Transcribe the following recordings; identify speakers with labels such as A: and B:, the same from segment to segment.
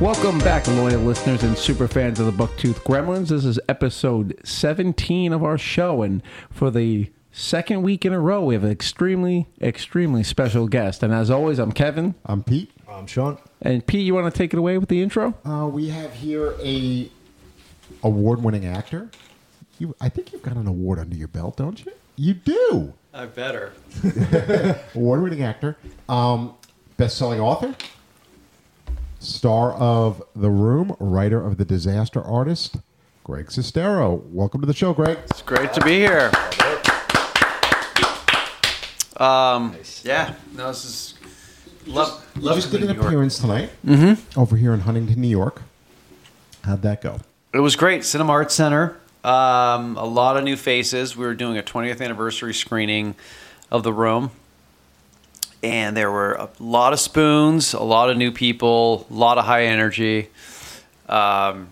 A: Welcome back, loyal listeners and super fans of the Bucktooth Gremlins. This is episode 17 of our show, and for the second week in a row, we have an extremely, extremely special guest. And as always, I'm Kevin.
B: I'm Pete.
C: I'm Sean.
A: And Pete, you want to take it away with the intro?
B: Uh, we have here a award-winning actor. You, I think you've got an award under your belt, don't you? You do.
D: I better.
B: Award-winning actor, um, best-selling author, star of The Room, writer of The Disaster Artist, Greg Sestero. Welcome to the show, Greg.
D: It's great to be here. Um, yeah, no, this is love.
B: You
D: love
B: just
D: to
B: did an
D: be in New York. Mm-hmm.
B: appearance tonight over here in Huntington, New York. How'd that go?
D: It was great. Cinema Arts Center. Um, a lot of new faces. We were doing a 20th anniversary screening of the room, and there were a lot of spoons, a lot of new people, a lot of high energy. Um,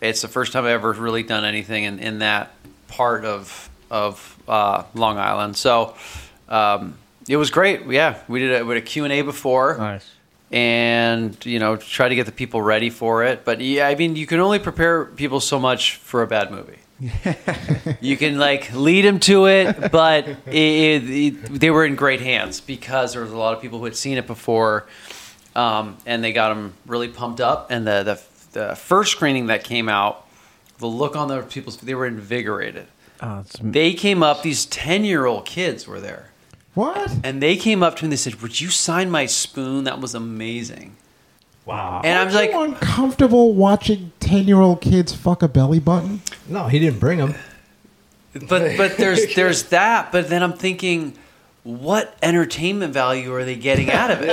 D: it's the first time I've ever really done anything in, in that part of of uh, Long Island. So um, it was great. Yeah, we did a, we did a Q and A before and you know try to get the people ready for it but yeah i mean you can only prepare people so much for a bad movie you can like lead them to it but it, it, it- they were in great hands because there was a lot of people who had seen it before um, and they got them really pumped up and the, the, the first screening that came out the look on the people's they were invigorated
A: Oh, it's
D: they came up these 10 year old kids were there
B: What?
D: and they came up to me and they said would you sign my spoon that was amazing
C: Wow.
D: and i'm like
B: you uncomfortable watching ten-year-old kids fuck a belly button?
C: No, he didn't bring him.
D: but but there's there's that but then i'm thinking what entertainment value are they getting out of it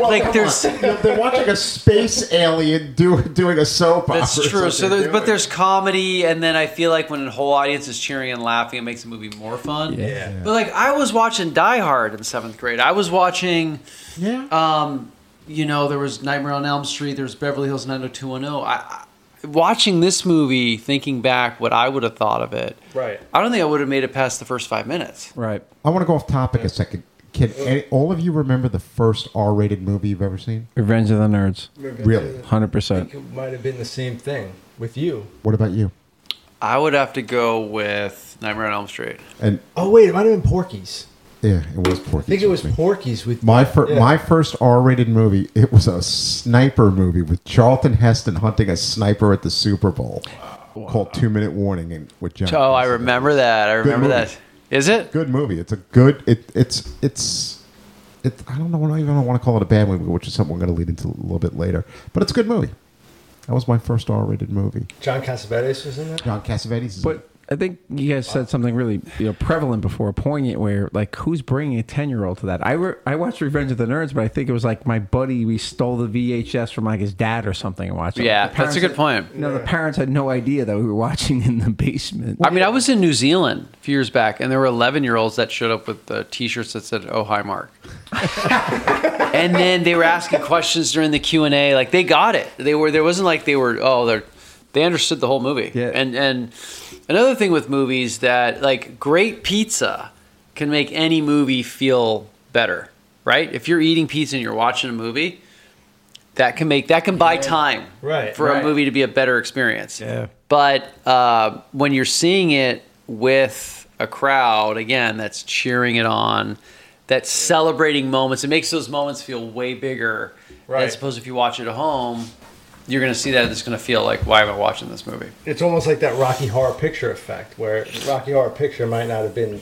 D: like there's
B: You know, they're watching a space alien do, doing a soap opera.
D: that's true
B: That's
D: so
B: what they're
D: there's but
B: doing.
D: there's comedy and then i feel like when the whole audience is cheering and laughing it makes the movie more fun
A: Yeah.
D: but like i was watching die hard in seventh grade i was watching
B: yeah. Uh,
D: um, you know, there was Nightmare on Elm Street, there was Beverly Hills 90210. I, I, watching this movie, thinking back what I would have thought of it,
C: Right.
D: I don't think I would have made it past the first five minutes.
A: Right.
B: I want to go off topic a second. Can any, all of you remember the first R-rated movie you've ever seen?
A: Revenge of the Nerds.
B: Really?
A: 100%.
C: it might have been the same thing with you.
B: What about you?
D: I would have to go with Nightmare on Elm Street.
B: And
C: Oh wait, it might have been Porky's.
B: yeah, it was Porky.
C: I think it was Porky's with
B: my first
C: Yeah.
B: my first R-rated movie. It was a sniper movie with Charlton Heston hunting a sniper at the Super Bowl, called Two Minute Warning, and with John.
D: Oh, I
B: Cusack.
D: remember that. I
B: movie.
D: remember that. Is it?
B: good movie. It's a good. It, it's it's it's. I don't know. I don't even want to call it a bad movie, which is something we're going to lead into a little bit later. But it's a good movie. That was my first R-rated movie.
C: John Cassavetes was in that.
B: John Cassavetes. Is
A: But I think you guys said something really you know, prevalent before, poignant, where like who's bringing a ten year old to that? I re- I watched Revenge of the Nerds, but I think it was like my buddy. We stole the VHS from like his dad or something and watched it. The
D: Yeah, that's a
A: parents
D: good
A: had-
D: point.
A: No, the parents had no idea that we were watching in the basement.
D: I mean, I was in New Zealand a few years back, and there were 11 year olds that showed up with uh, t shirts that said, Oh, hi, Mark. and then they were asking questions during the Q and A. Like they got it. They were there wasn't like they were oh they are they understood the whole movie.
A: Yeah.
D: And and another thing with movies that like great pizza can make any movie feel better, right? If you're eating pizza and you're watching a movie, that can make that can buy time
C: Right.
D: for
A: Right.
D: a movie to be a better experience.
A: Yeah.
D: But uh, when you're seeing it with a crowd again that's cheering it on, that's celebrating moments, it makes those moments feel way bigger.
C: Right.
D: As opposed if you watch it at home, you're gonna see that and it's gonna feel like why am I watching this movie?
C: It's almost like that Rocky Horror Picture effect, where Rocky Horror Picture might not have been. You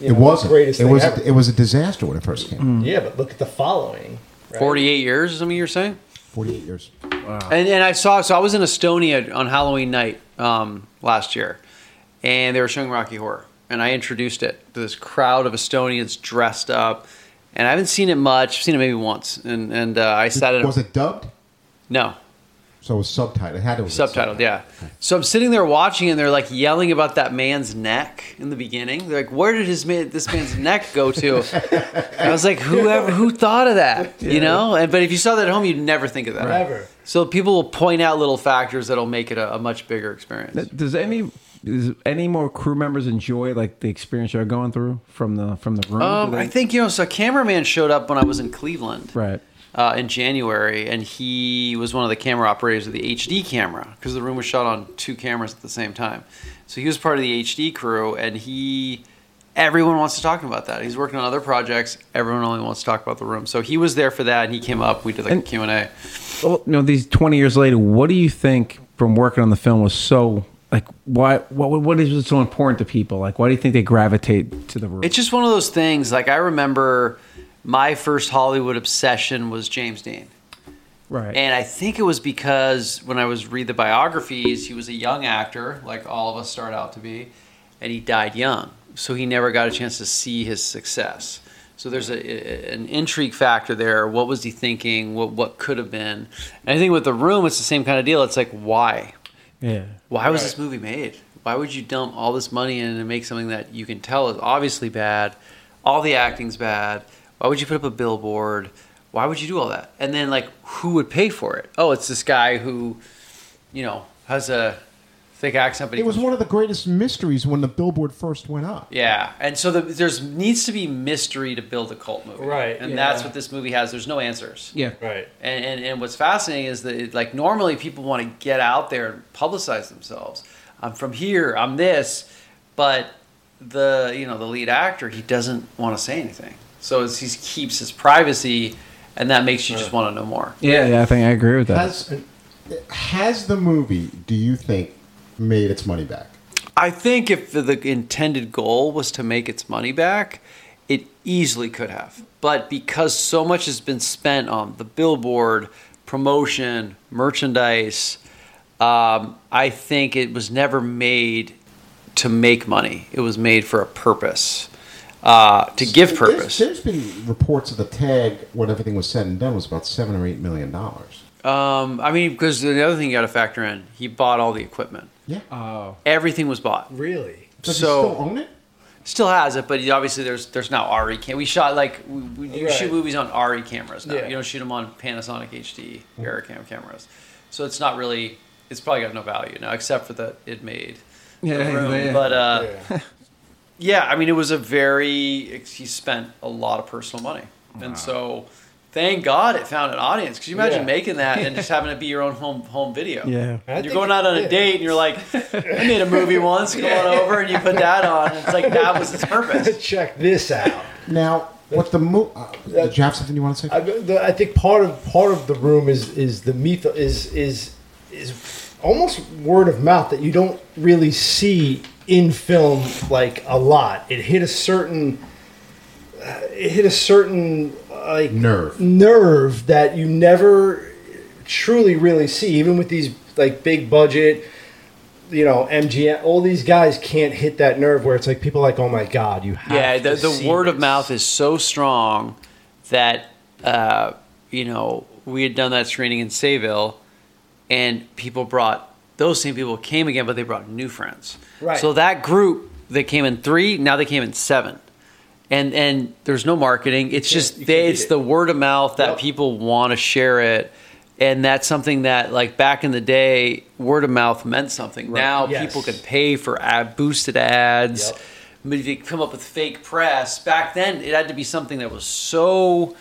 B: It
C: know,
B: was
C: the greatest
B: It
C: thing
B: was.
C: ever. Mm.
B: It was a disaster when it first came. out.
C: yeah, but look at the following. right?
D: Forty-eight years is something you're saying?
B: Forty-eight years.
D: And, and I saw, so I was in Estonia on Halloween night um, last year, and they were showing Rocky Horror. And I introduced it to this crowd of Estonians dressed up. And I haven't seen it much, I've seen it maybe once. And, and uh, I sat at a-
B: Was it dubbed?
D: No,
B: So it was subtitled. It had to be
D: subtitled, yeah. So I'm sitting there watching, and they're like yelling about that man's neck in the beginning. They're like, "Where did his man, this man's neck go to?" And I was like, "Whoever who thought of that?" You know. And but if you saw that at home, you'd never think of that.
C: Never.
D: So people will point out little factors that'll make it a, a much bigger experience.
A: Th- Does any does any more crew members enjoy like the experience you're going through from the from the room? Do
D: um,
A: they-
D: I think you know. So a cameraman showed up when I was in Cleveland,
A: right.
D: uh, in January, and he was one of the camera operators of the HD camera because the room was shot on two cameras at the same time. So he was part of the HD crew, and he everyone wants to talk about that. He's working on other projects. Everyone only wants to talk about the room. So he was there for that, and he came up. We did like
A: And-
D: a Q and A.
A: well, you know, these 20 years later, what do you think from working on the film was so like why what what is it so important to people? Like why do you think they gravitate to the room?
D: It's just one of those things. Like I remember, my first Hollywood obsession was James Dean.
A: right.
D: And I think it was because when I was read the biographies, he was a young actor, like all of us start out to be, and he died young, so he never got a chance to see his success. So there's a, a- an intrigue factor there. What was he thinking? What what could have been? And I think with the room, it's the same kind of deal. It's like why?
A: yeah.
D: why was
C: Right.
D: this movie made? Why would you dump all this money in and make something that you can tell is obviously bad? All the acting's bad. Why would you put up a billboard? Why would you do all that? And then like who would pay for it? Oh, it's this guy who, you know, has a thick accent, but he
B: It was
D: comes-
B: one of the greatest mysteries when the billboard first went up.
D: yeah, and so the, there's needs to be mystery to build a cult movie,
C: Right,
D: And
C: yeah.
D: that's what this movie has. There's no answers.
A: Yeah.
C: Right.
D: And, and, and what's fascinating is that it, like normally people want to get out there and publicize themselves. I'm from here. I'm this, but the you know the lead actor he doesn't want to say anything, so it's, he keeps his privacy, and that makes you just want to know more.
A: Yeah, yeah, I think I agree with that.
B: Has has the movie? Do you think made its money back?
D: I think if the, the intended goal was to make its money back, it easily could have. But because so much has been spent on the billboard, promotion, merchandise, um, I think it was never made to make money. It was made for a purpose, uh, to
B: There's-
D: give purpose.
B: there's been reports of the tag when everything was said and done was about seven or eight million dollars.
D: Um, I mean, because the other thing you got to factor in, he bought all the equipment.
B: Yeah.
C: Uh,
A: oh.
D: Everything was bought.
C: Really?
B: Does
D: so-
B: he still own it?
D: Still has it, but obviously there's there's now RE cam. We shot like we, we, you
C: Right.
D: shoot movies on RE cameras now.
C: Yeah.
D: You don't shoot them on Panasonic HD Aerocam cameras, so it's not really. It's probably got no value now, except for that it made.
A: Yeah,
D: the room.
A: yeah.
D: But uh, yeah.
C: yeah.
D: I mean, it was a very. He spent a lot of personal money, and so thank God it found an audience. Because you imagine
C: Yeah.
D: making that and just having to be your own home home video.
A: Yeah.
C: I
D: you're
C: think
D: going
C: it
D: out on a
C: did.
D: date and you're like, I made a movie once, come on over, and you put that on. And it's like, that was its purpose.
C: Check this out.
B: Now, what the mo- uh, Did you have something you want to say?
C: I, the, I think part of part of the room is is the myth is is is almost word of mouth that you don't really see in film like a lot. It hit a certain uh, it hit a certain like
B: Nerve.
C: nerve that you never truly really see even with these like big budget you know MGM all these guys can't hit that nerve where it's like people are like oh my god you have
D: Yeah, the,
C: to
D: the
C: see
D: word of
C: this."
D: mouth is so strong that, uh, you know, we had done that screening in Sayville, and people brought, those same people came again, but they brought new friends.
C: Right.
D: So that group that came in three, now they came in seven. And, and there's no marketing. It's
C: can't-
D: just
C: you
D: they,
C: can't
D: it's
C: beat it.
D: the word of mouth that
C: Yep.
D: people want to share it, and that's something that like back in the day, word of mouth meant something. Now
C: Yes.
D: people can pay for ad boosted ads.
C: Yep.
D: But if you come up with fake press, back then it had to be something that was so,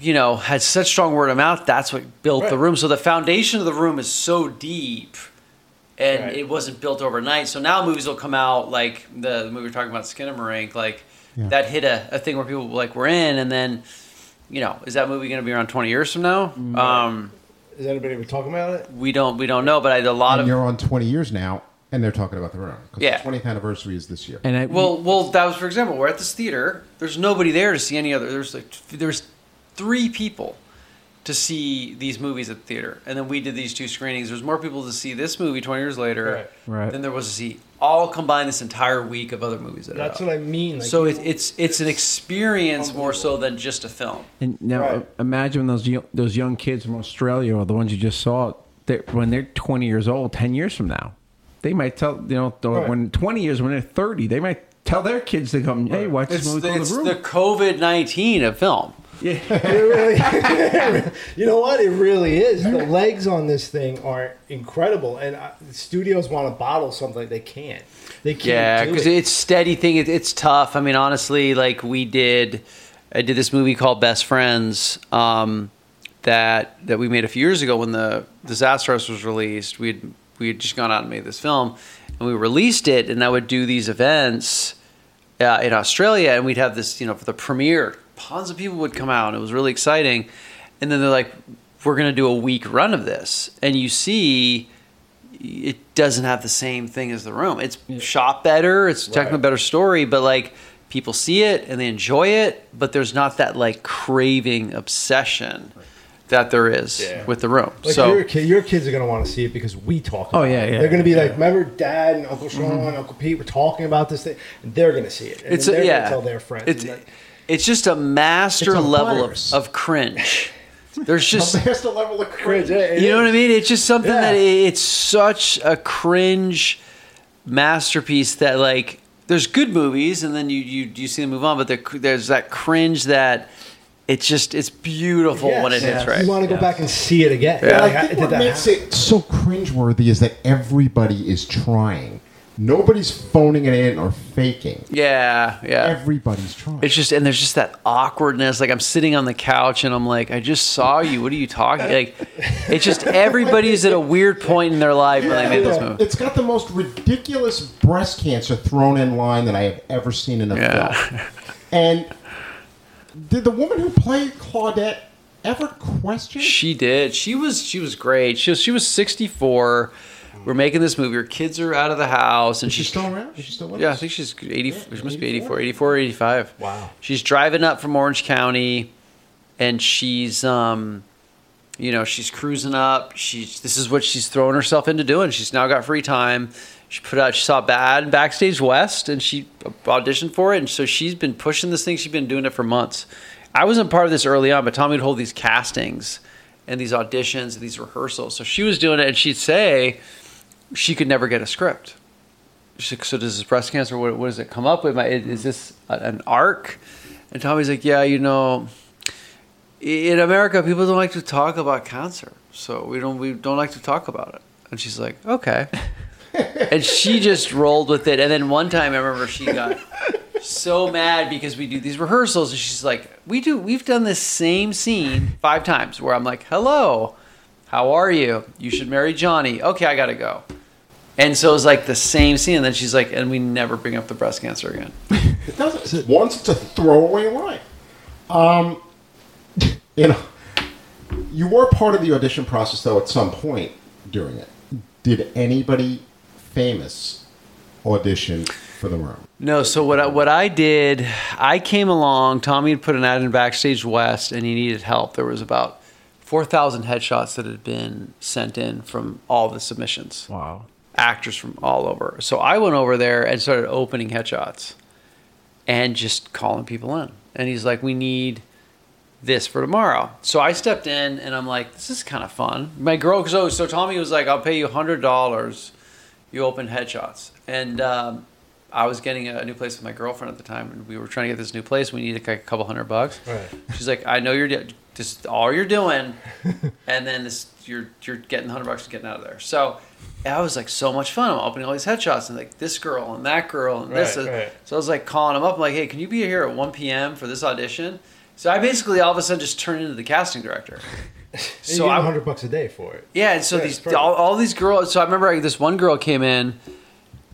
D: you know, had such strong word of mouth. That's what built the
C: Right.
D: room. So the foundation of the room is so deep, and
C: Right.
D: it wasn't built overnight. So now movies will come out like the, the movie we're talking about, Skinamarink, like
B: Yeah.
D: that hit a, a thing where people like were in, and then, you know, is that movie going to be around twenty years from now? Um,
C: is anybody even talking about it
D: we don't we don't know, but I, a lot
B: And
D: of
B: you're on 20 years now, and they're talking about the room. 'cause
D: Yeah.
B: The 20th anniversary is this year.
A: And I
D: Well, well, that was for example. We're at this theater. There's nobody there to see any other. There's like there's three people to see these movies at the theater, and then we did these two screenings. There's more people to see this movie 20 years later
A: Right. Right.
D: than there was to see all combined this entire week of other movies that
C: that's
D: are out.
C: what I mean like,
D: so
C: you-
D: it, it's it's an experience more so than just a film.
A: And now
C: Right.
A: uh, imagine those yo- those young kids from Australia or the ones you just saw they when they're 20 years old, 10 years from now, they might tell you know th-
C: Right.
A: when 20 years when they're 30, they might tell their kids to come. Hey, watch
D: It's,
A: this movie
D: the,
A: called
D: it's
A: The
D: the
A: Room.
D: COVID 19 of film.
A: yeah.
C: It really- you know what? It really is. The legs on this thing are incredible, and uh, studios want to bottle something they can't. They can't
D: Yeah,
C: do
D: because
C: it.
D: it's steady thing. It, it's tough. I mean, honestly, like we did I did this movie called Best Friends um, that that we made a few years ago when the Disaster Artist was released. We had we had just gone out and made this film, and we released it. And I would do these events uh, in Australia, and we'd have this, you know, for the premiere, tons of people would come out, and it was really exciting. And then they're like, "We're going to do a week run of this," and you see, it doesn't have the same thing as the room. It's shot better, it's technically a better story, but like people see it and they enjoy it, but there's not that like craving obsession that there is with the room.
C: Like
D: so
C: your, kid, your kids are going to want to see it because we talk.
A: Oh,
C: About
A: yeah,
C: it.
A: yeah.
C: They're going to be like, remember, Dad and Uncle Sean
B: Mm-hmm.
C: and Uncle Pete were talking about this thing. And they're going to see it. And
D: it's
C: then
D: a,
C: they're
D: yeah,
C: Gonna tell their friends.
D: It's,
C: and like,
D: it's just a master
B: It's a
D: level of,
B: virus.
D: of cringe. There's just
B: That's the level of
C: cringe. Yeah, it
D: you know
C: is.
D: what I mean? It's just something
C: Yeah.
D: that i it's such a cringe masterpiece that like there's good movies and then you you you see them move on, but there, there's that cringe that it's just it's beautiful when it
C: Yes.
D: hits right.
C: You want to go back and see it again.
D: Yeah.
C: Like,
B: I
C: did
B: think what
C: that
B: makes
C: happen?
B: it so cringeworthy is that everybody is trying. Nobody's phoning it in or faking.
D: yeah, yeah.
B: Everybody's trying.
D: it's just and there's just that awkwardness. Like I'm sitting on the couch and I'm like, I just saw you. What are you talking? Like, it's just everybody's at a weird point in their life when they made this
B: Yeah,
D: movie.
B: it's got the most ridiculous breast cancer thrown in line that I have ever seen in a
D: Yeah.
B: film. And did the woman who played Claudette ever question?
D: She did. She was she was great. She was, she was 64. We're making this movie. Her kids are out of the house and
B: Is she
D: she's
B: still around? Is she still with
D: Yeah, I
B: us?
D: think she's 80 she must
B: 84.
D: be 84, 84 85.
C: Wow.
D: She's driving up from Orange County and she's um you know, she's cruising up. She's this is what she's throwing herself into doing. She's now got free time. She put out she saw Bad and Backstage West and she auditioned for it and so she's been pushing this thing. She's been doing it for months. I wasn't part of this early on, but Tommy would hold these castings and these auditions and these rehearsals. So she was doing it and she'd say she could never get a script. She's like, so does this breast cancer? What, what does it come up with? My, is this a- an arc? And Tommy's like, yeah, you know, i- in America, people don't like to talk about cancer, so we don't we don't like to talk about it. And she's like, okay. and she just rolled with it. And then one time, I remember she got so mad because we do these rehearsals, and she's like, we do we've done this same scene five times where I'm like, hello, how are you? You should marry Johnny. Okay, I gotta go. And so it was like the same scene. And then she's like, and we never bring up the breast cancer again.
B: It doesn't. Once it's a throwaway line. Um, you know, you were part of the audition process though at some point during it. Did anybody famous audition for the room?
D: No, so what I, what I did, I came along. Tommy had put an ad in Backstage West, and he needed help. There was about four thousand headshots that had been sent in from all the submissions,
A: Wow.
D: actors from all over. So I went over there and started opening headshots, and just calling people in. And he's like, "We need this for tomorrow." So I stepped in, and I'm like, "This is kind of fun." My girl, so so Tommy was like, "I'll pay you hundred dollars." you open headshots. And um, I was getting a new place with my girlfriend at the time, and we were trying to get this new place. We needed like a couple hundred bucks.
C: Right.
D: She's like, I know you're do- just all you're doing, and then this you're you're getting the hundred bucks and getting out of there. So. and I was like so much fun. I'm opening all these headshots and like this girl and that girl and this.
C: Right, right.
D: So I was like calling him up. I'm like, hey, can you be here at 1 p.m. for this audition? So I basically all of a sudden just turned into the casting director.
C: And you get
D: I-
C: 100 bucks a day for it.
D: yeah, and so
C: Yeah,
D: these
C: it's perfect.
D: all, all these girls. So I remember like, this one girl came in,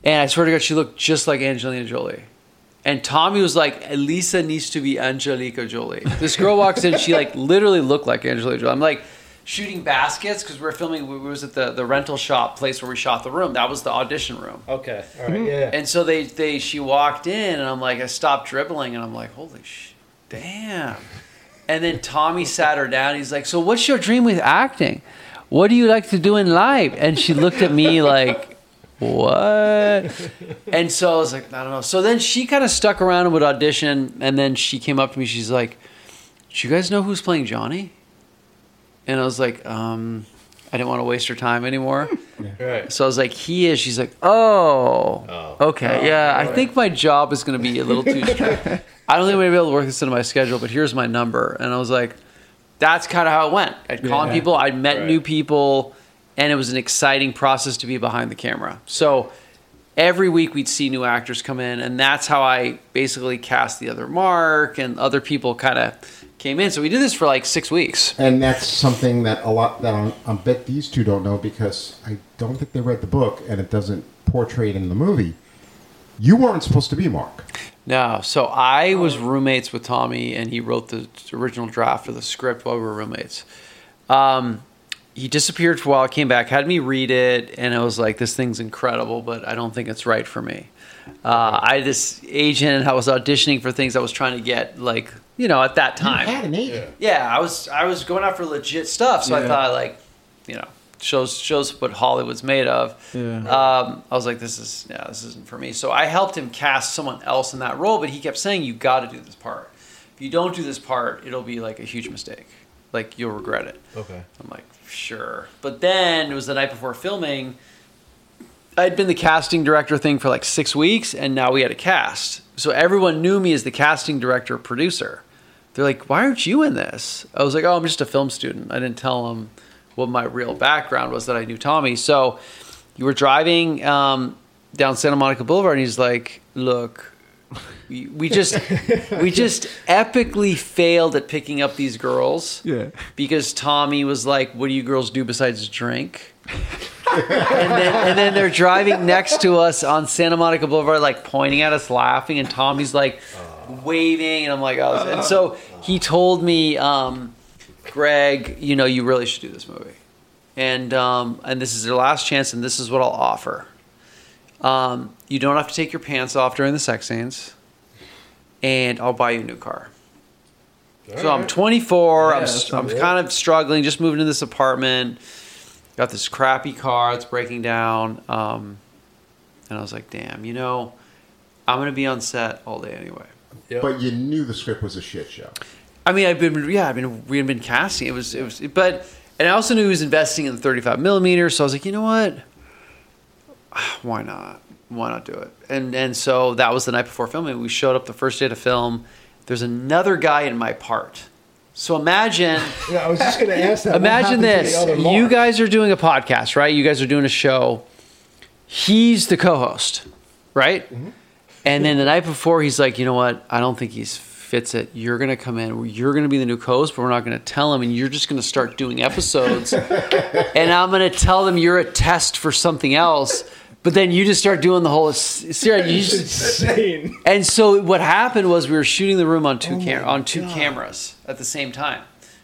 D: and I swear to God, she looked just like Angelina Jolie. And Tommy was like, "Elisa needs to be Angelica Jolie." This girl walks in, she like literally looked like Angelina Jolie. I'm like shooting baskets because we're filming. We we was at the the rental shop place where we shot the room. That was the audition room.
C: Okay. All
B: Mm-hmm.
C: right. Yeah.
D: And so they they she walked in and I'm like I stopped dribbling and I'm like holy sh damn. And then Tommy sat her down. He's like, "So what's your dream with acting? What do you like to do in life?" And she looked at me like, "What?" And so I was like, "I don't know." So then she kind of stuck around and would audition and then she came up to me. She's like, "Do you guys know who's playing Johnny?" And I was like, um, I didn't want to waste her time anymore.
C: Right.
D: So I was like, he is. She's like, oh, okay, yeah. I think my job is going to be a little too strict. I don't think I'm going to be able to work this into my schedule, but here's my number. And I was like, that's kind of how it went. I'd call
A: Yeah.
D: people, I'd met
C: Right.
D: new people, and it was an exciting process to be behind the camera. So every week we'd see new actors come in, and that's how I basically cast the other Mark, and other people kind of came in. So we did this for like six weeks.
B: And that's something that a lot that I'm- I bet these two don't know because I don't think they read the book and it doesn't portray it in the movie. You weren't supposed to be Mark.
D: No, so I was roommates with Tommy, and he wrote the original draft of the script while we were roommates. Um, he disappeared for a while, came back, had me read it, and I was like, "This thing's incredible, but I don't think it's right for me." Uh, I had this agent, I was auditioning for things I was trying to get, like you know, at that time.
B: I had an agent.
D: yeah, I was I was going out for legit stuff, so I thought like, you know, shows shows what Hollywood's made of.
A: Yeah.
D: Um, I was like, this is yeah, this isn't for me. So I helped him cast someone else in that role, but he kept saying, you got to do this part. If you don't do this part, it'll be like a huge mistake. Like you'll regret it.
E: Okay.
D: I'm like, sure. But then it was the night before filming. I'd been the casting director thing for like six weeks, and now we had a cast. So everyone knew me as the casting director producer. They're like, why aren't you in this? I was like, oh, I'm just a film student. I didn't tell them what my real background was that I knew Tommy. So you were driving um, down Santa Monica Boulevard, and he's like, look, we we just we just epically failed at picking up these girls.
A: Yeah.
D: Because Tommy was like, "What do you girls do besides drink?" and, then, and then they're driving next to us on Santa Monica Boulevard, like pointing at us, laughing, and Tommy's like waving, and I'm like, "Oh!" And so he told me, um, "Greg, you know, you really should do this movie, and um, and this is your last chance, and this is what I'll offer." Um, you don't have to take your pants off during the sex scenes, and I'll buy you a new car. so I'm 24. I'm,
A: Yeah,
D: s-
A: that
D: I'm
A: sounds good.
D: kind of struggling. Just moved into this apartment. Got this crappy car. It's breaking down. Um, and I was like, damn, you know, I'm gonna be on set all day anyway.
E: Yep.
B: But you knew the script was a shit show.
D: I mean, I've been yeah, I've been we had been casting. It was it was, but and I also knew he was investing in the 35 millimeter. So I was like, you know what? Why not? Why not do it? And and so that was the night before filming. We showed up the first day to film. There's another guy in my part. So imagine.
C: Yeah, I was just going to ask that. What
D: Imagine
C: happened
D: this.
C: to the other
D: You
C: Mark?
D: guys are doing a podcast, right? You guys are doing a show. He's the co-host, right?
C: Mm-hmm.
D: And then the night before, he's like, you know what? I don't think he's fits it. You're gonna come in. You're gonna be the new co-host, but we're not gonna tell him. And you're just gonna start doing episodes. and I'm gonna tell them you're a test for something else. But then you just start doing the whole. Sarah, you
C: It's
D: just,
C: insane.
D: and so what happened was we were shooting the room on two cam- on two cameras at the same time,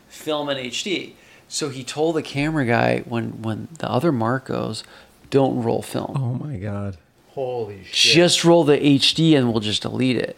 D: film and HD. So he told the camera guy when when the other Mark goes, "Don't roll film.
A: Oh my god.
E: Holy shit.
D: Just roll the HD, and we'll just delete it."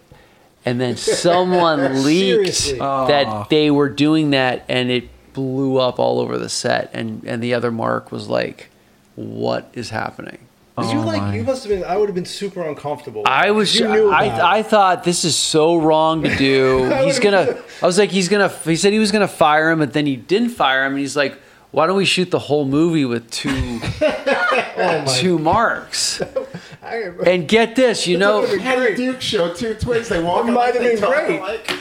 D: And then someone leaked
C: Seriously.
D: that they were doing that, and it blew up all over the set. And and the other Mark was like, "What is happening?"
C: 'Cause you
A: Oh
C: like
A: my.
C: you must have been. I would have been super uncomfortable.
D: I was.
C: You knew about it.
D: I, I thought this is so wrong to do. He's gonna. I was like, he's gonna. He said he was gonna fire him, but then he didn't fire him, and he's like, why don't we shoot the whole movie with two
C: Oh my
D: two marks?
C: I,
D: And get this, you know.
C: That would've
B: Had a
C: been great.
B: Duke show, two twins, they walk
C: It might have
B: along, they
C: been
B: talk
C: great.
B: alike.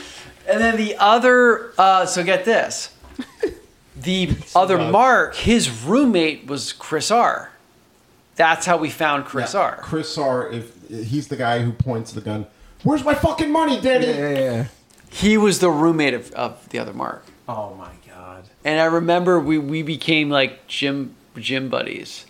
D: And then the other. Uh, so get this. The other Mark, his roommate was Chris R. That's how we found Chris
B: Yeah,
D: R.
B: Chris R. If he's the guy who points the gun. Where's my fucking money, Daddy?
A: Yeah, yeah, yeah.
D: He was the roommate of, of the other Mark.
A: Oh my god.
D: And I remember we, we became like gym gym buddies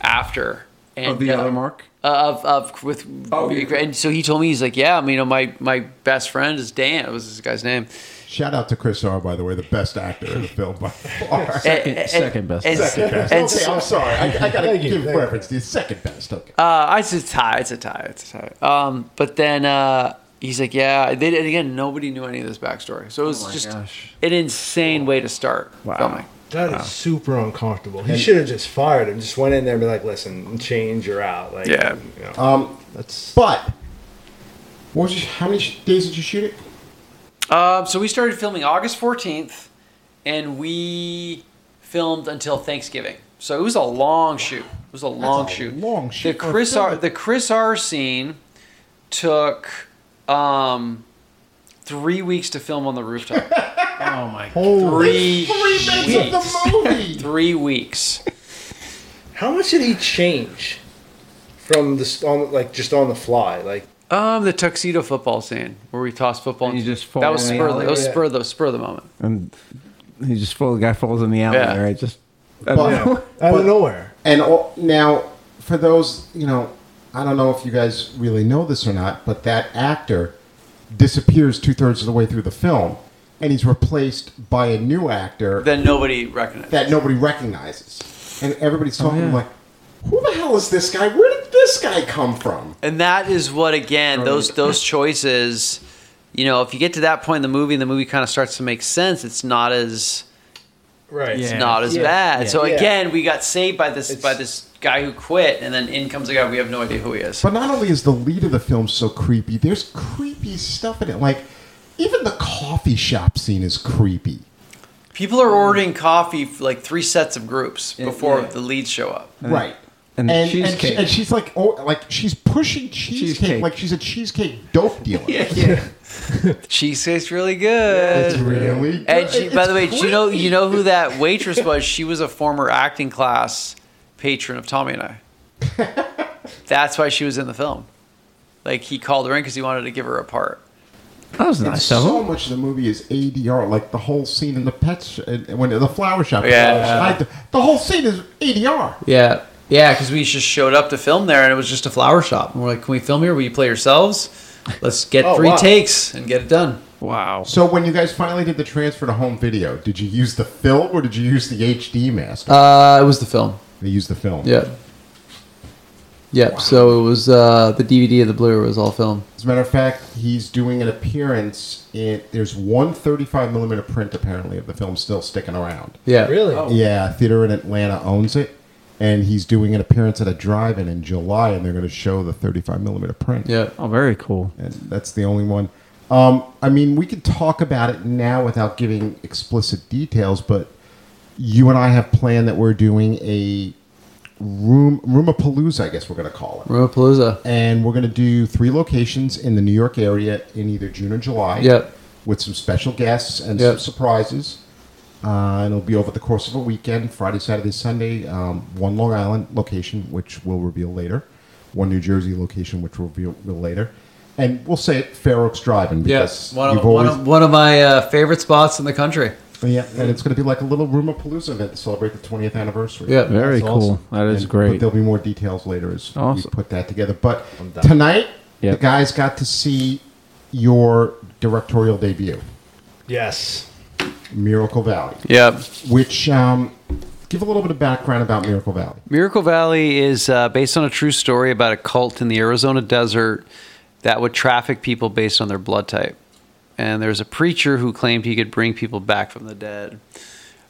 D: after. And,
A: Of the
D: uh,
A: other Mark.
D: uh, of of with
A: Oh, yeah.
D: and so he told me he's like yeah I mean, you know my my best friend is Dan It was this guy's name
B: Shout out to Chris R. By the way, the best actor in the film by far.
A: Second-
D: And-
A: second best.
D: and,
B: Second best.
D: and
B: okay,
D: so-
B: I'm sorry. I, I gotta
C: Thank you,
B: give
C: thank you.
B: reference to you. Second best. Okay.
D: Uh, I said tie. It's a tie. It's a tie. Um, but then uh, he's like, yeah. They and again, nobody knew any of this backstory, so it was
A: Oh, my
D: just
A: gosh.
D: an insane way to start filming.
C: that is super uncomfortable. He should have just fired him. Just went in there and be like, "Listen, change. You're out." Like,
D: Yeah.
C: you know,
B: Um,
C: that's
B: but what was you, how many sh- days did you shoot it?
D: Um, so we started filming August 14th, and we filmed until Thanksgiving. So it was a long shoot. It was a long
B: a
D: shoot.
B: long
D: The
B: shoot for a
D: Chris
A: Oh,
D: R.
B: film.
D: The Chris R. scene took um, three weeks to film on the rooftop.
A: Oh my god.
C: holy.
D: Three
B: Three minutes
D: weeks.
B: of the movie.
D: Three weeks.
C: How much did he change? from the s- on like just on the fly? Like
D: Um, the tuxedo football scene where we toss football.
A: And you
D: into-
A: just fall
D: that was
A: in the
D: spur.
A: alley.
D: That was
C: Yeah.
D: spur. The spur of the moment.
A: and he just full the guy falls in the alley,
D: Yeah.
A: right? Just
B: But-
C: out
B: But-
C: of nowhere.
B: And all, now, for those, you know, I don't know if you guys really know this or not, but that actor disappears two thirds of the way through the film, and he's replaced by a new actor
D: Then nobody recognized.
B: that nobody recognizes. And everybody's talking
A: yeah.
B: like, who the hell is this guy? Where did this guy come from?
D: and that is what again those those choices. You know, if you get to that point in the movie, and the movie kind of starts to make sense. It's not as
C: Right.
D: it's
A: Yeah.
D: not as
C: Yeah.
D: bad.
A: Yeah.
D: So
C: Yeah.
D: again, we got saved by this
C: It's-
D: by this guy who quit, and then in comes a guy we have no idea who he is.
B: But not only is the lead of the film so creepy, there's creepy stuff in it. Like, even the coffee shop scene is creepy.
D: People are ordering coffee for like three sets of groups before
A: yeah.
D: the leads show up.
B: right.
A: and
B: she-
A: cheesecake.
B: and she's like, oh, like she's pushing cheesecake,
A: Cheesecake.
B: like she's a cheesecake dope dealer.
D: The cheesecake's really good.
B: It's really.
D: and
B: good.
D: she, by
B: It's
D: the way, do you know
B: creepy.
D: you know who that waitress was? She was a former acting class patron of Tommy and I. That's why she was in the film. Like he called her in because he wanted to give her a part.
A: that was
B: And
A: nice of
B: so
A: him.
B: much of the movie is ADR, like the whole scene in the pet sh- and- when the flower shop.
D: Yeah.
B: I- the, whole scene is ADR.
D: Yeah. Yeah, because we just showed up to film there and it was just a flower shop. And we're like, can we film here? Will you play yourselves? Let's get
C: Oh,
D: three
C: wow.
D: takes and get it done.
A: Wow.
B: So when you guys finally did the transfer to home video, did you use the film or did you use the HD master?
E: Uh, it was the film.
B: they used the film.
E: Yeah. Yep. So it was uh, the DVD of the Blu-ray was all film.
B: As a matter of fact, he's doing an appearance in. There's one 35 millimeter print apparently of the film still sticking around.
E: Yeah.
C: Really?
B: Yeah, theater in Atlanta owns it, and he's doing an appearance at a drive-in in July, and they're going to show the 35 millimeter print.
E: Yeah.
A: Oh, very cool.
B: and that's the only one. Um, I mean, we could talk about it now without giving explicit details, but you and I have planned that we're doing a room roomapalooza, I guess we're going to call it,
E: Rumapalooza.
B: and we're going to do three locations in the New York area in either June or July.
E: Yep.
B: With some special guests and
E: Yep.
B: some surprises. Uh, and it'll be over the course of a weekend Friday, Saturday, Sunday. Um, one Long Island location, which we'll reveal later. One New Jersey location, which we'll reveal reveal later. And we'll say it Fair Oaks Driving because
E: Yes. One
B: you've
E: of, one
B: always.
E: of one of my uh, favorite spots in the country.
B: yeah, and it's going to be like a little room of palooza event to celebrate the 20th anniversary.
E: Yeah.
A: Very
B: That's
A: cool.
B: awesome.
A: That is
B: And- But
A: great.
B: there'll be more details later as we
A: Awesome.
B: put that together. But
C: done.
B: tonight,
A: Yep.
B: the guys got to see your directorial debut,
C: Yes.
B: Miracle Valley,
D: Yep.
B: which um, give a little bit of background about Miracle Valley.
D: Miracle Valley is uh, based on a true story about a cult in the Arizona desert that would traffic people based on their blood type. And there's a preacher who claimed he could bring people back from the dead.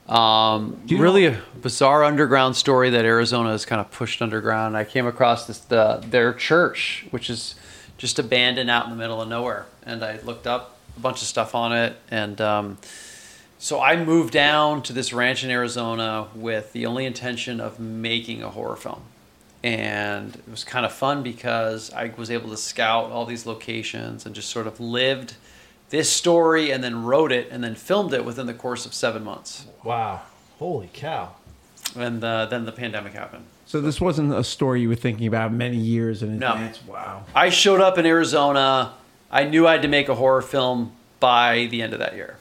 D: Um, really a bizarre underground story that Arizona has kind of pushed underground. I came across this the, their church, which is just abandoned out in the middle of nowhere. And I looked up a bunch of stuff on it and. Um, so I moved down to this ranch in Arizona with the only intention of making a horror film. And it was kind of fun because I was able to scout all these locations and just sort of lived this story and then wrote it and then filmed it within the course of seven months.
C: Wow. Holy cow.
D: And uh, then the pandemic happened.
A: So this wasn't a story you were thinking about many years in
D: No.
A: advance. Wow.
D: I showed up in Arizona. I knew I had to make a horror film by the end of that year.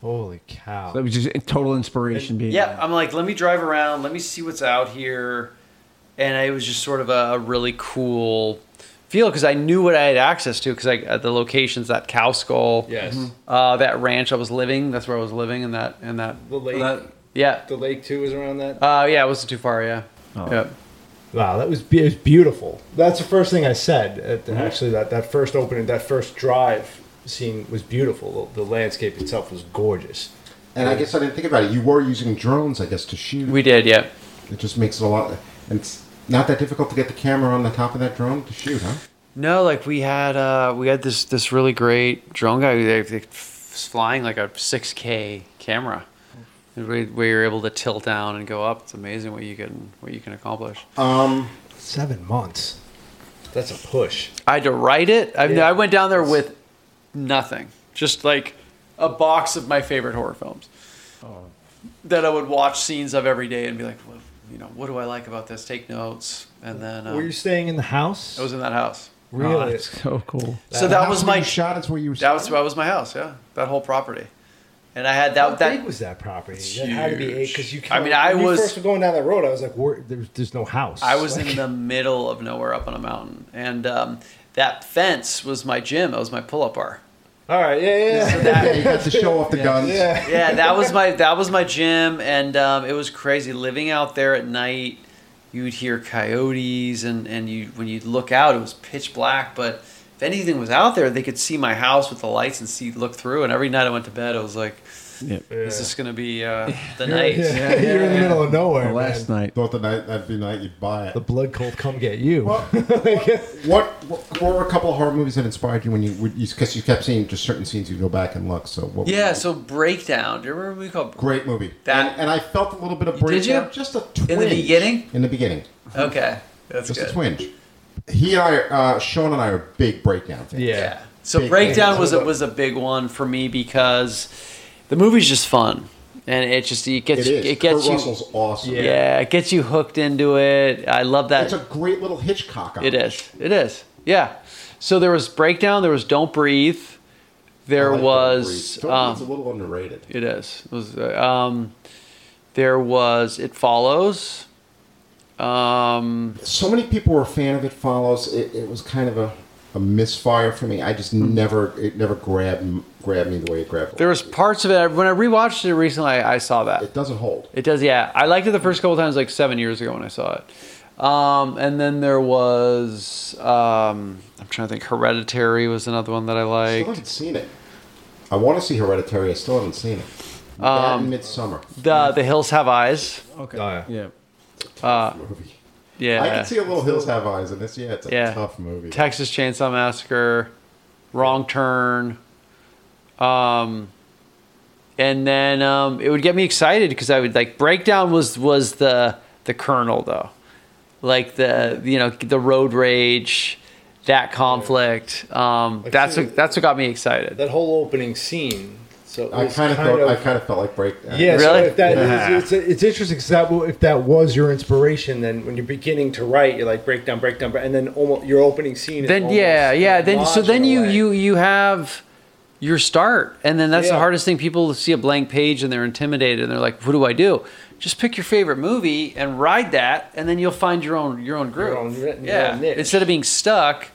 C: Holy cow.
A: That was just total inspiration. being
D: Yeah, I'm like, let me drive around, let me see what's out here, and it was just sort of a, a really cool feel because I knew what I had access to because I at the locations that cow skull,
C: yes.
D: uh, that ranch I was living, that's where I was living, and that and that,
C: The lake.
D: yeah,
C: the lake too is around that.
D: uh, yeah, it wasn't too far, yeah, yeah.
C: Wow, that was, be- it was beautiful. That's the first thing I said. At
D: Mm-hmm.
C: the- Actually, that, that first opening, that first drive scene was beautiful. The, the landscape itself was gorgeous.
B: And I guess I didn't think about it. You were using drones, I guess, to shoot.
D: We did, yeah.
B: it just makes it a lot. And it's not that difficult to get the camera on the top of that drone to shoot, huh?
D: No, like we had uh, we had this this really great drone guy who's flying like a 6K camera. And We, we were able to tilt down and go up. It's amazing what you can what you can accomplish.
B: Um,
C: Seven months. That's a push.
D: I had to write it. I,
C: Yeah.
D: I went down there with nothing, just like a
C: Oh.
D: box of my favorite horror films that I would watch scenes of every day and be like, "Well, you know, what do I like about this? Take notes, and then um,
C: Were you staying in the house?
D: I was in that house.
A: Oh,
C: really?
A: that's so cool.
D: so
B: The
D: that
B: house
D: was
B: where
D: my
B: you shot. It's where you
D: that was that was my house. Yeah, that whole property, and I had
C: How
D: that that
C: big was that property? It had to be
D: huge.
C: eight because you.
D: I mean, I
C: when you
D: was-
C: first were going down that road. I was like, Where, there's, there's no house.
D: I was
C: Like,
D: in the middle of nowhere up on a mountain, and um, that fence was my gym. That was my pull-up bar.
C: All right, yeah, yeah. yeah.
B: Yeah, you got to show off the guns.
C: Yeah.
D: Yeah, that was my that was my gym, and um, it was crazy living out there at night. You'd hear coyotes, and and you when you look out, it was pitch black. But if anything was out there, they could see my house with the lights and see look through. And every night I went to bed, I was like,
A: Yep.
D: "This is gonna be uh, the
C: You're,
D: night."
C: yeah, You're in the middle of nowhere.
A: Well, last
C: man.
A: night.
B: Thought the night that'd be the night you'd buy it.
C: the blood cult come get you.
B: What, what what were a couple of horror movies that inspired you when you because you, kept seeing just certain scenes you go back and look. So what
D: Yeah, so breakdown. Do you remember what we called
B: great movie.
D: That-
B: and, and I felt a little bit of
D: Did
B: breakdown.
D: you?
B: Just a twinge.
D: in the beginning?
B: In the beginning,
D: Okay, that's
B: just
D: good.
B: a twinge. He and I, uh, Sean and I, are big breakdown fans.
C: Yeah.
D: Yeah. So
B: Big
D: breakdown
B: things.
D: was a, was a big one for me because the movie's just fun, and it just it
B: it
D: gets
B: is.
D: it, gets
B: Kurt
D: you
B: Russell's awesome.
D: yeah. it gets you hooked into it. I love that.
B: it's a great little Hitchcock.
D: it
B: homage.
D: is. It is. Yeah. So there was breakdown. There was don't breathe. There
B: I like
D: was.
B: Don't Breathe. Don't Breathe
D: um,
B: is a little underrated.
D: it is. It was, uh, um, there was. It follows. Um,
B: so many people were a fan of it follows it, it was kind of a, a misfire for me i just never it never grabbed m- grabbed me the way it grabbed
D: Hmm. there was parts of it when I rewatched it recently. I, I saw that.
B: it doesn't hold
D: It does, yeah. I liked it the first couple times, like seven years ago when I saw it. Um, and then there was, um, I'm trying to think, Hereditary was another one that I
B: i still
D: liked.
B: haven't seen it i want to see hereditary i still haven't seen it um, midsummer
D: The The Hills Have Eyes.
A: Okay.
C: Oh, yeah.
A: yeah.
B: movie
D: uh, Yeah.
B: i can see a little hills have eyes in this yeah it's a
D: yeah.
B: tough movie
D: Texas Chainsaw Massacre, Wrong Turn. Um, and then um, it would get me excited because I would like Breakdown was was the the kernel though, like the you know the road rage, that conflict. Um,
C: Like,
D: that's
C: see,
D: what that's what got me excited.
C: That whole opening scene. So it
B: i
C: was
B: kind of thought i kind of felt like break uh,
C: Yeah, so
D: Really?
C: if that
D: Yeah.
C: it's, it's, it's interesting because that will- if that was your inspiration, then when you're beginning to write, you're like breakdown, breakdown, bre- and then almost your opening scene. Is
D: Then
C: almost
D: yeah,
C: an
D: yeah. Then so
C: homage
D: then
C: in a
D: you
C: way.
D: you you have your start, and then that's the
C: Yeah.
D: hardest thing. People see a blank page and they're intimidated, and they're like, "What do I do?" Just pick your favorite movie and ride that, and then you'll find your own your own groove.
C: own- your
D: yeah.
C: own niche.
D: Instead of being stuck,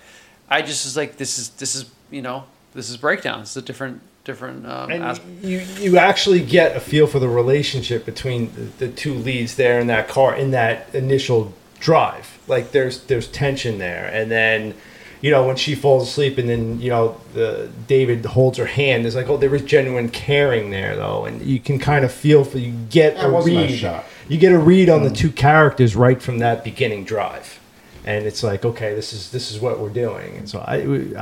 D: I just was like, "This is this is you know this is breakdown. It's a different different um,
C: and
D: aspect."
C: you you actually get a feel for the relationship between the, the two leads there in that car in that initial drive. Like there's there's tension there, and then you know when she falls asleep, and then you know the David holds her hand. There's like oh there was genuine caring there though, and you can kind of feel for you get
B: That
C: a
B: was a nice
C: read.
B: shot. Mm.
C: You get a read on the two characters right from that beginning drive. And it's like, okay, this is this is what we're doing, and so I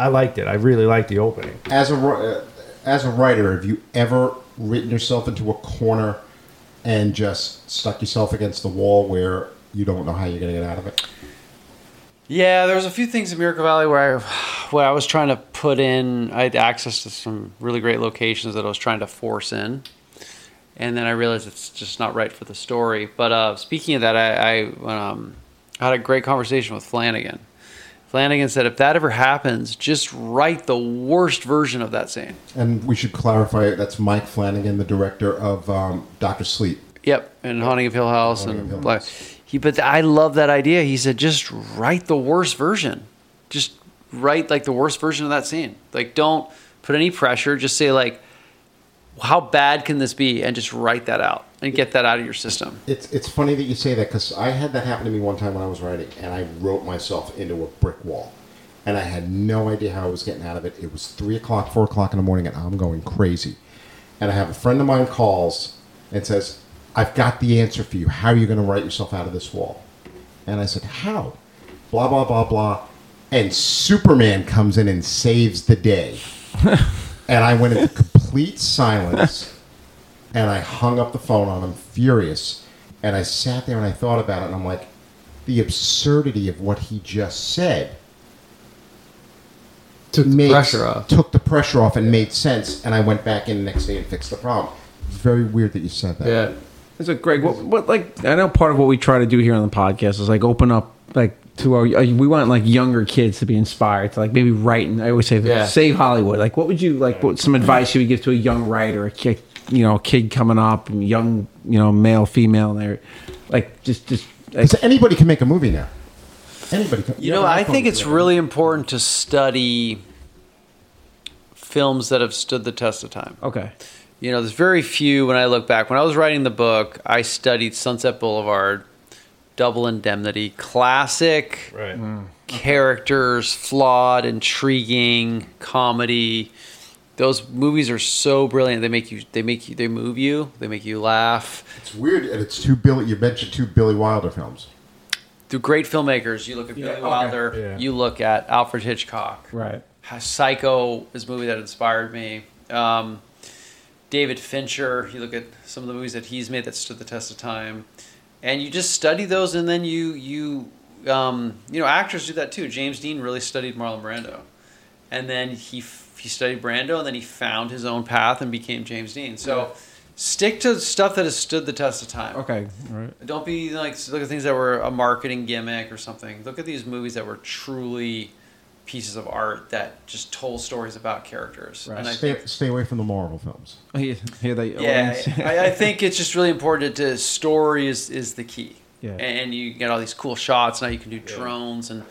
C: I liked it. I really liked the opening.
B: as a wri- uh, as a writer, have you ever written yourself into a corner and just stuck yourself against the wall where you don't know how you're going to get out of it?
D: Yeah, there was a few things in Miracle Valley where I, where I was trying to put in. I had access to some really great locations that I was trying to force in, and then I realized it's just not right for the story. But uh, speaking of that, I, I um, had a great conversation with Flanagan. Flanagan said, if that ever happens, just write the worst version of that scene.
B: And we should clarify that's Mike Flanagan, the director of um, Doctor Sleep.
D: Yep, and Haunting of Hill House
B: Haunting of
D: and
B: Hill
D: Black.
B: House.
D: He, but I love that idea. He said, just write the worst version. Just write like the worst version of that scene. Like, don't put any pressure. Just say like, how bad can this be, and just write that out and get that out of your system.
B: It's it's funny that you say that because I had that happen to me one time when I was writing, and I wrote myself into a brick wall, and I had no idea how I was getting out of it. It was three o'clock, four o'clock in the morning, and I'm going crazy. And I have a friend of mine calls and says, "I've got the answer for you. How are you going to write yourself out of this wall?" And I said, "How?" Blah blah blah blah, and Superman comes in and saves the day, and I went into complete silence and I hung up the phone on him, furious. And I sat there and I thought about it, and I'm like, the absurdity of what he just said
E: Took the
B: made-
E: pressure off.
B: took the pressure off and made sense. And I went back in the next day and fixed the problem. Very weird that you said that.
E: Yeah.
A: So, Greg, what, what like I know part of what we try to do here on the podcast is like open up like to our uh, we want like younger kids to be inspired to like maybe write and I always say
E: Yeah.
A: save Hollywood. Like, what would you like? What some advice you would give to a young writer, a kid, you know, a kid coming up, and young, you know, male, female, and they're like just just like,
B: So anybody can make a movie now. Anybody can.
D: You know, I think it's really important to study films that have stood the test of time.
A: okay.
D: You know, there's very few when I look back. When I was writing the book, I studied Sunset Boulevard, Double Indemnity, classic
C: Right.
B: Mm.
D: characters, flawed, intriguing comedy. Those movies are so brilliant. They make you they make you they move you, they make you laugh.
B: It's weird, and it's two Billy. You mentioned two Billy Wilder films.
D: Through great filmmakers, you look at Billy Wilder,
C: Yeah.
D: you look at Alfred Hitchcock.
A: Right.
D: Psycho is a movie that inspired me. Um, David Fincher, you look at some of the movies that he's made that stood the test of time, and you just study those, and then you you um, you know actors do that too. James Dean really studied Marlon Brando, and then he f- he studied Brando, and then he found his own path and became James Dean. So. Stick to stuff that has stood the test of time.
A: Okay. All right.
D: Don't be like look at things that were a marketing gimmick or something. Look at these movies that were truly pieces of art that just told stories about characters.
A: Right.
D: And I
B: Stay,
D: think,
B: stay away from the Marvel films.
A: Here, here they
D: yeah, I, I think it's just really important to story is, is the key.
A: Yeah.
D: And you get all these cool shots now. You can do drones and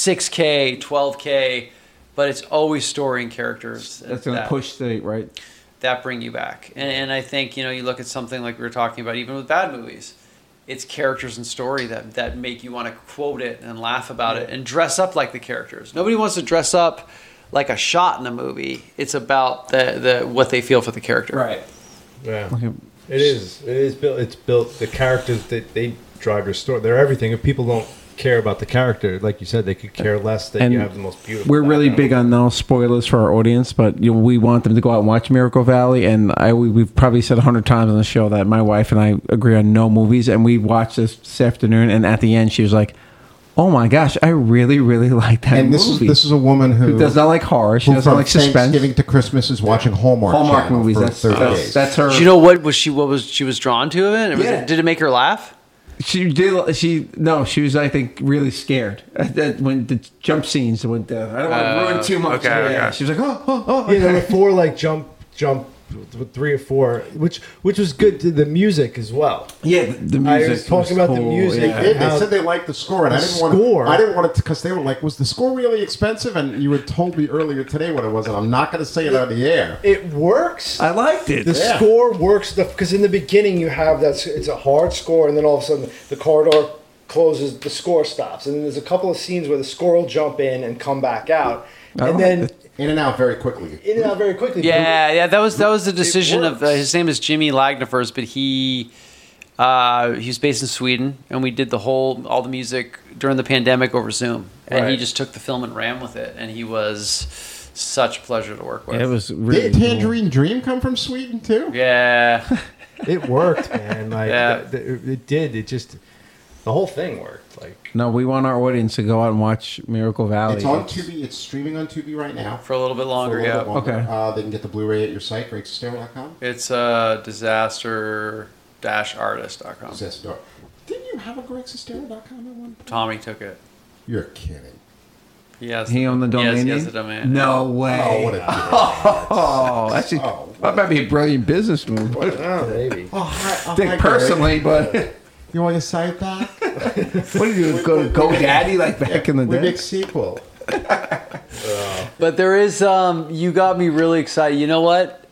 D: 6K, 12K, but it's always story and characters.
A: that's gonna
D: that-
A: push the right.
D: that bring you back. And, and I think you know you look at something like we were talking about, even with bad movies, it's characters and story that that make you want to quote it and laugh about it and dress up like the characters. Nobody wants to dress up like a shot in a movie. It's about the, the what they feel for the character.
C: Yeah.
A: Okay.
C: It is. It is built. It's built. The characters that they drive your story. They're everything. If people don't care about the character, like you said, they could care less. That
A: And
C: you have the most beautiful.
A: We're really
C: background.
A: big on no spoilers for our audience, but you know, we want them to go out and watch Miracle Valley. And I, we, we've probably said a hundred times on the show that my wife and I agree on no movies. And we watched this this afternoon, and at the end, she was like, "Oh my gosh, I really, really like that
B: And
A: movie."
B: this is this is a woman who,
A: Who does not like horror. She
B: who
A: doesn't
B: from
A: like suspense.
B: Thanksgiving to Christmas is watching Hallmark
A: Hallmark
B: Channel
A: movies.
B: for
A: That's,
B: 30
A: that's
B: days.
A: that's her.
D: Do you know what was she what was she was drawn to of it? And was it-
A: Yeah.
D: did it make her laugh?
A: She did. She no. She was, I think, really scared that when the jump scenes went down. I don't want to
D: Uh,
A: ruin too much.
D: okay,
A: Yeah.
D: okay.
A: She was like, oh, oh, oh.
C: Yeah, there were four like jump, jump, with three or four, which which was good to the music as well.
A: Yeah, the, the
C: I
A: music.
C: was talking about the
A: cool,
C: music.
A: yeah.
B: They did. They
C: How-
B: said they liked the score, and I
C: The
B: didn't want.
C: score.
B: To, I didn't want it because they were like, "Was the score really expensive?" And you had told me earlier today what it was, and I'm not going to say it on the air.
C: It works.
A: I liked it.
C: the
B: Yeah.
C: score works because in the beginning you have that s- it's a hard score and then all of a sudden the corridor closes the score stops and then there's a couple of scenes where the score will jump in and come back out
A: I don't
C: and then
A: like
B: In and out very quickly.
C: in and out very quickly but
D: Yeah, yeah, that was that was the decision of uh,
C: works.
D: his name is Jimmy Lagnifers, but he uh, he was based in Sweden, and we did the whole all the music during the pandemic over Zoom, and he
C: Right.
D: just took the film and ran with it, and he was such a pleasure to work with.
A: It was really
B: Did Tangerine Dream come from Sweden too?
D: yeah,
C: it worked man like
D: Yeah.
C: th- th- it, did it just the whole thing worked like
A: No, we want our audience to go out and watch Miracle Valley.
B: It's on Tubi. It's streaming on Tubi right now.
D: for a little bit
B: For a
D: longer.
B: little
D: yeah,
B: bit longer.
A: Okay.
B: Uh, they can get the Blu-ray at your site, greatsestero.com.
D: it's uh, disaster dash artist.com.
B: Sestero. Didn't you have a greatsestero.com at one point?
D: Tommy took it.
B: You're kidding.
D: Yes,
A: He owned the domain.
D: Yes,
A: name?
D: yes, the domain.
A: No way.
B: Oh, what a
A: uh,
B: dick.
A: Oh, that's a,
B: Oh,
A: that might be a brilliant business move.
C: maybe
B: Oh, hi, oh, hi,
A: Dick
B: Greg.
A: personally, but what
B: You want your site back?
A: do you go to GoDaddy like back in the
B: we
A: day?
B: make sequel.
D: But there is, um, you got me really excited. You know what?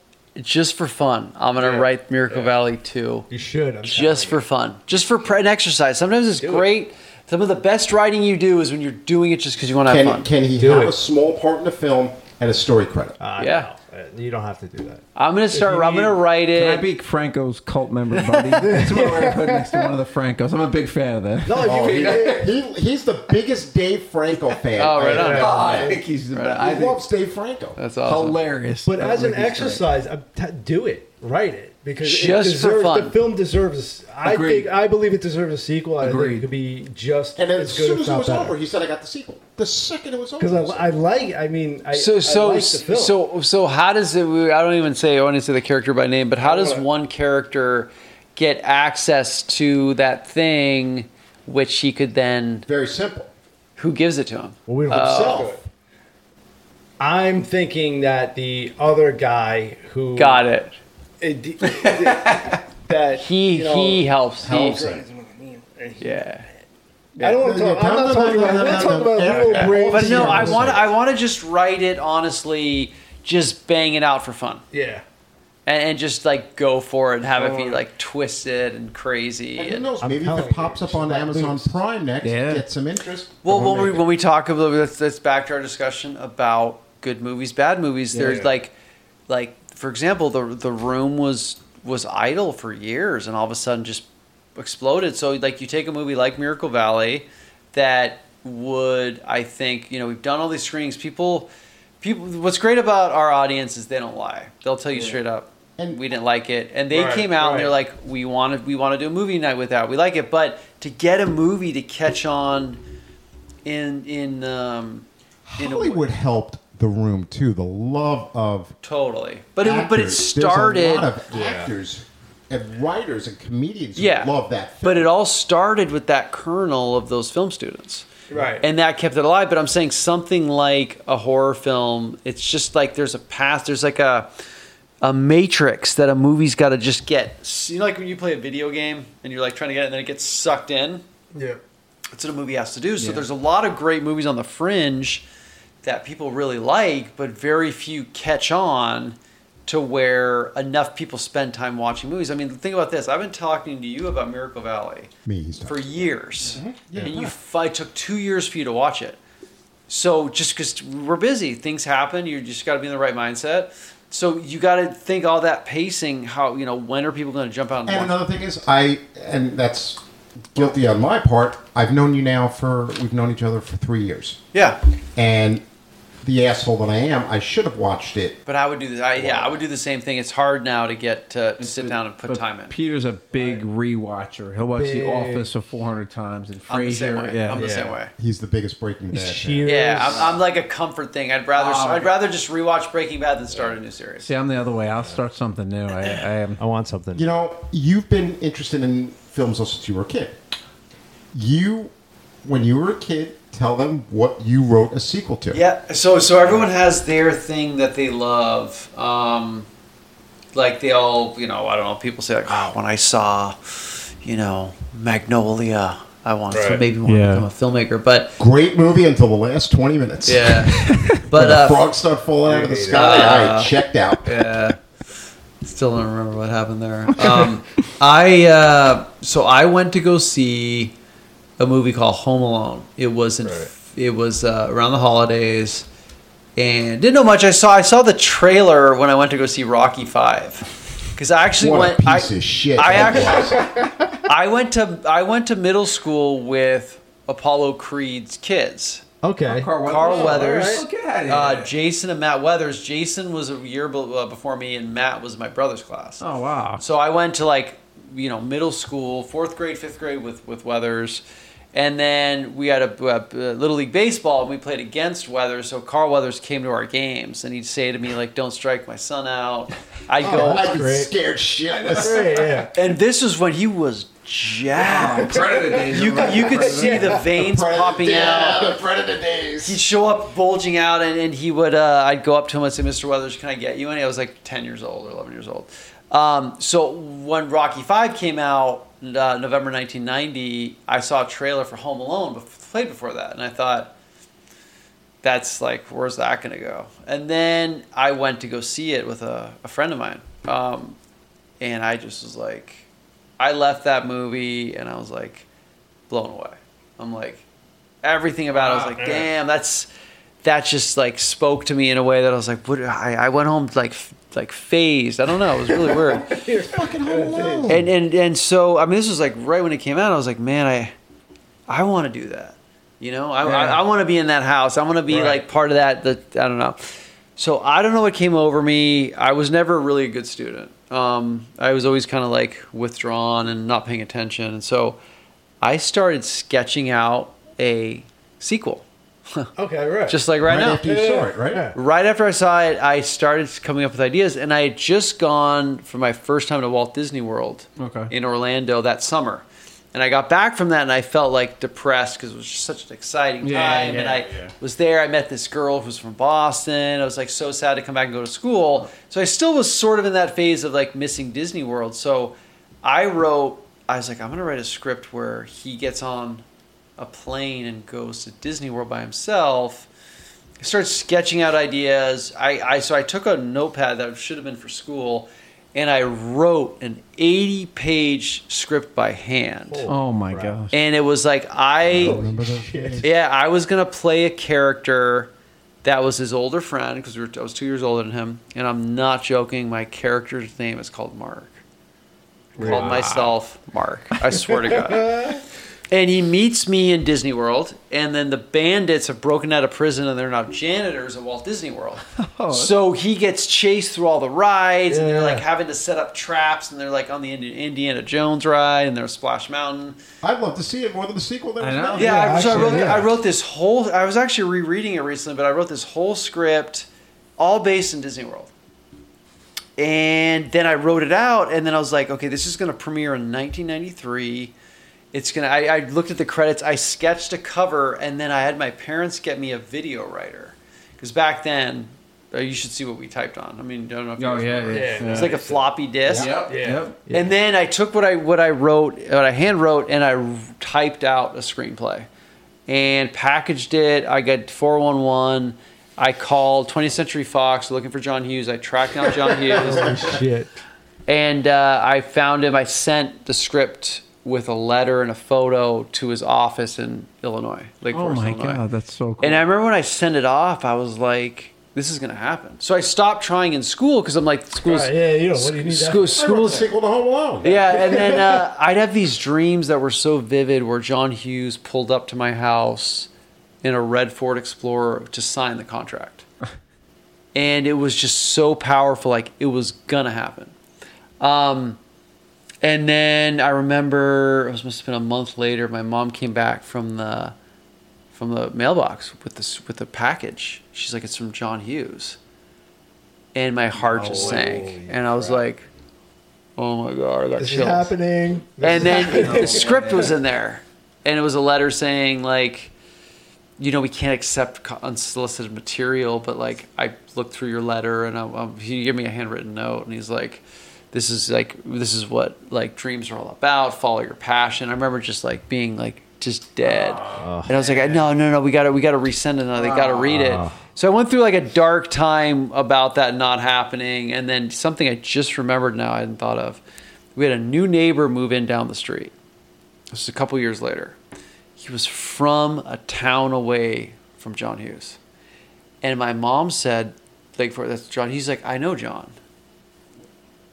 D: Just for fun, I'm gonna
C: Yeah.
D: write Miracle Valley 2.
C: you should I'm
D: Just for
C: telling
D: fun, just for pre- an exercise. Sometimes it's
C: Do it.
D: great. Some of the best writing you do is when you're doing it just because you want to have
B: Can,
D: fun.
B: can he
C: Do
B: have
C: it.
B: a small part in the film and a story credit?
C: you. Uh,
D: Yeah.
C: no, uh, you don't have to do that
D: I'm gonna start.
C: you
D: I'm gonna
C: need-
D: write
A: Can I
D: it.
A: be Franco's cult member, buddy? That's what we're put next to one of the Francos. I'm a big fan of that.
C: no
B: Oh,
C: you
B: he,
C: can,
B: he, he's the biggest Dave Franco fan.
D: Oh, right on.
B: Yeah.
A: I think he's the best. I
B: He
A: think
B: loves Dave Franco.
D: That's awesome.
A: hilarious.
C: But
A: I
C: as an
A: think he's great.
C: exercise, I'm t- do it. Write it because it
D: Just for
C: deserves-
D: fun.
C: the film deserves. I
A: Agreed.
C: think I believe it deserves a sequel. I think
A: Agreed.
C: it could be just
B: And as
C: as good
B: soon
C: if
B: as it
C: not
B: was over,
C: better.
B: he said, "I got the sequel." The second it was over,
C: Because
B: he said,
C: I, I like. I mean, I,
D: So so
C: I like the film.
D: so so how does it? I don't even say I want to say the character by name, but how does
C: wanna-
D: one character get access to that thing, which he could then.
B: Very simple.
D: Who gives it to him?
C: Well, we don't
D: Oh,
C: I'm thinking that the other guy who
D: got it.
C: it- d- that
D: He
C: you know,
D: he helps.
B: helps
D: he,
B: it.
D: Yeah.
C: I don't want to talk. I'm not talking about. I'm not talking about little brains.
D: But no,
C: here.
D: I want I want to just write it honestly, just bang it out for fun,
C: Yeah.
D: and, and just like go for it and have it be like twisted and crazy.
B: And who
D: and-
B: knows? Maybe if
C: telling
B: it pops up on Amazon Prime next,
A: Yeah.
B: get some interest.
D: well,
B: Don't
D: when we
B: make
D: when we talk about let's, let's back to our discussion about good movies, bad movies. there's
C: yeah.
D: like, like for example, the the room was was idle for years, and all of a sudden just exploded. So like you take a movie like Miracle Valley, that would I think you know we've done all these screenings. People, people. What's great about our audience is they don't lie. They'll tell you straight up.
B: And-
D: we didn't like it, and they
C: Right,
D: came out and they're
C: right.
D: like like we want to we want to do a movie night with that. We like it, but to get a movie to catch on in in um in a way-
B: Hollywood helped the room too. The love of
D: totally. But it,
B: actors.
D: but it
B: There's
D: started
B: a lot of actors and writers and comedians. who
D: yeah.
B: love that. Film.
D: But it all started with that kernel of those film students.
C: Right.
D: And that kept it alive, but I'm saying something like a horror film, it's just like there's a path, there's like a a matrix that a movie's got to just get. You know, like when you play a video game and you're like trying to get it, and then it gets sucked in.
C: Yeah.
D: that's what a movie has to do. So there's a lot of great movies on the fringe that people really like, but very few catch on to where enough people spend time watching movies. I mean, think about this. I've been talking to you about Miracle Valley
B: Me, he's
D: for
B: talking.
D: years, and you f- I took two years for you to watch it. So just because we're busy, things happen. You just got to be in the right mindset. So you got to think all that pacing. How you know when are people going to jump out and,
B: And
D: watch?
B: another thing is, I and that's guilty on my part. I've known you now for we've known each other for three years,
D: yeah,
B: and the asshole that I am, I should have watched it.
D: But I would do this. I, yeah, I would do the same thing. It's hard now to get to sit down and put
A: But
D: time in.
A: Peter's a big rewatcher. He'll watch
C: Big.
A: The Office for 400 times and
D: I'm the same
A: Frasier.
D: way.
A: yeah.
D: I'm the
A: yeah.
D: same way.
B: He's the biggest Breaking Bad. fan.
C: Cheers.
D: Yeah, I'm, I'm like a comfort thing. I'd rather I'd rather just rewatch Breaking Bad than start a new series.
A: See, I'm the other way. I'll start something new. I, I am.
F: I want something.
B: You know, you've been interested in films since you were a kid. You, when you were a kid, tell them what you wrote a sequel to.
D: Yeah. So so everyone has their thing that they love. Um, like they all, you know, I don't know. People say like, oh, when I saw, you know, Magnolia, I want to
C: Right.
D: maybe want
A: Yeah.
D: to become a filmmaker. But
B: Great movie until the last 20 minutes.
D: yeah, but
B: The
D: uh,
B: frogs start falling out of the sky.
D: Uh,
B: I checked out.
D: yeah. Still don't remember what happened there. Um, I uh, so I went to go see a movie called Home Alone. It was in, it was uh, around the holidays, and didn't know much. I saw I saw the trailer when I went to go see Rocky Five because I actually
B: What a
D: went.
B: piece
D: I,
B: of shit
D: I
B: that
D: actually I went to I went to middle school with Apollo Creed's kids.
C: Okay.
D: Carl
A: Oh,
D: Weathers,
A: Look at it.
D: uh, Jason, and Matt Weathers. Jason was a year be- uh, before me, and Matt was in my brother's class.
A: oh wow.
D: So I went to like you know middle school, fourth grade, fifth grade with with Weathers, and then we had a, uh little league baseball, and we played against Weathers. So Carl Weathers came to our games, and he'd say to me like, "Don't strike my son out." I'd go,
B: Oh,
A: Oh,
B: I'd be
C: great.
B: scared shitless.
C: Great, yeah.
D: and this was when he was jacked.
A: Predator days.
D: You could, you could see the veins popping out.
B: The predator days.
D: he'd show up bulging out and, and he would uh, i'd go up to him and say mr weathers can i get you and i was like 10 years old or 11 years old um, so when rocky 5 came out uh, november 1990 i saw a trailer for home alone but played before that and i thought that's like where's that gonna go and then i went to go see it with a, a friend of mine um, and i just was like i left that movie and i was like blown away i'm like everything about it i was like damn that's that just like spoke to me in a way that i was like what i, I went home like f- like phased i don't know it was really weird and and and so I mean, this was like right when it came out. I was like, man, I I want to do that. You know, I I, I want to be in that house. I want to be like part of that. That I don't know. So I don't know what came over me. I was never really a good student. Um, I was always kind of like withdrawn and not paying attention. And so I started sketching out a sequel
C: Okay, right.
D: Just like right,
B: right
D: now.
B: after you saw it, right?
C: Yeah.
D: Right after I saw it, I started coming up with ideas, and I had just gone for my first time to Walt Disney World
A: Okay.
D: in Orlando that summer. And I got back from that, and I felt like depressed because it was just such an exciting
A: Yeah,
D: time.
A: yeah,
D: and I
A: yeah.
D: was there. I met this girl who was from Boston. I was like so sad to come back and go to school. So I still was sort of in that phase of like missing Disney World. So I wrote. I was like, I'm gonna write a script where he gets on a plane and goes to Disney World by himself. I started sketching out ideas. I, I so I took a notepad that should have been for school, and I wrote an 80 page script by hand.
A: Oh my gosh.
D: And it was like I
B: Remember those?
D: yeah, I was gonna play a character that was his older friend because we were, I was two years older than him, and I'm not joking. My character's name is called Mark. I Called myself Mark. I swear to God. And he meets me in Disney World, and then the bandits have broken out of prison, and they're now janitors at Walt Disney World. so he gets chased through all the rides, and they're
C: Yeah.
D: like having to set up traps, and they're like on the Indi- Indiana Jones ride, and they're Splash Mountain.
B: I'd love to see it more than the sequel. That
A: I
B: was
A: know.
B: announced.
D: Yeah,
C: Yeah,
D: I, so I
C: actually,
D: wrote,
C: yeah.
D: I wrote this whole. I was actually rereading it recently, but I wrote this whole script, all based in Disney World. And then I wrote it out, and then I was like, okay, this is going to premiere in 1993. It's gonna. I, I looked at the credits. I sketched a cover, and then I had my parents get me a video writer, because back then, uh, you should see what we typed on. I mean, I don't know if you
A: Oh
D: guys
A: yeah,
D: remember.
A: yeah.
C: Yeah.
D: It's like a floppy disk.
C: Yeah.
D: And then I took what I what I wrote, what I hand wrote, and I typed out a screenplay, and packaged it. I got four one one. I called 20th Century Fox looking for John Hughes. I tracked down John Hughes,
C: Shit.
D: and uh, I found him. I sent the script with a letter and a photo to his office in Illinois, Lake
A: Oh
D: Forest,
A: my
D: Illinois.
A: god, that's so cool.
D: And I remember when I sent it off, I was like, "This is gonna happen." So I stopped trying in school because I'm like, "School's
C: Right, yeah, you know, what do you need that
D: school,
C: for?
B: I wrote the
D: school's
B: sequel to Home Alone.
D: yeah, and then uh, I'd have these dreams that were so vivid where John Hughes pulled up to my house in a red Ford Explorer to sign the contract. And it was just so powerful, like it was gonna happen. Um, and then I remember it was must have been a month later. My mom came back from the from the mailbox with this with the package. She's like, "It's from John Hughes," and my heart just sank. And I was like, "Oh my god, I got
C: This is
D: chills."
C: happening. This
D: and
C: is
D: then the script was in there, and it was a letter saying like, you know, we can't accept co- unsolicited material, but like I looked through your letter and I, um, he gave me a handwritten note, and he's like, this is like this is what like dreams are all about. Follow your passion. I remember just like being like just dead, and I was like, no, no, no, we got to we got to resend it. Now. They got to read it. So I went through like a dark time about that not happening, and then something I just remembered now I hadn't thought of. We had a new neighbor move in down the street. This was a couple years later. He was from a town away from John Hughes. And my mom said, like, for that's John. He's like, I know John.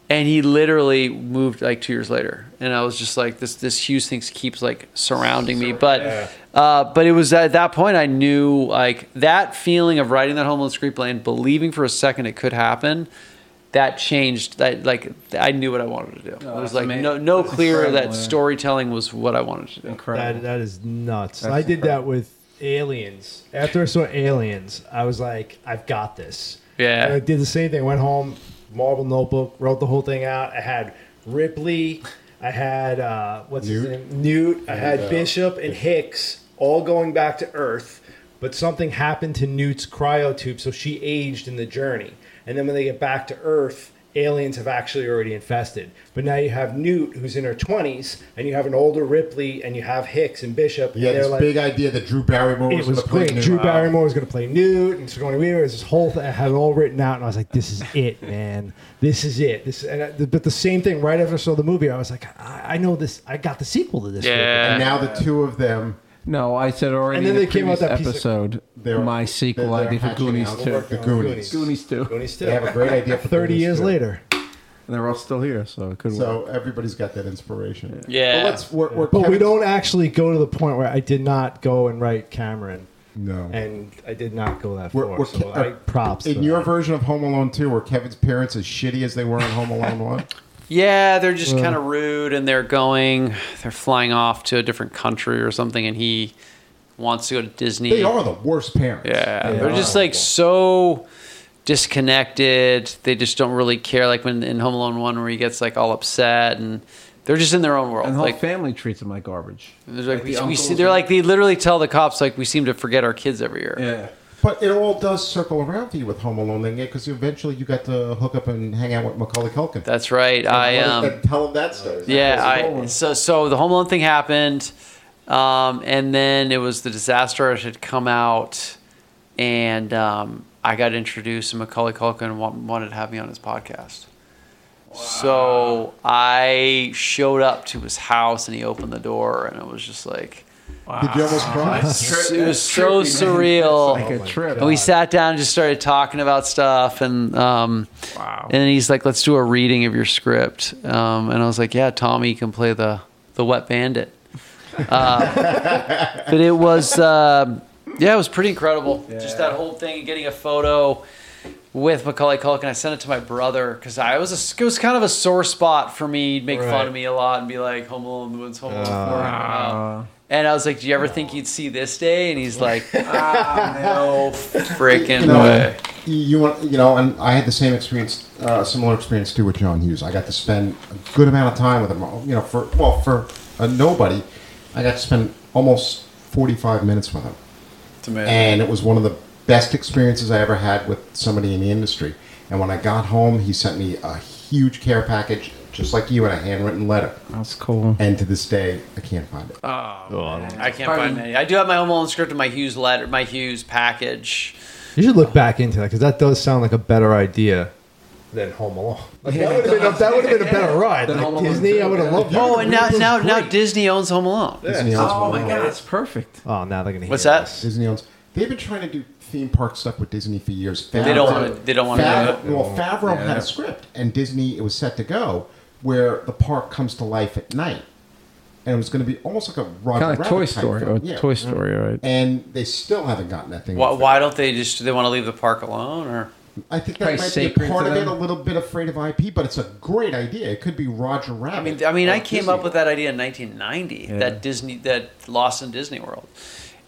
D: And he literally moved like two years later. And I was just like, this, this Hughes thing keeps like surrounding me. But, uh, but it was at that point I knew like that feeling of writing that homeless screenplay and believing for a second it could happen. That changed. That like I knew what I wanted to do. it
A: that's
D: was like
A: ama-
D: no, no
A: that's
D: clearer
A: incredible,
D: that
A: yeah.
D: storytelling was what I wanted to do.
C: That,
A: Incredible.
C: that is nuts.
A: That's
C: I did
A: incredible.
C: that with Aliens. After I saw Aliens, I was like, I've got this.
D: Yeah.
C: And I did the same thing. Went home, Marvel Notebook, wrote the whole thing out. I had Ripley, I had, uh, what's his
B: Newt.
C: name? Newt, I had Bishop and Hicks all going back to Earth, but something happened to Newt's cryo tube, so she aged in the journey. And then when they get back to Earth, aliens have actually already infested. But now you have Newt, who's in her 20s, and you have an older Ripley, and you have Hicks and Bishop.
B: Yeah,
C: and
B: this big idea that Drew Barrymore
C: it
B: was,
C: was
B: going to play.
C: great.
B: Newt.
C: Drew Barrymore was going to play Newt, and Sigourney Weaver. It was this whole thing. I had it all written out, and I was like, "This is it, man. This is it." This, and I, but the same thing. Right after I saw the movie, I was like, "I, I know this. I got the sequel to this." movie.
B: And now the two of them.
A: no, I said already.
C: And then
A: in the
C: they came out
A: previous
C: that piece of-
A: episode.
B: They're,
A: my sequel
B: they're-
A: idea
B: they're
A: for
B: hatching
A: Goonies
B: out
A: too.
B: The Goonies.
A: Goonies too.
C: Goonies too.
B: They have a great idea for
C: Thirty
B: Goonies
C: years
B: too.
C: later,
A: And they're all still here, so it could work.
B: So everybody's got that inspiration.
D: Yeah.
B: But let's, we're, we're
C: but we
B: Kevin's-
C: don't actually go to the point where I did not go and write Cameron,
B: No.
C: and I did not go that
B: We're-
C: far.
B: we're
C: so
B: ca-
C: I, props to
D: uh,
B: In your
C: that.
B: version of Home Alone 2, were Kevin's parents as shitty as they were in Home Alone 1?
D: Yeah, they're just kind of rude and they're going, they're flying off to a different country or something. And he wants to go to Disney.
B: They are the worst parents.
D: Yeah,
B: They
D: they're
B: are
D: just like
B: horrible.
D: so disconnected. They just don't really care. Like when in Home Alone one, where he gets like all upset, and they're just in their own world.
A: And the whole
D: like,
A: family treats him like garbage.
D: there's, like,
A: like
D: we,
A: the
D: we see,
A: uncles
D: they're
A: and-
D: like they literally tell the cops like we seem to forget our kids every year.
A: Yeah.
B: But it all does circle around to you with Home Alone, then, because eventually you got to hook up and hang out with Macaulay Culkin.
D: That's right. I um,
B: and tell him that story.
D: Yeah, I,
A: Alone.
D: so so the Home Alone thing happened, um, and then it was the disaster artist had come out, and um, I got introduced, and Macaulay Culkin wa- wanted to have me on his podcast. So I showed up to his house, and he opened the door, and it was just like
B: Did you almost cry?
D: it was so surreal.
C: Oh
A: Like a trip.
D: And we sat down and just started talking about stuff. And um,
A: Wow.
D: and then he's like, "Let's do a reading of your script." Um, and I was like, "Yeah, Tommy can play the the wet bandit." Uh, but it was uh, yeah, it was pretty incredible. Just that whole thing and getting a photo with Macaulay Culkin. I sent it to my brother because I was a, it was kind of a sore spot for me. He'd make fun of me a lot and be like, "Home Alone in the Woods, Home Alone." four, Home Alone." And I was like, "Do you ever think you'd see this day?" And he's like, ah, "No freaking
B: you know,
D: way."
B: You want you know, and I had the same experience, uh, similar experience too with John Hughes. I got to spend a good amount of time with him. You know, for well, for a nobody, I got to spend almost forty-five minutes with him,
D: It's amazing.
B: and it was one of the best experiences I ever had with somebody in the industry. And when I got home, he sent me a huge care package, just like you, and a handwritten letter.
A: That's cool.
B: And to this day, I can't find it.
D: Uh, I can't find many. I do have my home alone script and my Hughes letter, my Hughes package.
F: You should look back into that because that does sound like a better idea than Home Alone. Like, that would have been, a- that would've been a better ride.
A: Than Home
F: Like,
A: Alone
F: Disney,
A: too,
F: I would
A: yeah.
F: have loved that.
D: Oh, and now now now Disney owns Home Alone.
B: Disney owns
A: Oh
B: one
A: my
B: of
A: god,
B: them.
A: that's perfect.
F: Oh, now they're going to hear
D: What's that?
F: this.
B: Disney owns. They've been trying to do theme park stuff with Disney for years.
D: They don't wanna- they don't wanna
B: Fav-
D: do it.
B: Well, Favreau had a script, and Disney it was set to go where the park comes to life at night, and it was going to be almost like a Roger
A: Kind of like
B: Rabbit
A: Toy
B: type
A: Story.
B: film.
A: Or
B: Yeah.
A: Toy Story, right?
B: And they still haven't gotten that thing.
D: Why,
B: off.
D: why don't they just? Do they want to leave the park alone? Or
B: I think that
A: Probably
B: might be
A: sacred
B: a part
A: to
B: of it.
A: them.
B: A little bit afraid of IP, but it's a great idea. It could be Roger Rabbit.
D: I mean, I mean,
B: or
D: I came
B: Disney.
D: up with that idea in 1990.
A: Yeah.
D: That Disney, that Lost in Disney World,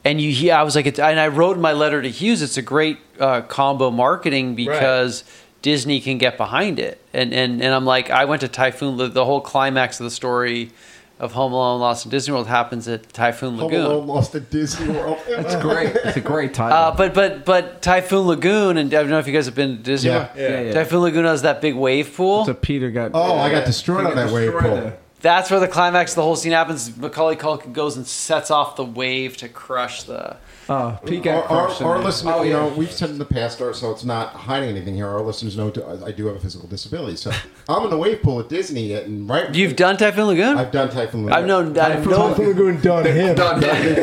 D: and you, hear- I was like, it's, and I wrote in my letter to Hughes. It's a great uh, combo marketing because Disney can get behind it, and and and I'm like, I went to Typhoon. La- The whole climax of the story of Home Alone, Lost in Disney World happens at Typhoon
B: Home
D: Lagoon.
B: Alone lost at Disney World.
A: It's great. It's a great title.
D: Uh, but but but Typhoon Lagoon, and I don't know if you guys have been to Disney.
B: Yeah.
A: Yeah, yeah.
D: Typhoon Lagoon has that big wave pool.
A: it's a Peter got.
B: Oh, I got destroyed
A: He
B: on that wave
A: destroyed
B: pool.
A: there.
D: That's where the climax of the whole scene happens. Macaulay Culkin goes and sets off the wave to crush the.
A: Oh, Pete
B: Our,
A: got
B: our,
A: crushed in
B: our
A: there.
D: Oh,
B: listeners, you know, we've said in the past, or so it's not hiding anything here. Our listeners know t- I do have a physical disability, so I'm in the wave pool at Disney, and right,
D: You've done Typhoon Lagoon?
B: I've done Typhoon. Lagoon.
D: I've known. I
F: Don't
D: know.
F: Lagoon done him.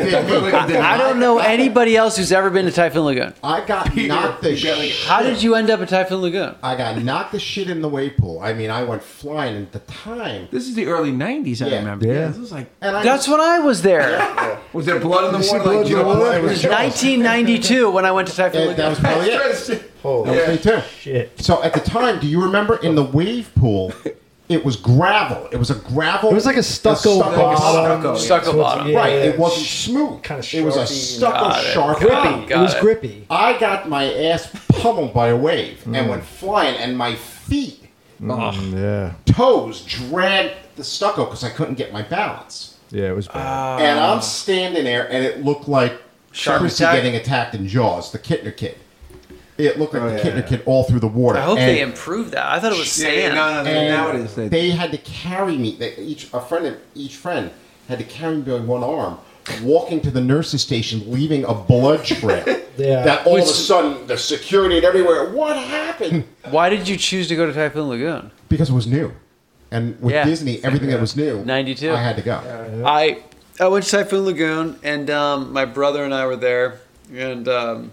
D: I don't know anybody else who's ever been to Typhoon Lagoon.
B: I got knocked the shit.
D: How did you end up at Typhoon Lagoon?
B: I got knocked the shit in the wave pool. I mean, I went flying at the time,
A: This is the early '90s. I
B: Yeah.
A: remember.
F: Yeah.
A: this was like.
B: and I
D: That's when I was there.
A: Was there blood in the
F: see
A: water?
F: blood
A: Like,
F: in the
A: you know,
F: water?
A: it was-
D: 1992 when I went to Typhoon
B: and that
D: Lagoon.
B: was probably it.
F: Holy
B: That was me too.
F: shit.
B: So at the time, do you remember in the wave pool? It was gravel. It was a gravel.
F: It was like a stucco bottom.
A: stucco, yeah.
D: Stucco bottom.
F: Yeah,
B: Right,
F: yeah.
B: it wasn't smooth.
F: Kinda
B: it was a
F: sharpy.
B: stucco
D: Got it.
B: sharp.
F: grippy. It
D: Got
F: was
D: it.
F: grippy.
B: I got my ass pummeled by a wave
F: Mm.
B: and went flying, and my feet,
F: Yeah.
B: toes dragged the stucco because I couldn't get my balance.
F: Yeah, it was
D: Ah.
F: bad.
B: and I'm standing there, and it looked like
D: Shark
B: Chrissy
D: attack?
B: getting attacked in Jaws, the Kittner kid. It looked
F: Oh,
B: like the
A: yeah,
B: Kittner
A: yeah.
B: kid all through the water.
D: I hope
B: and,
D: they improved that. I thought it was
A: Yeah, yeah,
D: sand.
A: no, no, no,
B: and
A: now it is.
B: they,
A: They,
B: had to carry me. They, each a friend of each friend had to carry me by one arm, walking to the nurses' station, leaving a blood trail.
F: Yeah.
B: That all of a
D: Which-
B: sudden the security and everywhere. What happened?
D: Why did you choose to go to Typhoon Lagoon?
B: Because it was new, and with
D: Yeah.
B: Disney, everything that was new,
D: 92.
B: I had to go.
D: I I went to Typhoon Lagoon, and um, my brother and I were there, and um,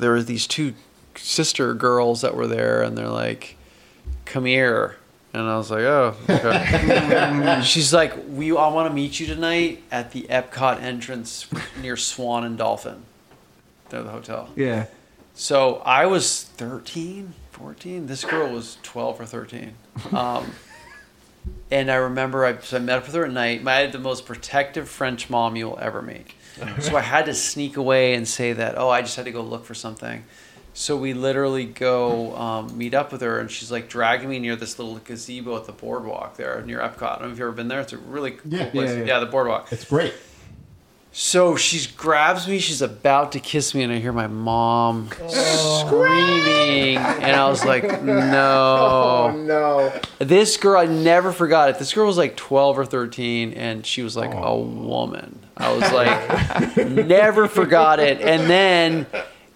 D: there were these two sister girls that were there, and they're like, "Come here," and I was like, "Oh." Okay. She's like, "We I want to meet you tonight at the Epcot entrance near Swan and Dolphin." They're the hotel.
A: yeah.
D: So I was 13, 14. This girl was 12 or 13. Um, and I remember I, so I met up with her at night. I had the most protective French mom you'll ever meet. So I had to sneak away and say that, oh, I just had to go look for something. So we literally go um, meet up with her, and she's like dragging me near this little gazebo at the boardwalk there near Epcot. I don't know if you've ever been there. It's a really cool
B: Yeah.
D: place.
B: Yeah, yeah.
D: the boardwalk.
B: It's great.
D: So she grabs me. She's about to kiss me, and I hear my mom screaming. And I was like,
B: Oh,
D: no
C: no.
D: this girl i never forgot it this girl was like 12 or 13 and she was like a woman i was like never forgot it and then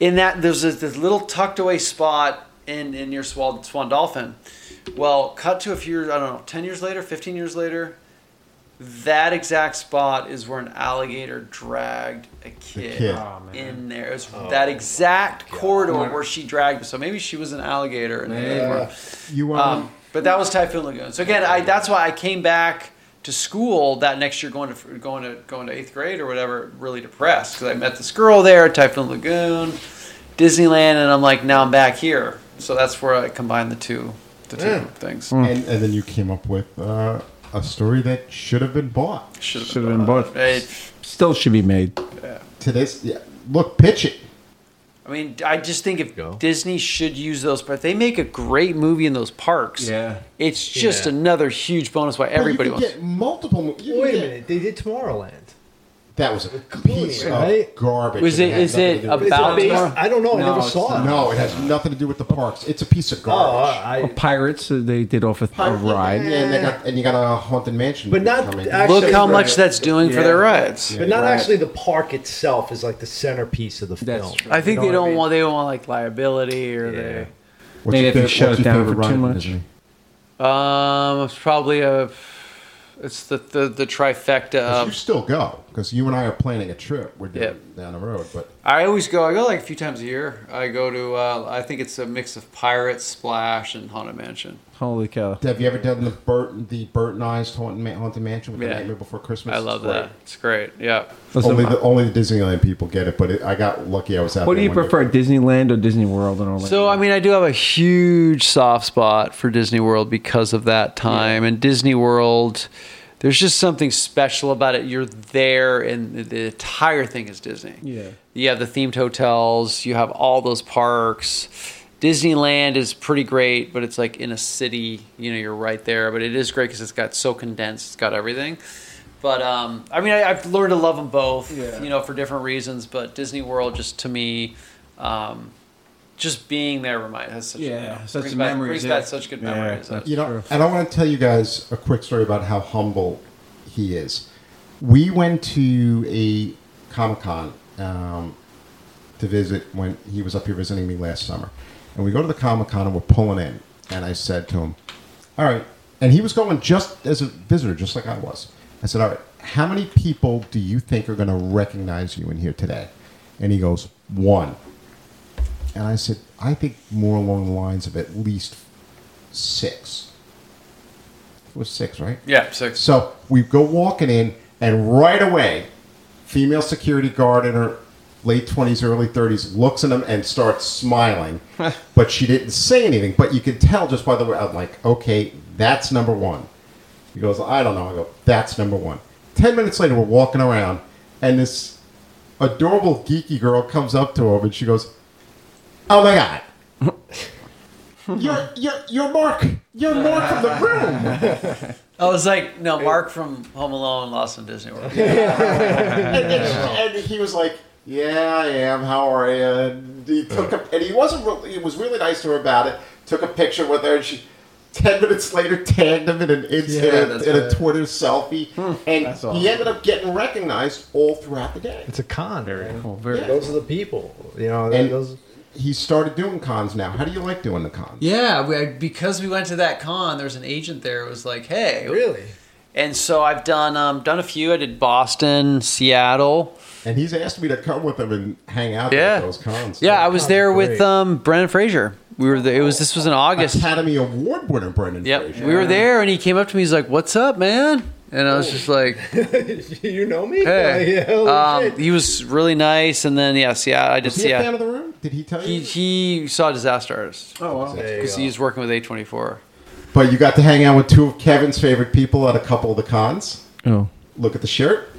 D: in that there's this, this little tucked away spot in, in near swan, swan dolphin well cut to a few years i don't know 10 years later 15 years later that exact spot is where an alligator dragged a kid,
B: kid.
D: in there. It's that exact corridor where she dragged. So maybe she was an alligator. And they were-
B: You um,
D: um, but that was Typhoon Lagoon. So again, I, that's why I came back to school that next year, going to going to going to eighth grade or whatever, really depressed because I met this girl there, Typhoon Lagoon, Disneyland, and I'm like, now I'm back here. So that's where I combined the two, the two things.
B: and, and then you came up with uh, a story that should have been bought.
D: Should've
A: Should have been bought.
D: It-
A: Still should be made.
B: Today's yeah, look, pitch it.
D: I mean, I just think if
F: Go.
D: Disney should use those, but they make a great movie in those parks.
A: Yeah.
D: it's just
F: Yeah.
D: another huge bonus. Why
B: But
D: everybody
B: you could
D: wants.
B: get multiple. mo- you could
F: Wait a
B: get-
F: minute, they did Tomorrowland.
B: That was a piece
F: right?
B: of garbage.
D: Was
B: and
D: it-
B: had
D: is
B: nothing
D: it
B: to do with the
D: about
B: parks.
D: Baltimore?
F: I don't know. I
A: No,
F: never
A: it's
F: saw it.
B: No, it has nothing to do with the parks. It's a piece of
F: Oh,
B: garbage.
F: I, I-
A: Pirates, uh, they did off with a ride.
B: Yeah, and, they got, and you got a haunted mansion.
F: But not
B: coming.
F: actually-
D: Look how
F: Right.
D: much that's doing for
A: Yeah.
D: their rides.
F: but not
A: Right.
F: actually the park itself is like the centerpiece of the
A: That's
F: film.
A: true.
D: I think they
F: know what
D: don't
F: mean?
D: want they don't want like liability or they.
B: What's
A: Maybe
B: your
A: if you
B: fav-
A: shut
B: what's
A: it
B: your
A: down
B: favorite
A: for too
B: ride in
A: much.
B: Disney?
D: Um, it's probably a. It's the the, the trifecta
B: you
D: of.
B: still go because you and I are planning a trip. We're doing
D: Um, Yeah.
B: down the road, but
D: I always go. I go like a few times a year. I go to. Uh, I think it's a mix of Pirates, Splash, and Haunted Mansion.
A: Holy cow.
B: have you ever done the Burton the Burtonized haunted, Ma- haunted mansion with
D: Yeah.
B: the Nightmare Before Christmas?
D: I love
B: It's great.
D: that. It's great. Yeah.
A: Listen,
B: only the only the Disneyland people get it, but it, I got lucky. I was out.
A: what do
B: there
A: you
B: one year.
A: prefer, Disneyland or Disney World in Orlando?
D: So I mean, I do have a huge soft spot for Disney World because of that time and Disney World. There's just something special about it. You're there, and the- the entire thing is Disney.
A: Yeah.
D: You have the themed hotels. You have all those parks. Disneyland is pretty great, but it's like in a city. You know, you're right there. But it is great because it's got so condensed. It's got everything. But um, I mean, I, I've learned to love them both.
A: Yeah.
D: You know, for different reasons. But Disney World, just to me, um, just being there reminds has such
A: Yeah,
D: you know,
A: such
D: brings
A: memories,
D: back, brings
A: yeah.
D: back such good
A: Yeah,
D: memories.
A: that's-
B: You know,
A: Sure.
B: and I want to tell you guys a quick story about how humble he is. We went to a Comic Con um, to visit when he was up here visiting me last summer, and we go to the Comic Con and we're pulling in, and I said to him, "All right," and he was going just as a visitor, just like I was. I said, "All right, how many people do you think are going to recognize you in here today?" And he goes, "One." And I said, "I think more along the lines of at least six. It was six, right?
D: yeah, six.
B: So we go walking in, and right away, female security guard in her late 20s, early 30s looks at him and starts smiling. but she didn't say anything. But you could tell just by the way, I'm like, okay, that's number one. He goes, I don't know. I go, that's number one. Ten minutes later, we're walking around, and this adorable geeky girl comes up to him, and she goes, Oh my god. You're, you're, you're Mark. You're Mark from the room.
D: I was like, no, Mark from Home Alone, Lost in Disney World.
B: and, and, and he was like, "Yeah, I am. How are you?" And he took a, and he wasn't. Really, he was really nice to her about it. Took a picture with her, and she. Ten minutes later, tagged him in an Insta
F: that's
B: in a
F: right.
B: Twitter selfie,
D: Hmm.
B: and he ended up getting recognized all throughout the day.
F: It's a con. man.
A: Cool, Oh, very-
F: Those are the people. You know,
B: And-
F: those.
B: He started doing cons now. How do you like doing the cons?
D: Yeah, we, because we went to that con, there was an agent there who was like, hey.
F: Really?
D: And so I've done um, done a few. I did Boston, Seattle.
B: And he's asked me to come with him and hang out
D: Yeah.
B: at those cons.
D: Yeah, I was there with
F: great.
D: um, Brendan Fraser. We were. The, it was this was in August.
B: Academy Award winner Brendan.
D: Yep,
B: Fraser.
D: we were there, and he came up to me. He's like, "What's up, man?" And I was just like,
F: you know me?
D: "Hey."
F: Like, yeah, holy
D: Um,
F: shit.
D: he was really nice, and then yes, yeah, I
B: Was
D: just
B: he a fan
D: yeah.
B: of the room? Did he tell
D: He
B: you?
D: he saw Disaster Artist
A: oh, wow.
F: There you
D: because
F: go.
D: he's working with A twenty four.
B: But you got to hang out with two of Kevin's favorite people at a couple of the cons.
A: Oh.
B: Look at the shirt.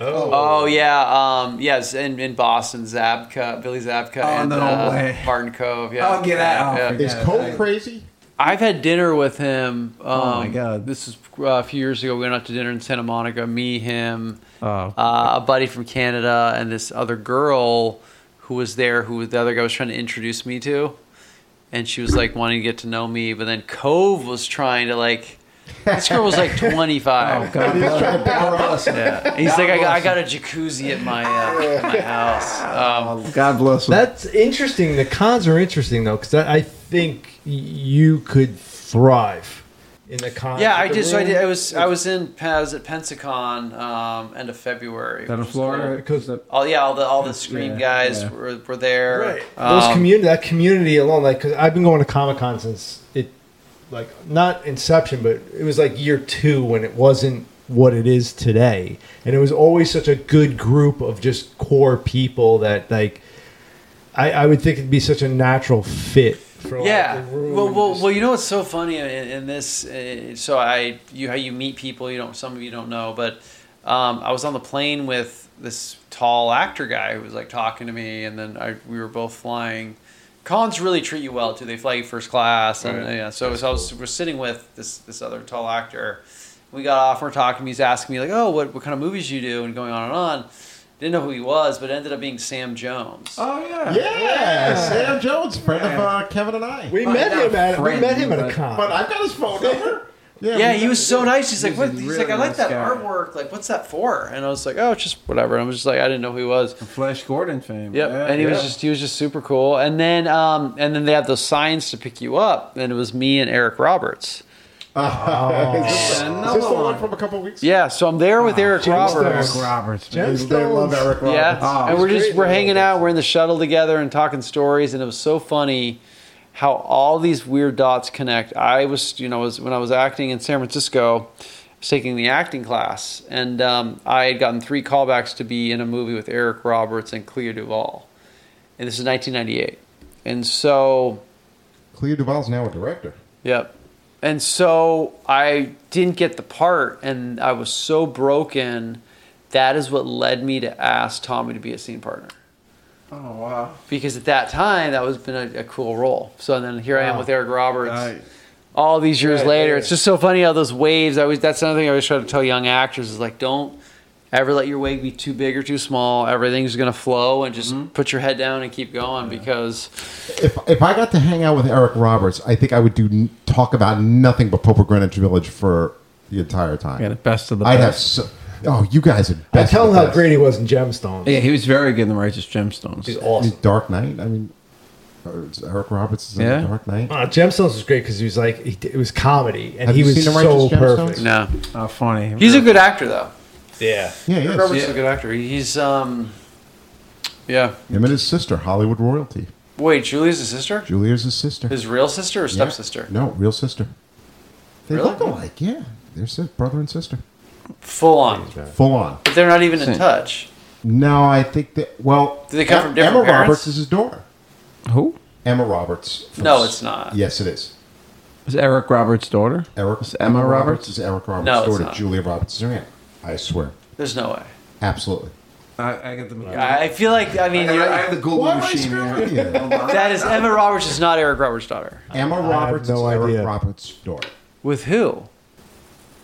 D: Oh yeah, um, yes, in, in Boston, Zabka, Billy Zabka, and
A: Oh, no
D: uh,
A: way.
D: Martin Cove. Yeah,
A: Oh, get out.
D: Yeah, yeah.
A: Forget
B: Is Cole crazy?
D: I've had dinner with him. Um,
A: Oh, my God.
D: This is uh, a few years ago. We went out to dinner in Santa Monica. Me, him,
A: Oh.
D: uh, a buddy from Canada, and this other girl who was there. Who the other guy was trying to introduce me to, and she was like wanting to get to know me. But then Cove was trying to like. This girl was like 25.
A: Oh, God bless.
B: Trying to pick her up.
D: Yeah. And He's like, I got, I got a jacuzzi at my, uh, at my house. Um,
A: God bless him.
F: That's interesting. The cons are interesting though, because I I think y- you could thrive in the cons.
D: yeah,
F: with
D: I
F: the
D: did. So I
F: room.
D: did. I was, I was in, I was at Pensacon um, end of February.
A: Down in
D: which was
A: Florida,
D: cool.
A: because the
D: All yeah, all the all the screen
A: Yeah,
D: guys
A: yeah.
D: Were, were there.
F: Right.
D: Um,
F: Those community, that community alone, like, cause I've been going to Comic Con since it, like, not inception, but it was like year two when it wasn't what it is today, and it was always such a good group of just core people that like, I, I would think it'd be such a natural fit. For, like,
D: yeah.
F: the room
D: Well,
F: and
D: well,
F: just-
D: well, you know what's so funny in, in this? Uh, so I, you how you meet people you don't. Some of you don't know, but um, I was on the plane with this tall actor guy who was like talking to me, and then I we were both flying. Cons really treat you well too. They fly you first class, and
F: Right.
D: yeah. So, so I was was sitting with this this other tall actor. We got off, and we're talking. He's asking me like, "Oh, what what kind of movies you do?" and going on and on. Didn't know who he was, but it ended up being Sam Jones.
A: oh yeah,
B: Yeah, Sam Jones, friend of uh, Kevin and I.
F: we met
A: not
F: him at we
A: friends,
F: met him at a
A: but-
F: con.
B: but I've got his phone number.
D: yeah,
B: we-
D: he was so nice. He's like,
A: He's a
D: what? He's
A: really
D: like, I like
A: nice
D: that
A: guy.
D: artwork. Like, what's that for? And I was like, oh, it's just whatever. And I was just like, I didn't know who he was.
A: Flash Gordon fame.
D: Yep.
A: Yeah,
D: and he was
A: yeah.
D: just he was just super cool. And then um and then they have those signs to pick you up. And it was me and Eric Roberts.
B: is this, is
A: Another
B: this the one
A: one.
B: from a couple weeks?
D: Yeah. So I'm there
A: Ah,
D: with Eric Roberts.
A: Eric Roberts.
B: They,
F: Jen
B: they love
F: Stone's-
B: Eric Roberts.
D: Yeah.
A: Oh,
D: and we're
F: it's
D: just
F: great.
D: we're hanging out. We're in the shuttle together and talking stories. And it was so funny how all these weird dots connect. I was you know was when I was acting in San Francisco. I was Taking the acting class, and um, I had gotten three callbacks to be in a movie with Eric Roberts and Clea Duvall, and this is 1998. And so
B: Cleo Duvall's now a director.
D: Yep. And so I didn't get the part, and I was so broken. That is what led me to ask Tommy to be a scene partner.
A: Oh wow.
D: Because at that time, that was been a, a cool role. So then here I am
A: Wow.
D: with Eric Roberts.
A: Right.
D: All these years
F: Right,
D: later,
F: right.
D: it's just so funny how those waves. I always that's another thing I always try to tell young actors is like, don't ever let your wave be too big or too small. Everything's gonna flow, and just put your head down and keep going because
B: If, if I got to hang out with Eric Roberts, I think I would do n- talk about nothing but Pope of Greenwich Village for the entire time.
A: Yeah, the best of the.
B: I'd have
A: best.
B: so. Oh, you guys are.
F: I
B: Best
F: tell
B: of
F: him
B: the
F: how
B: best.
F: great he was in Gemstones.
A: Yeah, he was very good in the Righteous Gemstones.
F: He's
B: I mean,
F: awesome.
B: Dark Knight. I mean, uh, Eric Roberts is in
A: Yeah.
B: the Dark Knight.
F: Uh, Gemstones was great because he was like he, d- it was comedy and
B: Have
F: he
B: you
F: was
B: seen The
F: so
B: Righteous Gemstones?
F: perfect.
D: no,
A: Oh, funny.
D: he's a good actor though.
F: Yeah,
B: Yeah, he
D: Eric
B: is.
D: Roberts is a good actor. He's um, yeah.
B: Him and his sister, Hollywood royalty.
D: Wait, Julia's his sister?
B: Julia's his sister.
D: His real sister or
B: Yeah.
D: stepsister?
B: No, real sister. They
D: Really?
B: look alike. Yeah, they're sis- brother and sister.
D: Full on.
B: Full on.
D: But they're not even in
A: Same.
D: touch.
B: No, I think that. Well,
D: Do they come from different
B: Emma
D: parents?
B: Roberts is his daughter.
A: Who?
B: Emma Roberts. from-
D: No, it's not.
B: Yes, it is.
A: Is Eric Roberts' daughter?
B: Eric
A: Is Emma Roberts?
B: is Eric Roberts'
D: No, it's
B: daughter.
D: not.
B: Julia Roberts is her aunt. I swear,
D: There's no way.
B: absolutely.
A: I, I get the.
D: I I feel like I mean you're-
A: the Google
B: Why am I screwing with you?
D: that is Emma Roberts is not Eric Roberts' daughter.
B: Emma Roberts
F: no
B: is
F: idea.
B: Eric Roberts' daughter.
D: With who?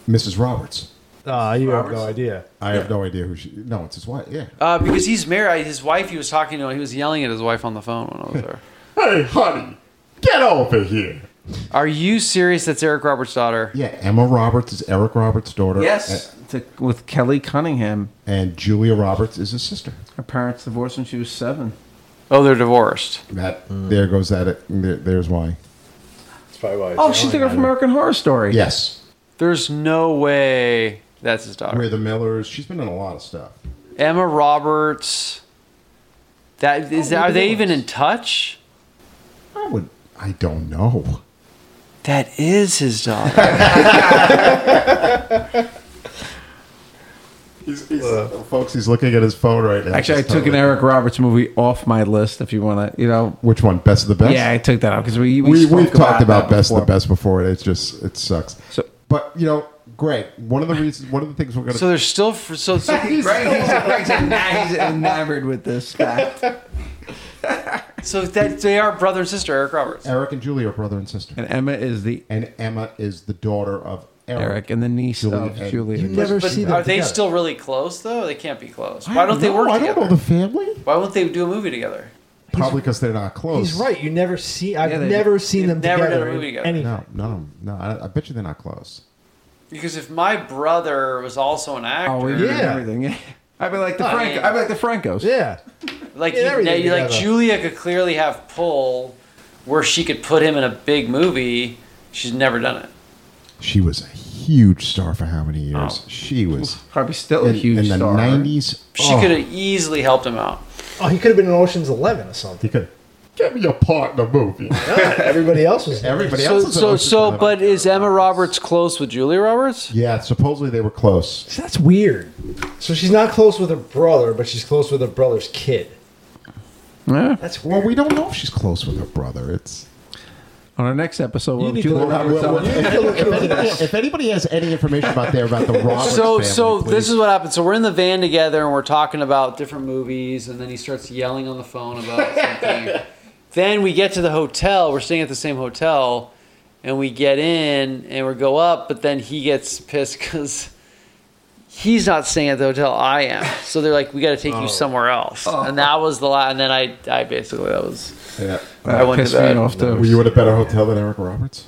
B: Mrs. Roberts.
F: Ah, you have no idea.
B: I have no idea who she. No, it's his wife. Yeah.
D: Uh, because he's married. His wife. He was talking to. He was yelling at his wife on the phone when I was there.
B: Hey, honey, get over here.
D: Are you serious? That's Eric Roberts' daughter.
B: Yeah, Emma Roberts is Eric Roberts' daughter.
A: Yes, to, with Kelly Cunningham.
B: And, and Julia Roberts is his sister.
A: Her parents divorced when she was seven.
D: Oh, they're divorced.
B: That Mm. there goes that. It, there, there's why.
F: That's probably why.
A: Oh, she took her from American Horror Story.
B: Yes.
D: There's no way that's his daughter.
B: We're the Millers. She's been in a lot of stuff.
D: Emma Roberts. That is.
B: Oh,
D: are they
B: Roberts.
D: even in touch?
B: I would. I don't know.
D: That is his daughter.
B: He's, he's, Uh, folks, he's looking at his phone right now.
A: Actually, I
B: Just
A: took an
B: totally-
A: Eric Roberts movie off my list. If you want to, you know.
B: Which one? Best of the best.
A: Yeah, I took that out because we, we
B: we,
A: spoke
B: we've talked
A: that
B: about best of the
A: before.
B: best before. and It's just it sucks.
A: So-
B: but you know, Greg, one of the reasons, one of the things we're going to
D: So there's still f- so, so
E: Greg, Greg's enamored with this fact.
D: so that they are brother and sister Eric Roberts.
B: Eric and Julie are brother and sister,
A: And Emma is the
B: and Emma is the daughter of Eric.
A: Eric and the niece
B: Julia
A: of
B: and-
A: Julia.
F: You never
D: But
F: see them.
D: are they
F: together.
D: still really close though? They can't be close. Why don't they
B: No,
D: work
B: I
D: together?
B: don't know the family.
D: Why won't they do a movie together?
B: Probably because they're not close.
F: He's right. You never see. I've
A: Yeah, they-
F: never seen them
D: never did a
F: together.
D: movie
F: in
D: together.
F: anything.
B: No, none of them. No, I, I bet you they're not close.
D: Because if my brother was also an actor,
A: Oh, we
F: Yeah.
A: yeah. everything. I'd be like the
D: I
A: Frank.
D: mean-
A: I'd be like the Francos.
F: Yeah.
D: like
F: Yeah,
D: you-
F: everything
D: now you- like
F: together.
D: Julia could clearly have pull where she could put him in a big movie. She's never done it.
B: She was a huge star for how many years?
D: Oh.
B: She was
A: Probably still a
B: in,
A: huge
B: in the
A: star.
B: nineties. Oh,
D: She could have easily helped him out.
F: Oh, he could have been in Ocean's Eleven or something.
B: could. Get me a part in the movie.
F: Everybody else was.
B: Everybody
D: So
B: else. is
D: so
B: an
D: so
B: Ocean's
D: but
B: Eleven.
D: is Emma Roberts close with Julia Roberts?
B: Yeah, supposedly they were close.
F: So that's weird. So she's not close with her brother, but she's close with her brother's kid.
A: Yeah.
F: That's
B: Well,
F: weird.
B: we don't know if she's close with her brother. It's
A: On our next episode, we'll
F: You
A: have
F: need to
A: Julia
F: look-
A: Roberts.
F: well,
A: on.
F: you need to look into
B: anybody,
F: this.
B: if anybody has any information about there about the Roberts
D: So
B: family,
D: so this
B: please.
D: is what happened. So we're in the van together and we're talking about different movies and then he starts yelling on the phone about something. then we get to the hotel, we're staying at the same hotel and we get in and we go up, but then he gets pissed cuz he's not staying at the hotel I am. So they're like we got to take you somewhere else. And that was the last and then I I basically that was
B: Yeah.
D: I went to
A: pissed me
D: bed.
A: off too.
B: Were you at a better hotel than Eric Roberts?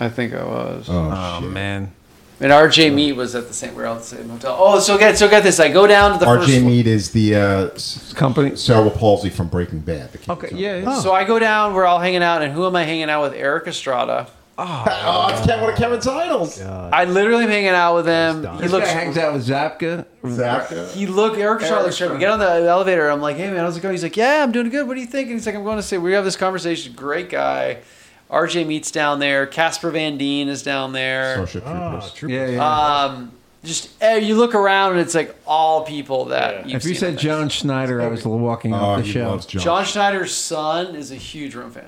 D: I think I was.
B: Oh,
D: Um,
A: Oh
B: shit.
A: man.
D: And RJ Meat was at the same we were all at the same hotel. Oh, so get so get this. I go down to the first
B: RJ
D: floor.
B: Mead is the uh, s-
A: Company.
B: cerebral palsy from Breaking Bad. the kid
A: Okay.
B: who's on-
A: Yeah.
D: So I go down, we're all hanging out, and who am I hanging out with? Eric Estrada.
B: Oh, it's Kev- one of Kevin's idols.
A: Uh,
D: I literally am hanging out with him. He
A: This guy
D: looks
A: hangs out with Zapka.
B: Zapka.
D: he look Eric Estrada
A: Eric
D: looks sharp. We
A: Estrada.
D: get on the elevator, I'm like, hey man, how's it going? He's like, Yeah, I'm doing good. What do you think? And he's like, I'm going to say we have this conversation. Great guy. RJ Meat's down there, Casper Van Dien is down there.
B: Starship
A: Ah,
F: Ah,
B: Troopers.
A: Yeah. yeah.
D: Um just eh, you look around and it's like all people that you've
A: if you
D: seen
A: said
D: on
A: John Schneider, I was walking
B: Oh,
A: off the
B: he
A: show.
B: loves John.
D: things. John Schneider's son is a huge Room fan.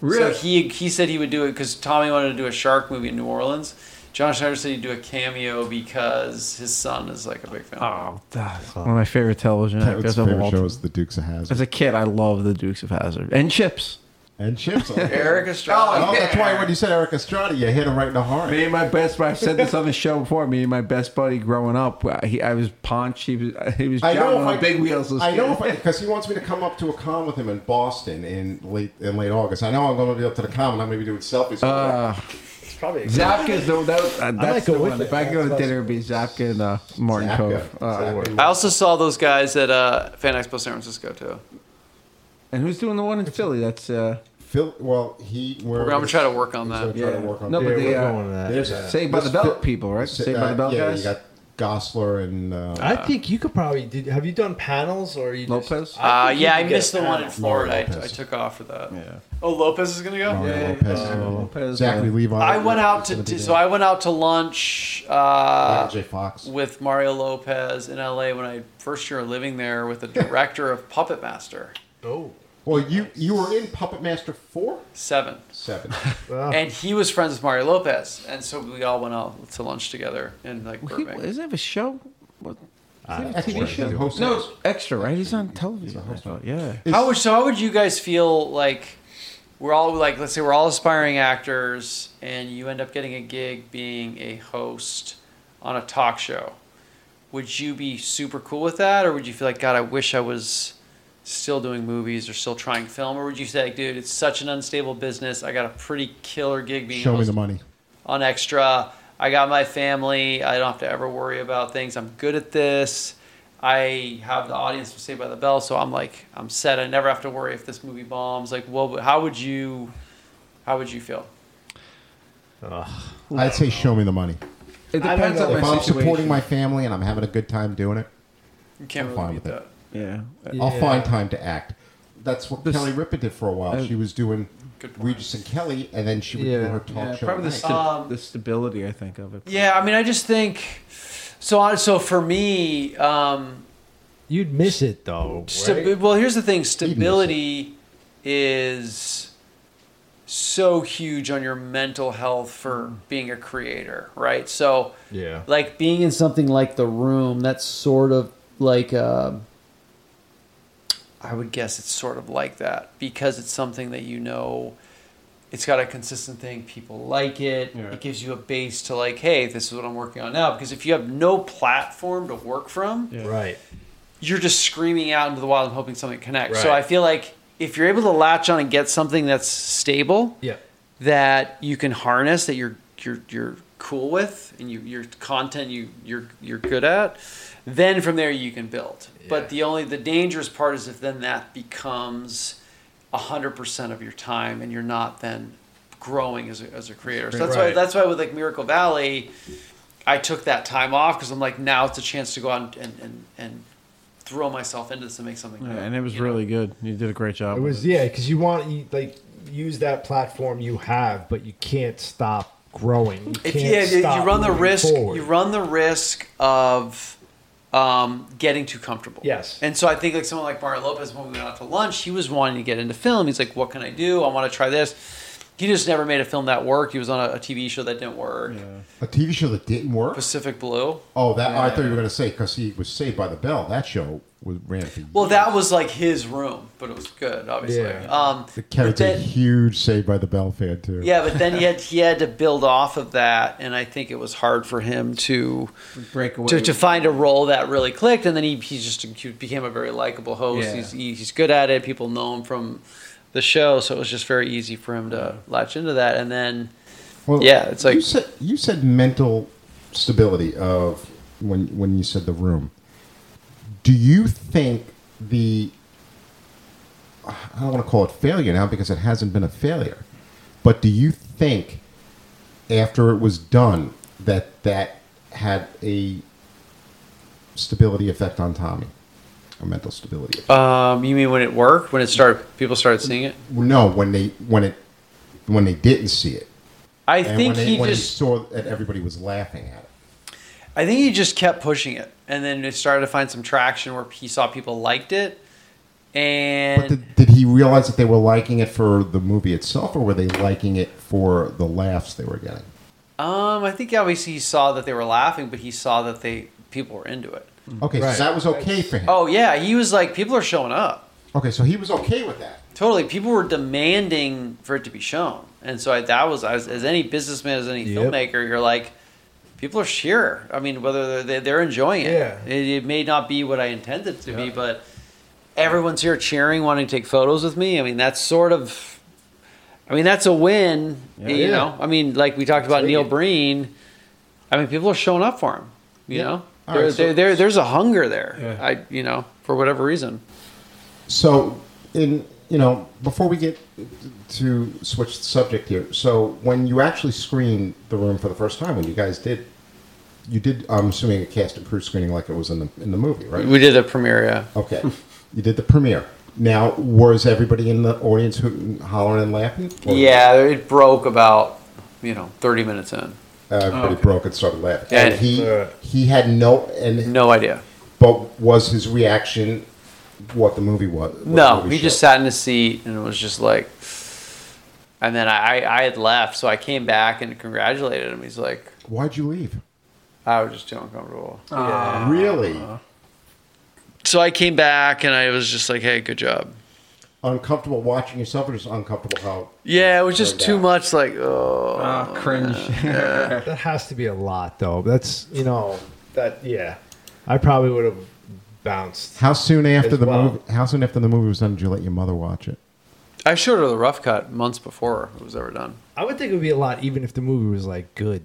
A: Really?
D: So he he said he would do it because Tommy wanted to do a shark movie in New Orleans. John Schneider said he'd do a cameo because his son is like a big fan.
A: oh, that's one of my favorite television
B: Kevin's
A: actors of
B: favorite
A: all
B: show
A: time.
B: is The Dukes of Hazzard.
A: As a kid, I loved the Dukes of Hazard and Chips.
B: and Chips.
D: Eric Estrada.
B: Oh, that's why when you said Eric Estrada, you hit him right in the heart.
A: Me and my best, I said this on the show before. Me and my best buddy growing up, I- he, I was Punch. He was, uh, he was
B: I know
A: John
B: if
A: on
B: I,
A: big wheels. this
B: I know
A: kid.
B: if I because he wants me to come up to a con with him in Boston in late in late August. I know I'm going to be up to the con and I'm going to be doing selfies.
A: Uh,
F: It's probably.
A: Zapka's the that, uh, that's
F: go
A: the
F: with
A: one.
F: you.
A: If I go to dinner, it'd be Zapka and uh, Martin
B: Zapka.
A: Cove. Uh,
B: Zapka.
A: I would.
D: I also saw those guys at uh, Fan Expo San Francisco too.
A: and who's doing the one in Philly? That's uh,
B: Phil, well, he. We're,
D: I'm gonna try to work on
B: he's
D: that.
B: gonna try
A: Yeah.
B: to work on
A: No,
B: that.
A: but
F: we're
A: the, uh,
F: going to that.
B: There's-
F: Yeah.
A: Saved by the
B: This
A: Belt
B: Phil-
A: people, right?
B: Sa-
A: Saved by the
B: uh,
A: Belt
B: yeah,
A: guys.
B: You got Gosler and uh,
F: I think you could probably. Did, have you done panels or are you just-
A: Lopez?
D: Uh,
F: think you
D: yeah, I
F: could get
D: missed the
F: a
D: one in
F: panel.
D: Florida. I,
B: Lopez.
D: I took off for that.
A: yeah.
D: Oh, Lopez is gonna go.
B: Mario
A: yeah,
B: Lopez,
A: uh,
B: and
A: Lopez,
B: Zachary
A: uh,
B: Levi.
D: I went out to
B: Timothy
D: di-
B: Dan-
D: so I went out to lunch uh,
B: Michael J. Fox.
D: with Mario Lopez in LA when I first year of living there with the director of Puppet Master
F: Oh.
B: Well, you you were in Puppet Master four
D: Seven.
B: seven. Uh,
F: Wow.
D: and he was friends with Mario Lopez, and so we all went out to lunch together in like
A: He,
D: Burbank.
A: does he have a show? What?
B: That's where he's the host.
A: No, extra, right? He's on television. I thought, Yeah.
D: how would so? How would you guys feel like we're all like let's say we're all aspiring actors, and you end up getting a gig being a host on a talk show? Would you be super cool with that, or would you feel like God, I wish I was still doing movies or still trying film, or would you say, like, dude, it's such an unstable business. I got a pretty killer gig being a
B: Show me
D: host
B: the money.
D: on extra. I got my family. I don't have to ever worry about things. I'm good at this. I have the audience from Saved by the Bell, so I'm like, I'm set. I never have to worry if this movie bombs. Like, well, how would you, how would you feel?
B: I'd say show me the money.
A: It
F: I
A: depends
F: don't know.
A: on my
B: If I'm
A: situation.
B: supporting my family and I'm having a good time doing it,
D: You can't
B: I'm
D: really
B: fine
D: beat
B: with
D: that.
B: it.
A: yeah.
B: I'll find time to act. That's what
A: This-
B: Kelly Ripa did for a while.
A: Uh,
B: she was doing
D: Good point.
B: Regis and Kelly, and then she would do
F: Yeah.
B: her talk
A: Yeah,
B: show.
A: probably the,
B: at
A: sta-
B: night.
D: Um,
A: the stability, I think, of it.
D: Yeah, I mean, I just think so. hon- So for me, um,
F: You'd miss it though.
D: Stabi-
F: right?
D: well, here's the thing: stability is so huge on your mental health
B: Mm-hmm.
D: for being a creator, right? So,
F: Yeah.
D: like being
E: being in something like the room that's sort of like uh,
D: um, I would guess it's sort of like that because it's something that you know it's got a consistent thing people like it it gives you a base to like hey this is what i'm working on now because if you have no platform to work from
F: Right.
D: you're just screaming out into the wild and hoping something connects so
F: Right.
D: i feel like if you're able to latch on and get something that's stable
F: Yeah.
D: that you can harness that you're you're you're cool with and you your content you you're you're good at then from there you can build
F: Yeah.
D: but the only the dangerous part is if then that becomes 100% of your time and you're not then growing as a, as a creator so that's why
F: Right.
D: that's why with like miracle valley i took that time off because i'm like now it's a chance to go out and and and, and throw myself into this and make something
A: Yeah,
D: good,
A: and it was
D: you know?
A: really good. You did a great job.
F: It
A: with
F: was yeah, because you want you, like use that platform you have, but you can't stop growing. You
D: if
F: can't
D: yeah, if
F: stop
D: you run the
F: moving
D: risk
F: forward.
D: you run the risk of um, getting too comfortable
F: Yes.
D: and so i think like someone like mario lopez when we went out to lunch he was wanting to get into film he's like what can i do i want to try this he just never made a film that worked he was on a, a tv show that didn't work
B: A TV show that didn't work.
D: pacific blue
B: Oh, that I thought you were going to say because he was Saved by the Bell. That show was ran. For
D: well that was like his room but it was good obviously
F: Yeah.
D: um
B: the
D: but
B: Kevin's a
D: then-
B: huge Saved by the Bell fan too.
D: yeah but then he had he had to build off of that and i think it was hard for him to
A: it. breakaway.
D: to, to find a role that really clicked, and then he he's just he became a very likable host.
A: Yeah.
D: He's he, he's good at it. People know him from the show, so it was just very easy for him to latch into that. And then
B: Well,
D: Yeah, it's like-
B: you said. You said mental stability of when when you said the room. Do you think the I don't want to call it failure now because it hasn't been a failure, but do you think after it was done that that had a stability effect on Tommy, a mental stability? Effect?
D: um, you mean when it worked, when it started, people started seeing it.
B: no, when they when it when they didn't see it,
D: I
B: and
D: think
B: when, they,
D: he
B: when
D: just
B: they saw that everybody was laughing at it.
D: I think he just kept pushing it, and then it started to find some traction where he saw people liked it, and.
B: But did, did he realize that they were liking it for the movie itself, or were they liking it for the laughs they were getting?
D: Um, I think obviously he saw that they were laughing, but he saw that they people were into it.
B: Okay,
F: Right.
B: so that was okay for him.
D: Mm. Oh yeah, he was like, people are showing up.
B: Okay, so he was okay with that.
D: Totally, people were demanding for it to be shown, and so I, that was as, as any businessman, as any
F: Yep.
D: filmmaker, you're like, people are here. I mean, whether they're, they're enjoying it.
F: Yeah.
D: it, it may not be what I intended it to be, but everyone's here cheering, wanting to take photos with me. I mean, that's sort of, I mean, that's a win. you
F: Yeah.
D: know, I mean, like we talked about
B: Take
D: Neil
B: it.
D: Breen. I mean, people are showing up for him. You know,
B: All
D: there,
B: right, so-
D: there- there- there's a hunger there.
A: Yeah.
D: I, you know, for whatever reason.
B: So, in you know, before we get to switch the subject here, so when you actually screened the room for the first time, when you guys did, you did, I'm assuming a cast and crew screening like it was in the in the movie, right?
D: We did a premiere. Yeah.
B: Okay, you did the premiere. Now, was everybody in the audience who hollering and laughing? Or-
D: Yeah, it broke about you know thirty minutes in.
B: Uh, everybody
F: Oh,
B: broke and started laughing.
D: Yeah.
B: And he he had no and
D: No idea.
B: but was his reaction what the movie was? what the
D: No,
B: movie
D: he just
B: showed?
D: sat in his seat and was just like. And then I, I I had left, so I came back and congratulated him. He's like,
B: Why'd you leave?
D: I was just too uncomfortable.
B: really
F: Uh-huh.
D: So I came back and I was just like, hey, good job.
B: uncomfortable watching yourself, or just uncomfortable how?
D: Yeah, it was just
B: Turned
D: too
B: out.
D: much like, oh.
A: Ah, cringe.
F: That has to be a lot, though. That's you know that yeah. I probably would have bounced.
B: How soon after
F: As
B: the
F: well.
B: movie? How soon after the movie was done did you let your mother watch it?
D: I showed her the rough cut months before it was ever done.
F: I would think it would be a lot, even if the movie was like good.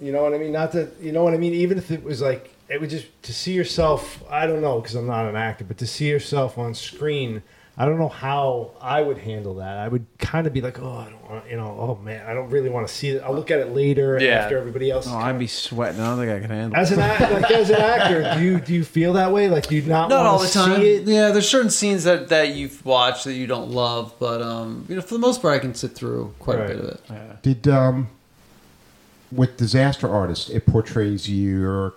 F: You know what I mean? Not to you know what I mean. Even if it was like it would just to see yourself. I don't know because I'm not an actor, but to see yourself on screen. I don't know how I would handle that. I would kind of be like, oh, I don't want, you know, oh man, I don't really want to see it. I'll look at it later
D: Yeah.
F: after everybody else.
A: Oh, I'd be sweating. I don't think I could handle. it.
F: As an act, like as an actor, do you do you feel that way? Like do you not,
D: not
F: wanna
D: all the time.
F: See it?
E: yeah, there's certain scenes that that you've watched that you don't love, but um, you know, for the most part, I can sit through quite
F: Right.
E: a bit of it.
B: Did um with disaster artist it portrays your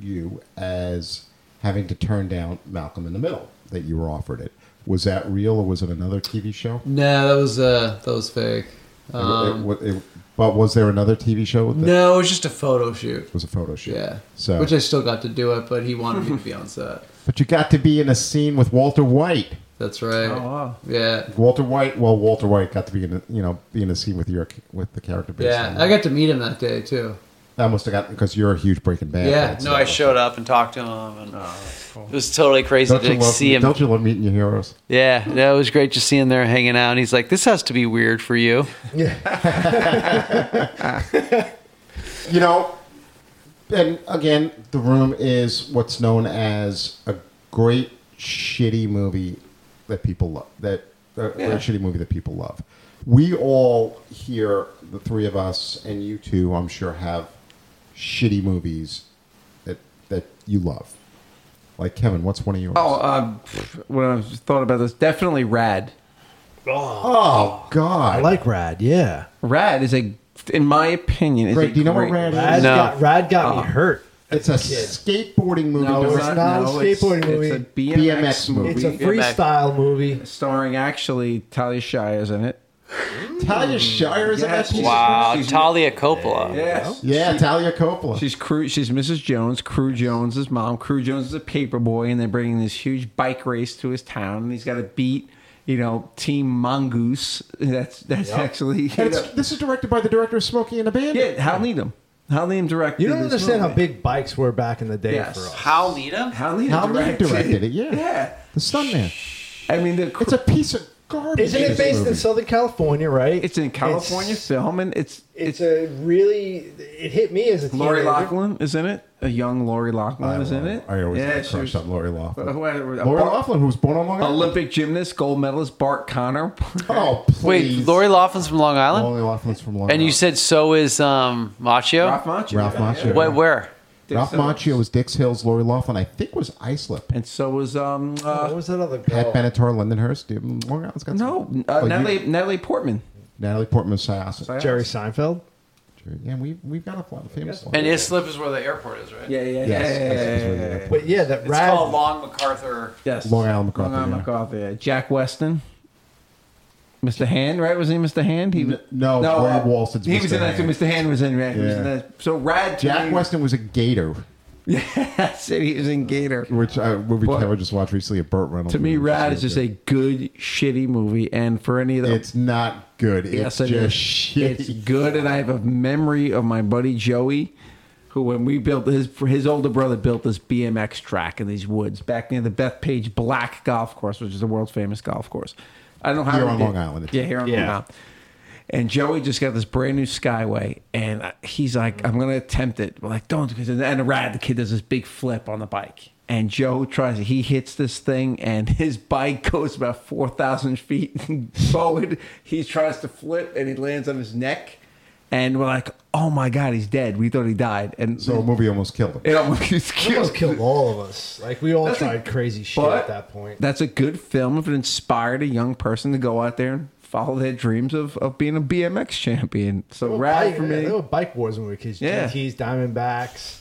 B: you as having to turn down Malcolm in the Middle that you were offered it. Was that real or was it another TV show?
E: Nah, that was uh, that was fake. Um,
B: It- it- it- but was there another TV show with that?
E: no, it was just a photo shoot.
B: It was a photo shoot.
E: Yeah.
B: So,
E: Which I still got to do it, but he wanted me to be on set.
B: but you got to be in a scene with Walter White.
E: That's right.
A: Oh, wow.
E: Yeah.
B: Walter White. Well, Walter White got to be in, a, you know, be in a scene with your with the character. Based
E: Yeah.
B: on
E: I got to meet him that day, too.
B: that must have gotten because you're a huge Breaking Bad.
E: Yeah,
B: fan,
D: No,
B: so-
D: I showed up and talked to him,
A: Oh,
D: and it was totally crazy
B: Don't you,
D: to
B: love,
D: see him.
B: don't you love meeting your heroes?
D: Yeah, no, it was great just seeing him there hanging out. And he's like, "This has to be weird for you."
B: You know, and again, The Room is what's known as a great shitty movie that people love. That a great shitty movie that people love. We all here, the three of us, and you two, I'm sure, have shitty movies that that you love. Like Kevin, what's one of yours?
A: Oh, uh, pff, when I was- thought about this, definitely Rad.
B: Oh, God!
F: I like Rad. Yeah,
A: Rad is a, in my opinion, is
B: Greg,
A: a
B: do you know
A: great,
B: what Rad,
F: Rad
B: is?
D: No.
F: got Rad got
D: Oh.
F: me hurt.
B: It's a skateboarding movie.
A: No,
B: directed
A: it's
F: it's
A: not,
F: not a
A: no, it's-
F: skateboarding
A: It's
F: movie.
A: a BMX,
B: BMX movie.
F: It's a
A: movie
D: get back.
F: freestyle movie.
A: starring actually Talia Shire's in it.
B: Talia Shire is in that
A: Yes,
B: piece?
D: Wow,
A: She's-
D: Uh, Talia Coppola.
A: Yes.
B: Yeah, Talia Coppola.
A: She's crew. She's Mrs. Jones. Crew Jones's mom. Crew Jones is a paper boy, and they're bringing this huge bike race to his town, and he's got to beat, you know, Team Mongoose. That's that's actually you
B: and it's,
A: know-
B: this is directed by the director of Smokey and the Bandit.
A: yeah. Hal Needham. Hal Needham directed.
F: You don't
A: this
F: understand how
A: movie.
F: big bikes were back in the day
A: Yes.
F: for us.
D: Hal Needham.
A: Hal Needham
B: Hal Needham
A: directed.
B: directed it, yeah.
A: yeah.
B: The Stuntman.
A: I mean, the,
B: It's a piece of garbage.
F: Isn't it
B: this
F: based
B: movie.
F: in Southern California, right?
A: it's in California film, and it's
F: It's, a really. It hit me as a
A: Lori
F: teenager.
A: Lachlan is in it. A young Lori Lachlan is in it.
B: I always
A: yeah,
B: had a
A: she was-
B: crush on Lori Loughlin.
A: Uh, who- a
B: Lori
A: Bar-
B: Loughlin, who was born on Long Island.
A: Olympic gymnast, gold medalist Bart Connor.
B: Oh,
D: Wait,
B: please.
D: Lori Laughlin's from Long Island,
B: Lori Loughlin's from Long Island.
D: and you said so is um, Machio.
A: Ralph Macchio.
B: Ralph Macchio.
D: Wait, where?
B: Ralph
A: Dixon.
B: Macchio was Dix Hills. Lori Loughlin, I think, was Islip.
A: And so was um
F: What
A: uh,
F: was that other
B: Pat
F: girl?
B: Benatar, Lindenhurst. Dude, Long Island's got
A: no
B: some-
A: uh,
B: Oh, you-
A: Natalie Natalie Portman.
B: Natalie Portman, Sayasa.
F: Jerry Seinfeld.
B: Yeah, we, we've got a lot of famous ones.
D: And Islip is where the airport is, right?
A: Yeah, yeah, yeah.
B: Yes,
A: yeah, yeah,
B: that's
A: yeah,
B: really
A: yeah, yeah.
B: good.
F: But yeah, that
D: It's
F: Rad.
D: called Long MacArthur.
A: Yes.
B: Long Island MacArthur,
A: Long Island
B: yeah.
A: MacArthur. Yeah. Jack Weston. Mr. Hand, right? Was he Mr. Hand? He was uh,
B: No, Rob Walson's
A: He was
B: Mr.
A: in that too.
B: Hand.
A: Mr. Hand was in right. He was in
B: Yeah.
A: that. So Rad to
B: Jack
A: me-
B: Weston was a gator.
A: Yes, and he was in Gator.
B: Which uh, movie
A: But-
B: Kevin just watched recently? A Burt Reynolds.
A: To me,
B: movie,
A: Rad
B: which
A: is just
B: really
A: a good shitty movie, and for any of
B: good.
A: the
B: It's not good. It's
A: Yes,
B: just
A: it is.
B: shitty.
A: It's good, and I have a memory of my buddy Joey, who when we built his his older brother built this BMX track in these woods back near the Bethpage Black Golf Course, which is the world's famous golf course. I don't know how
B: Here
A: he
B: on
A: did-
B: Long Island.
A: Yeah, here on Long
F: Yeah.
A: Island. And Joey just got this brand new Skyway, and I- he's like, "I'm gonna attempt it." We're like, "Don't!" Because and Rad, the kid, does this big flip on the bike, and Joe tries. it. He hits this thing, and his bike goes about four thousand feet forward. He tries to flip, and he lands on his neck, and we're like, "Oh my god, he's dead!" We thought he died, and
B: So a movie almost killed him.
A: it almost
F: It
A: killed.
F: almost killed all of us. Like we all
A: That's a-
F: tried crazy shit
A: but
F: at that point.
A: That's a good film if it inspired a young person to go out there and follow their dreams of, of being a BMX champion. So Rad
F: bike,
A: for
F: yeah,
A: me.
F: There were bike wars when we were kids.
A: Yeah.
F: GTs, Diamondbacks,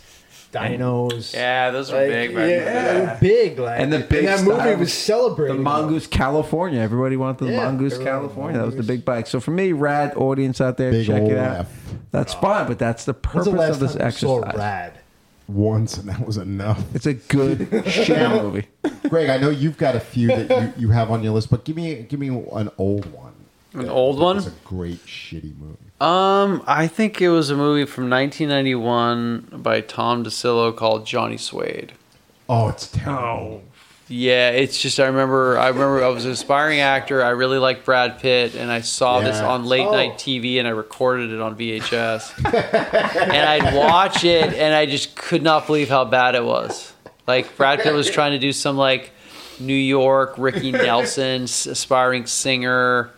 F: Dinos.
D: Yeah, those were
F: Like,
D: big back
F: yeah,
D: then.
F: they were big. Like,
A: and the big
F: that
A: style
F: movie was celebrating them.
A: the mongoose california everybody wanted the
F: Yeah,
A: mongoose
F: everyone wanted
A: california that was the
F: Mongoose.
A: big bike so for me rad audience out there
B: Big
A: check
B: ol'
A: it out
B: F.
A: that's fine but that's the
F: When's
A: purpose
F: the last
A: of this
F: time you saw
A: exercise
F: Rad?
B: Once, and that was enough.
A: it's a good shitty movie
B: Greg, I know you've got a few that you, you have on your list, but give me give me an old one.
D: An old one?
B: It's a great shitty movie.
D: Um, I think it was a movie from 1991 by Tom DeSillo called Johnny Suede.
B: Oh, it's terrible.
D: Yeah, it's just I remember I remember I was an aspiring actor. I really liked Brad Pitt, and I saw this
B: Yeah.
D: on late
F: Oh.
D: night TV, and I recorded it on VHS. and I'd watch it, and I just could not believe how bad it was. Like Brad Pitt was trying to do some like New York Ricky Nelson s- aspiring singer,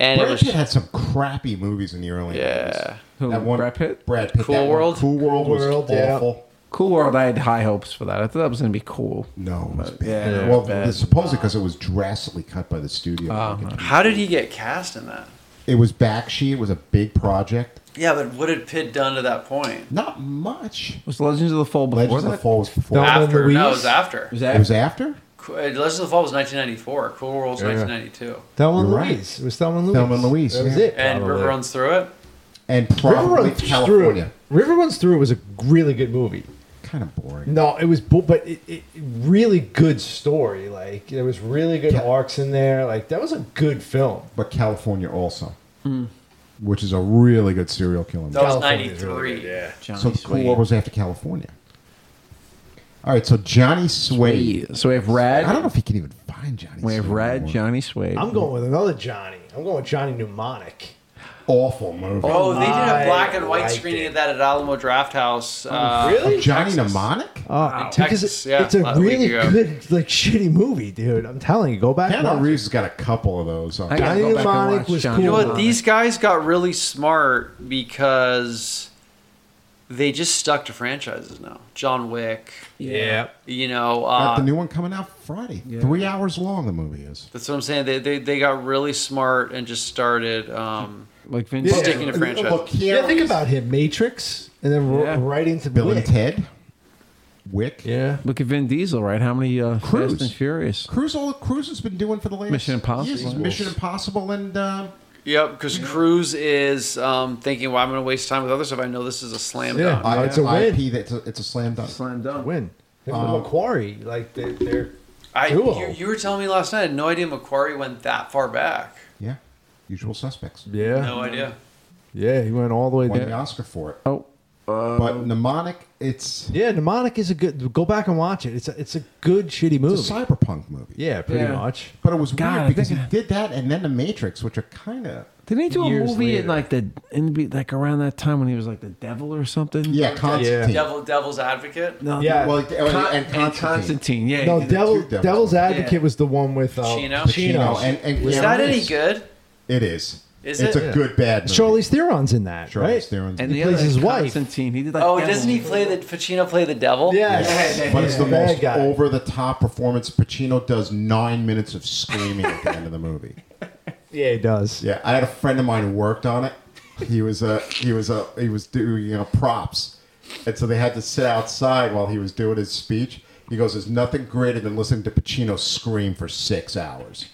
D: and it
B: Brad
D: was
B: Pitt had some crappy movies in the early.
D: yeah.
B: 90s. that
A: Who,
B: one.
A: Brad Pitt?
B: Brad Pitt.
D: Cool
B: that one.
D: World?
B: Cool World was
F: World, yeah.
B: awful.
A: cool world i had high hopes for that i thought that was going to be cool
B: No, it was bad.
A: yeah,
B: well,
A: bad.
B: it's supposedly because it was drastically cut by the studio.
D: How did he get cast in that?
B: It was Bakshi. It was a big project.
D: Yeah, but what had Pitt done to that point?
B: Not much.
A: was legends of the fall before
B: Legends of
A: that
B: the Fall was before.
F: No.
B: that.
F: Thelma and
D: After, no, it
F: Louise?
D: was after.
A: was
B: It was
A: that
B: after.
D: Legends of the Fall was 1994. Cool World's
B: Yeah.
D: 1992.
C: Thelma and
B: You're right.
C: Louise. It was Thelma and Louise.
B: Thelma and Louise,
C: That was
B: yeah.
C: it.
D: And
B: Probably.
D: River Runs Through It.
B: and
C: River
B: probably
C: Runs
B: California.
C: Through. River Runs Through was a really good movie.
B: Kind of boring.
C: No, it was, bu- but it, it really good story. Like there was really good
B: Yeah.
C: arcs in there. Like that was a good film.
B: But California also,
C: Mm.
B: which is a really good serial killer.
D: That was
C: California's really
D: 93.
C: good, yeah.
A: Johnny
B: so Cool World was after California. All right, so Johnny Sway.
A: So we have Rad.
B: I don't know if he can even find Johnny.
A: We have
B: Sway
A: Rad,
B: anymore.
A: Johnny Suede.
C: I'm going with another Johnny. I'm going with Johnny Mnemonic.
B: Awful movie.
D: Oh, they did a
C: I
D: black and white
C: liked
D: screening
C: it. Oh,
D: of that at Alamo Draft House. uh,
C: really?
B: Oh, Johnny
D: Texas.
B: Mnemonic.
C: Oh, because
D: Texas,
C: it-
D: yeah,
C: it's a
D: about a week
C: really
D: ago.
C: good, like shitty movie, dude. I'm telling you, go back.
B: Keanu
C: watch it.
B: Reeves has got a couple of those. on-
A: I gotta
C: Johnny
A: go back and
C: Mnemonic
A: watch
C: was
A: Johnny
C: cool.
D: You know what?
A: Mnemonic.
D: These guys got really smart because they just stuck to franchises now. John Wick,
C: Yeah.
D: you know.
B: Got
D: Uh,
B: the new one coming out Friday. Three hours long. The movie is.
D: that's what I'm saying. They, they they got really smart and just started. Um,
A: like Vince.
C: Yeah.
D: Sticking to franchise.
B: Look, Keanu
C: Yeah, think
B: Reeves-
C: about him. Matrix, and then ro-
A: Yeah.
C: right into
B: Bill
C: Wick.
B: and Ted. Wick.
C: Yeah.
A: Look at Vin Diesel, right? How many uh,
B: Cruise.
A: Fast and Furious?
B: Cruise, all Cruise has been doing for the last
A: Mission Impossible.
B: Years. He's Mission Impossible and uh,
D: yep, because Cruise is um, thinking, "Well, I'm going to waste time with other stuff. I know this is a slam
C: Yeah.
D: dunk."
C: Uh, it's a win.
B: IP. That's a, it's a slam dunk.
A: Slam dunk.
C: Win. Um, And Macquarie, like they, they're
D: I,
C: Duo.
D: you, you were telling me last night. I had no idea Macquarie went that far back.
B: Yeah, Usual Suspects.
C: yeah,
D: No idea.
C: yeah. He went all the way
B: Won
C: down.
B: the Oscar for it.
A: Oh,
B: but mnemonic, it's,
C: Yeah, Mnemonic is a good. Go back and watch it. It's a, it's a good shitty movie.
B: it's a cyberpunk movie.
C: yeah, pretty
A: Yeah.
C: much.
B: but it was
A: God, I
B: weird because he
A: think I-
B: did that and then The Matrix, which are kind of
A: didn't he do a
C: Years
A: movie in
C: later.
A: like the in be- like around that time when he was like the devil or something?
B: yeah, Constantine.
D: Devil, Devil's Advocate.
A: No,
C: Yeah.
B: Well, and, and Constantine.
A: and Constantine. Yeah.
C: No,
A: he did
C: Devil,
B: two devils.
C: Devil's Advocate
D: Yeah.
C: was the one with uh,
D: Pacino?
B: Pacino and, and
D: Is
B: Keanu
D: that any
B: Reeves.
D: good?
B: It is.
D: Is
B: it's
D: it?
B: a
D: Yeah.
B: good bad movie.
C: Charlize Theron's in that,
B: Charlize
C: right?
B: Theron's.
A: and
C: he
A: the other
C: plays his wife.
A: Constantine. He did like.
D: Oh,
A: devil.
D: doesn't he play the Pacino play the devil?
C: Yes.
B: but it's the
C: Bad
B: most
C: guy.
B: over the top performance. Pacino does nine minutes of screaming at the end of the movie.
C: Yeah, he does.
B: Yeah, I had a friend of mine who worked on it. He was a he was a he was doing you know, props, and so they had to sit outside while he was doing his speech. He goes, "There's nothing greater than listening to Pacino scream for six hours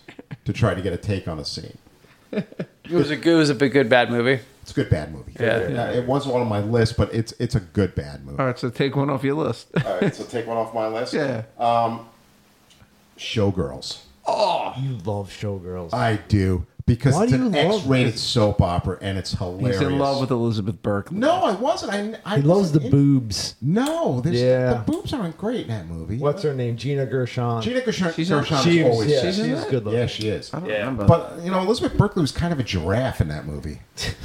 B: to try to get a take on a scene."
D: It was a good, it was a big, good bad movie.
B: It's a good bad movie.
D: Yeah.
B: Uh, it wasn't one on my list, but it's it's a good bad movie.
A: All right, so take one off your list.
B: All right, so take one off my list.
A: yeah.
B: Showgirls.
C: You love Showgirls.
B: I do because
C: Why
B: it's
C: do
B: an
C: you love
B: X-rated
C: this?
B: soap opera and it's hilarious.
A: He's in love with Elizabeth Burke.
B: No, I wasn't. I, I
C: he loves
B: wasn't
C: the
B: in-
C: boobs.
B: No, there's,
C: Yeah.
B: the boobs aren't great in that movie.
C: What's her name? Gina Gershon.
B: Gina Gershon,
A: She's in-
B: Gershon is
C: She's-
B: always
C: yeah,
B: sexy.
C: she's Isn't it? good looking.
B: Yeah, she is.
A: I don't remember.
B: But you know, Elizabeth Berkley was kind of a giraffe in that movie.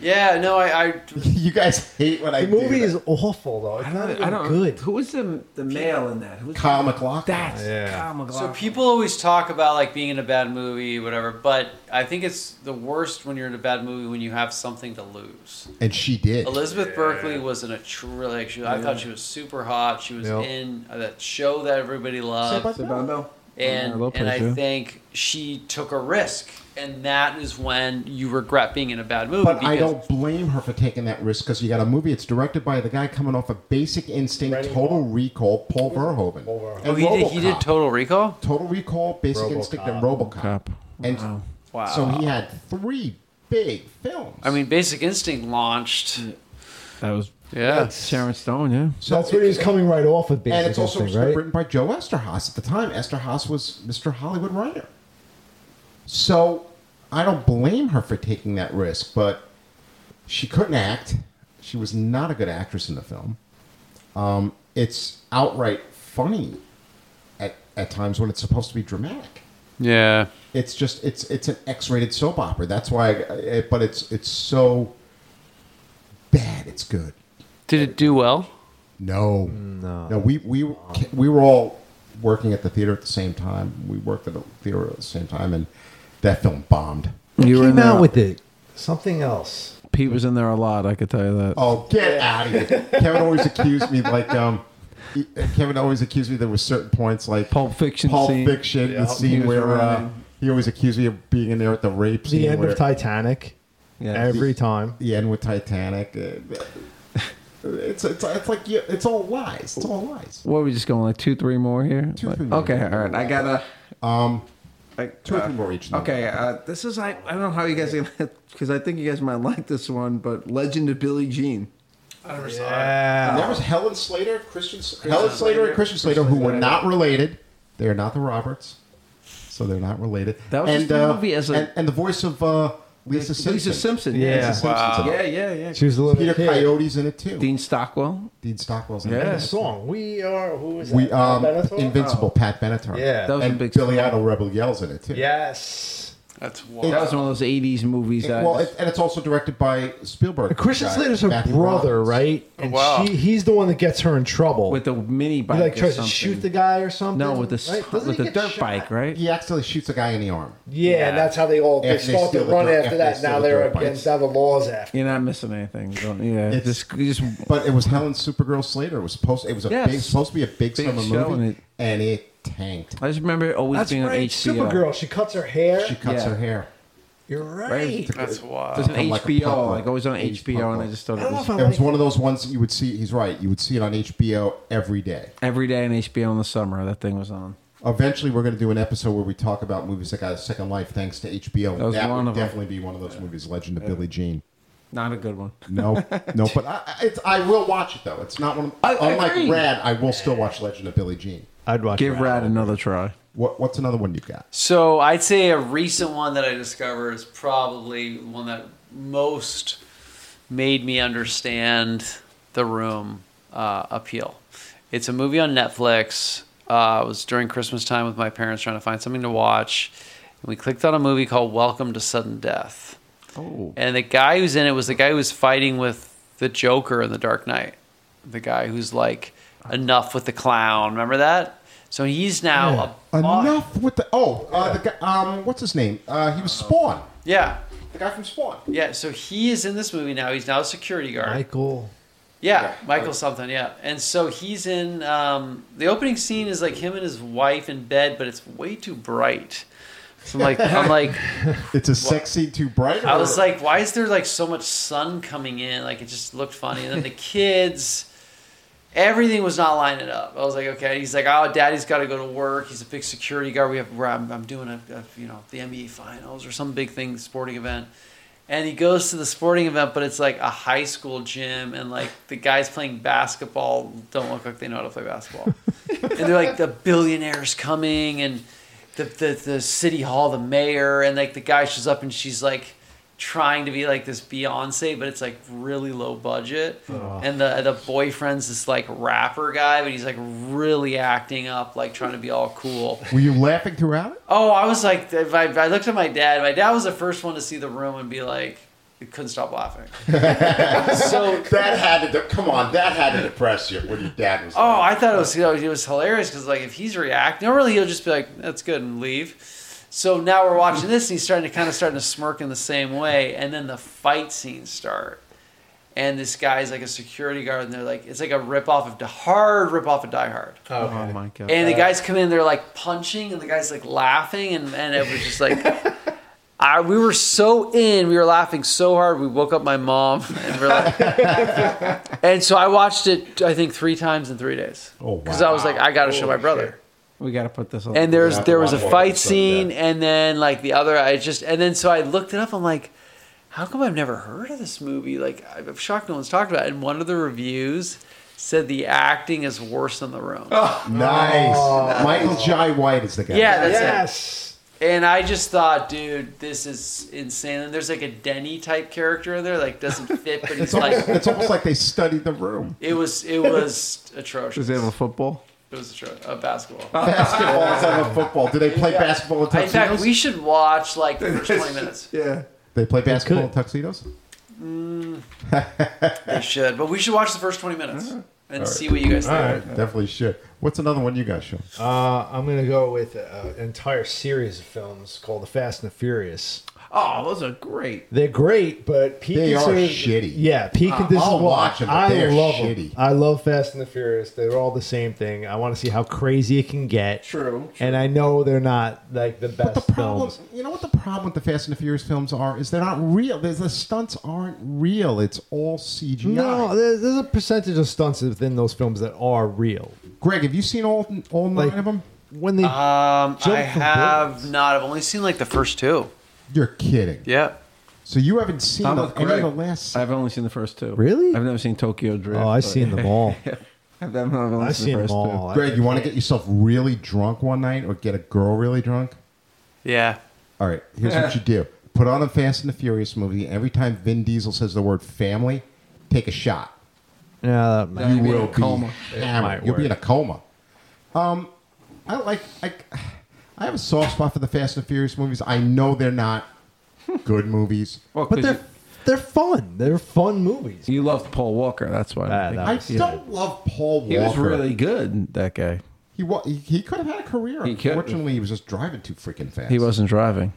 D: Yeah, no, I, I
B: you guys hate when I
C: the movie
B: do
C: is
B: that.
C: awful though. It's
A: I
C: not
A: don't.
C: even
A: I don't
C: good.
A: Who was the the male in that? Who was
B: Kyle MacLachlan.
A: That's
C: Yeah.
A: Kyle
D: so
A: MacLachlan.
D: people always talk about like being in a bad movie, whatever. But I think it's the worst when you're in a bad movie when you have something to lose.
B: and she did.
D: Elizabeth Berkley was in a tr- like she, I thought she was super hot. She was
C: Yeah.
D: in uh, that show that everybody loved.
B: But-
A: Sabando.
D: and
A: Lopez,
D: and I
A: yeah.
D: think she took a risk, and that is when you regret being in a bad movie.
B: But I
D: because-
B: don't blame her for taking that risk because you got a movie. It's directed by the guy coming off of Basic Instinct,
C: Ready?
B: Total Recall, Paul Verhoeven. And
D: Oh, he did, he did
B: RoboCop.
D: Total Recall.
B: Total Recall, Basic Instinct, and RoboCop.
A: Cop.
B: And
A: Wow.
D: Wow.
B: so he had three big films.
D: I mean, Basic Instinct launched.
A: That was
D: Yeah.
A: Sharon Stone. Yeah.
B: so
C: That's what he was coming right off of. Basic
B: And it's also
C: Instinct, right?
B: written by Joe Esterhaas at the time. Esterhaas was Mr. Hollywood writer. So I don't blame her for taking that risk, but she couldn't act. She was not a good actress in the film. Um, it's outright funny at, at times when it's supposed to be dramatic.
D: Yeah.
B: It's just it's it's an X-rated soap opera. That's why, I, it, but it's it's so bad. It's good.
D: Did it do well?
B: No, no, We we we were all working at the theater at the same time. We worked at the theater at the same time, and that film bombed.
C: He
A: You were in
C: came out
A: there.
C: with it. Something else.
A: Pete was in there a lot. I could tell you that.
B: Oh, get out of here! Kevin always accused me like um. he- Kevin always accused me there were certain points like
A: Pulp Fiction
B: Pulp
A: scene.
B: Fiction,
A: Yeah.
B: the
A: He
B: scene
A: was
B: where uh,
A: running.
B: he always accused me of being in there at the rape scene.
C: The end
B: where-
C: of Titanic.
A: Yeah.
C: Every time.
B: the end with Titanic. uh, It's it's, it's like yeah, it's all lies. It's all lies.
A: What are we just going like two, three more here?
B: Two,
A: Like-
B: three more.
A: Okay, all right. I gotta.
B: Um,
A: I,
B: Two or three more each, then.
A: Okay, uh, this is I. I don't know how you guys are because I think you guys might like this one, but Legend of Billie Jean.
B: and there was Helen Slater, Christian, Helen Slater, and Christian Slater, who were not related. They are not the Roberts, so they're not related.
A: That was
B: and, uh,
A: just the movie as a-
B: and, and the voice of uh, Lisa Simpson.
A: Lisa Simpson.
C: Yeah.
B: Lisa Simpson's in it.
A: Yeah, yeah, yeah.
C: She was a little
B: Peter
C: kid.
B: Coyote's in it too.
A: Dean Stockwell.
B: Dean Stockwell's in
A: Yeah.
B: it.
A: The
C: song. We are who is
B: We
C: that? Pat
B: um,
C: Benatar?
B: Invincible, Pat Benatar.
C: Yeah. That
A: was a
B: and
A: big
B: Billy Idol Rebel yells in it too.
C: Yes.
D: That's
A: That
D: wild.
A: was one of those '80s movies. That
B: Well, it, and it's also directed by Spielberg.
C: Christian
B: guy,
C: Slater's her
B: Matthew
C: brother,
B: Robbins.
C: right? And
D: Wow.
C: she, he's the one that gets her in trouble.
A: with the mini bike.
C: he like
A: or
C: tries to
A: something.
C: shoot the guy or something.
A: No, with the
C: right? Doesn't
A: with
C: he
A: the
C: get
A: dirt
C: shot?
A: bike, right?
B: He accidentally shoots a guy in the arm.
C: Yeah, and that's how they all they
B: After they
C: start to
B: steal the
C: run
B: dirt-
C: after
B: after
C: that.
B: they
C: Now
B: steal the
C: they're
B: dirt bikes.
C: against other laws after.
A: You're not missing anything. Don't, yeah,
B: It's-
A: just just
B: But it was Helen Supergirl Slater. It was supposed. It was a
A: Yes.
B: big, supposed to be a big,
A: Big
B: summer
A: show,
B: movie,
A: and it-
B: and it tanked.
A: I just remember it always
C: That's
A: being on
C: right.
A: HBO.
C: Supergirl. She cuts her hair.
B: She cuts
A: Yeah.
B: her hair.
C: You're right.
A: Right.
D: That's
A: There's
D: wild.
A: an
B: I'm like a
A: HBO,
B: punk
A: like
B: rock.
A: always on
B: Age
A: HBO,
B: punk
A: and I
B: rock.
A: just thought
C: I
A: it
C: don't know
A: was
C: if I
B: It was
C: like
B: one of those ones that you would see. He's right. You would see it on HBO every day.
A: every day on HBO in the summer that thing was on.
B: Eventually, we're going to do an episode where we talk about movies that got a second life thanks to HBO.
A: That was one
B: would
A: of 'em.
B: definitely be one of those movies. Legend of Billie Jean.
A: Not a good one.
B: No, no, but I, I- it's, I will watch it though. It's not one. Of,
A: I- I
B: unlike
A: agree.
B: Rad, I will still watch Legend of Billie Jean.
C: I'd watch.
A: Give Rad another try.
B: What, what's another one you got?
D: So I'd say a recent one that I discovered is probably one that most made me understand the room uh, appeal. It's a movie on Netflix. Uh, it was during Christmas time with my parents trying to find something to watch, and we clicked on a movie called Welcome to Sudden Death.
A: Oh,
D: And the guy who's in it was the guy who was fighting with the Joker in The Dark Knight. The guy who's like, enough with the clown. Remember that? So he's now a boss-
B: Enough with the oh, uh, the guy, um, what's his name? Uh, he was Spawn,
D: Yeah.
B: the guy from Spawn.
D: Yeah. So he is in this movie now. He's now a security guard.
C: Michael.
D: Yeah,
B: Yeah.
D: Michael something. Yeah, and so he's in. Um, the opening scene is like him and his wife in bed, but it's way too bright. So I'm like, I'm like,
B: It's a sex scene too bright.
D: I
B: or-
D: was like, why is there like so much sun coming in? Like it just looked funny. And then the kids, everything was not lining up. I was like, okay. He's like, oh, daddy's got to go to work. He's a big security guard. We have, we're, I'm, I'm doing a, a, you know, the NBA finals or some big thing, sporting event. And he goes to the sporting event, but it's like a high school gym, and like the guys playing basketball don't look like they know how to play basketball. and they're like the billionaires coming, and the, the the city hall, the mayor, and like the guy shows up, and she's like trying to be like this Beyonce, but it's like really low budget. And the the boyfriend's this like rapper guy, but he's like really acting up, like trying to be all cool.
B: were you laughing throughout it?
D: Oh, I was like, if I, I looked at my dad. My dad was the first one to see the room and be like, he couldn't stop laughing. so,
B: That had to de- come on. That had to depress you when your dad was.
D: oh, I thought it was you know, it was hilarious because like if he's reacting, normally he'll just be like, that's good and leave. So now we're watching this and he's starting to kind of starting to smirk in the same way, and then the fight scenes start. And this guy's like a security guard, and they're like, it's like a rip off of Die Hard, rip off of Die Hard.
A: oh my god.
D: And the guys come in, they're like punching, and the guys like laughing, and, and it was just like, I, we were so in, we were laughing so hard. We woke up my mom, and we're like, and so I watched it, I think three times in three days.
B: Oh,
D: Because I was like, I got to show my brother.
A: we got to put this on.
D: And there's
B: have to
D: there was a
B: watch it
D: fight
B: on
D: scene,
B: Sunday.
D: and then like the other, I just and then so I looked it up. I'm like, how come I've never heard of this movie? Like I'm shocked no one's talked about. it. And one of the reviews said the acting is worse than the room.
B: nice. Michael Jai White is the guy.
D: Oh. Yeah, that's it.
C: Yes.
D: And I just thought, dude, this is insane. And there's like a Denny type character in there, like doesn't fit, but he's
B: It's almost,
D: like,
B: it's almost like they studied the room.
D: it was it was atrocious.
A: does it have a football?
D: It was atrocious. Uh, basketball.
B: Basketball instead of football. Do they play basketball in
D: In
B: tuxedos?
D: fact, we should watch like the first 20 minutes.
A: Yeah.
B: they play basketball in
C: could.
B: tuxedos.
D: They should, but we should watch the first 20 minutes and see what you guys think.
B: Definitely should. What's another one you guys show?
C: Uh, I'm gonna go with uh, an entire series of films called The Fast and the Furious.
A: Oh, those are great.
C: They're great, but Pete
B: They are
C: considers-
B: shitty.
C: Yeah, Pete.
B: I-
C: this
B: I'll
C: is why
B: watch 'em, but
C: I
B: they are
C: love 'em.
B: shitty.
C: I love Fast and the Furious. They're all the same thing. I want to see how crazy it can get.
A: True,
C: And I know they're not like the best
B: But the problem,
C: films.
B: you know what the problem with the Fast and the Furious films are is they're not real. There's, the stunts aren't real. It's all CGI.
C: No, there's, there's a percentage of stunts within those films that are real.
B: Greg, have you seen all all nine
C: Like
B: of them?
C: when they
D: Um,
C: Jump
D: I
C: from
D: have
C: buildings.
D: not. I've only seen like the first two.
B: You're kidding.
D: Yeah.
B: So you haven't seen
A: I'm
B: the,
A: with
B: any of
A: Greg.
B: the last.
A: I've only seen the first two.
C: Really?
A: I've never seen Tokyo Drift.
C: oh, I've
A: but-
C: seen them all.
A: I've I've only
C: I've seen
A: the
C: them
A: first
C: all. I-
B: Greg, you want to get yourself really drunk one night or get a girl really drunk?
D: Yeah.
B: All right, here's what you do: put on a Fast and the Furious movie. Every time Vin Diesel says the word family, take a shot.
C: Yeah, that
A: two.
C: might-
B: You
A: You'd be in
B: will
A: a coma.
B: be hammered.
C: might
B: You'll be in
C: work.
B: a coma. Um, I like I, I have a soft spot for the Fast and the Furious movies. I know they're not good movies.
A: Well,
C: but
A: 'cause
C: they're they're fun. They're fun movies.
A: you, you loved Paul Walker. That's why.
C: Ah, that
B: I
C: was-
B: still love Paul Walker.
A: he was really good. That guy.
B: He wa- he, he could have had a career.
A: He could.
B: Unfortunately, he was just driving too freaking fast.
A: He wasn't driving.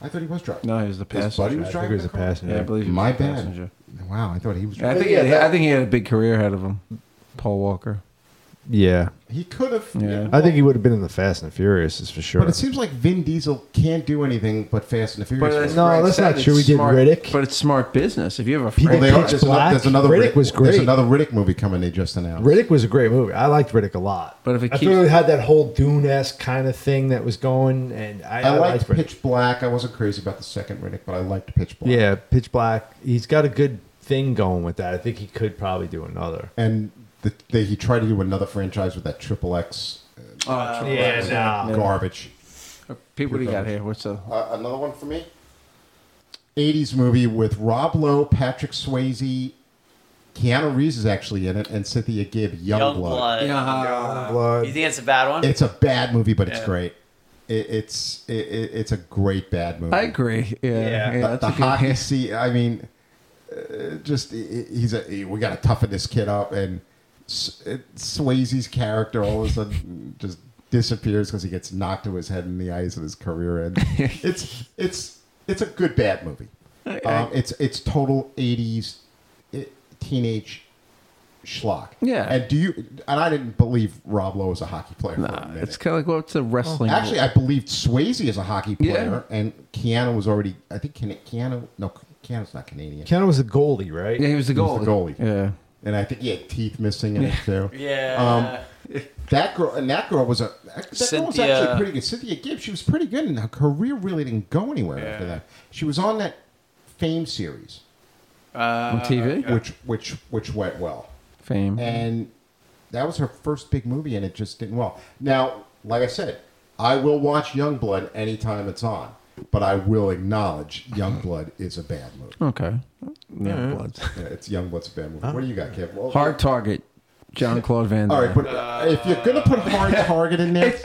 B: I thought he was driving.
A: No, he was the
B: His buddy
A: passenger.
B: was
A: I
B: driving. the car?
A: Yeah, I believe. he was
B: My
A: the
B: bad.
A: passenger.
B: Wow, I thought he was.
A: I
B: Driving.
A: think.
C: yeah,
A: he,
C: that-
A: I think he had a big career ahead of him. Paul Walker.
C: Yeah,
B: He could have.
A: Yeah.
C: I think he would have been in the Fast and the Furious, is for sure.
B: But it seems like Vin Diesel can't do anything but uh, Fast and the Furious.
A: as
B: movies.
C: no,
A: Greg
C: that's
A: said,
C: not
A: it's
C: true. We did
A: smart-
C: Riddick.
A: But it's smart business. If you have a friend,
B: Well, they are.
C: Pitch
B: There's another,
C: Black.
B: there's another
C: Riddick was
B: There's
C: great.
B: another Riddick movie coming. They just announced.
C: Riddick was a great movie. I liked Riddick a lot.
A: But if it
C: I
A: keeps-
C: feel it had that whole Dune esque kind of thing that was going, and
B: I,
C: I, I
B: liked
C: liked Riddick.
B: Pitch Black. I wasn't crazy about the second Riddick, but I liked Pitch Black.
C: Yeah, Pitch Black. He's got a good thing going with that. I think he could probably do another.
B: And the, they, he tried to do another franchise with that Triple X. uh,
A: Oh,
C: yeah,
B: that was
C: no.
B: Garbage.
A: Pete, what do you got here? What's the?
B: Uh, another one for me. 80s movie with Rob Lowe, Patrick Swayze, Keanu Reeves is actually in it, and Cynthia Gibb, Youngblood.
D: You think it's a bad one?
B: It's a bad movie, but it's
D: Yeah.
B: great. It, it's it, it, it's a great bad movie.
A: I agree. Yeah, yeah.
B: the,
A: that's
B: the
A: a good-
B: hockey scene. I mean, uh, just he- he- he's a he- we got to toughen this kid up, and S- it- Swayze's character all of a sudden just disappears because he gets knocked to his head in the ice and his career ends. it's it's it's a good bad movie. Um, it's it's total eighties teenage schlock.
A: Yeah.
B: and do you? And I didn't believe Rob Lowe was a hockey player. for a
A: Nah,
B: minute.
A: it's kind of like what's the wrestling?
B: Actually, I believed Swayze is a hockey
A: Yeah.
B: player, and Keanu was already. I think Ken- Keanu. No, Keanu's not Canadian.
C: Keanu was a goalie, right?
A: yeah, he was the
B: was
A: goalie.
B: the goalie.
A: Yeah,
B: and I think he had teeth missing in it too.
D: yeah.
B: That girl and that girl was a. That girl was
D: Cynthia-
B: actually pretty good. Cynthia Gibbs. She was pretty good, and her career really didn't go anywhere after that. She was on that Fame series,
A: on TV,
B: which which which went well,
A: fame.
B: and that was her first big movie, and it just didn't well. Now, like I said, I will watch Youngblood anytime it's on. But I will acknowledge
A: Hmm.
B: Youngblood is a bad movie.
A: okay, yeah, Bloods.
B: Yeah, it's Youngblood's a bad movie. What do you got, Kev? Well,
A: Hard target, John Claude Van.
B: All
A: Damme.
B: right, but uh, if you're gonna put hard target in there,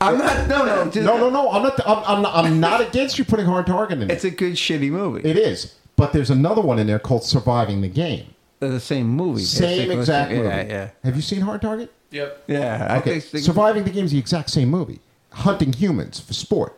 A: I'm not. No, no, just,
B: no, no, no. I'm not. I'm, I'm, I'm not against you putting hard target in there.
A: It's a good shitty movie.
B: it is, but there's another one in there called Surviving the Game.
A: They're the same movie.
B: Same
A: basically.
B: exact movie.
A: Yeah, yeah,
B: Have you seen Hard Target?
D: Yep.
A: yeah. I
B: Okay.
A: think
B: Surviving the Game is the exact same movie. Hunting humans for sport,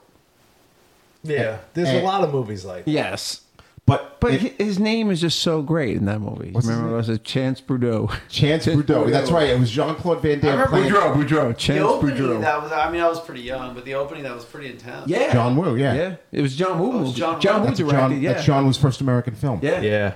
C: Yeah. There's
B: And-
C: a lot of movies like that.
A: yes.
B: but
A: But
B: it-
A: hi- his name is just so great in that movie.
B: What's his
A: Remember,
B: name?
A: it was a Chance Boudreau.
B: Chance Boudreau. That's right. It was Jean Claude Van Damme
D: remember
B: playing
A: Boudreau, Boudreau,
D: The
A: Chance
D: opening
A: Boudreau.
D: that was. I mean, I was pretty young, but the opening that was pretty intense.
A: yeah,
B: John Woo. Yeah,
A: yeah. It was John Woo.
D: Oh, it was
A: movie.
D: John Woo.
A: John Woo
B: That's
A: directed.
B: John.
A: yeah,
B: That's John Woo's first American film.
A: yeah,
C: Yeah.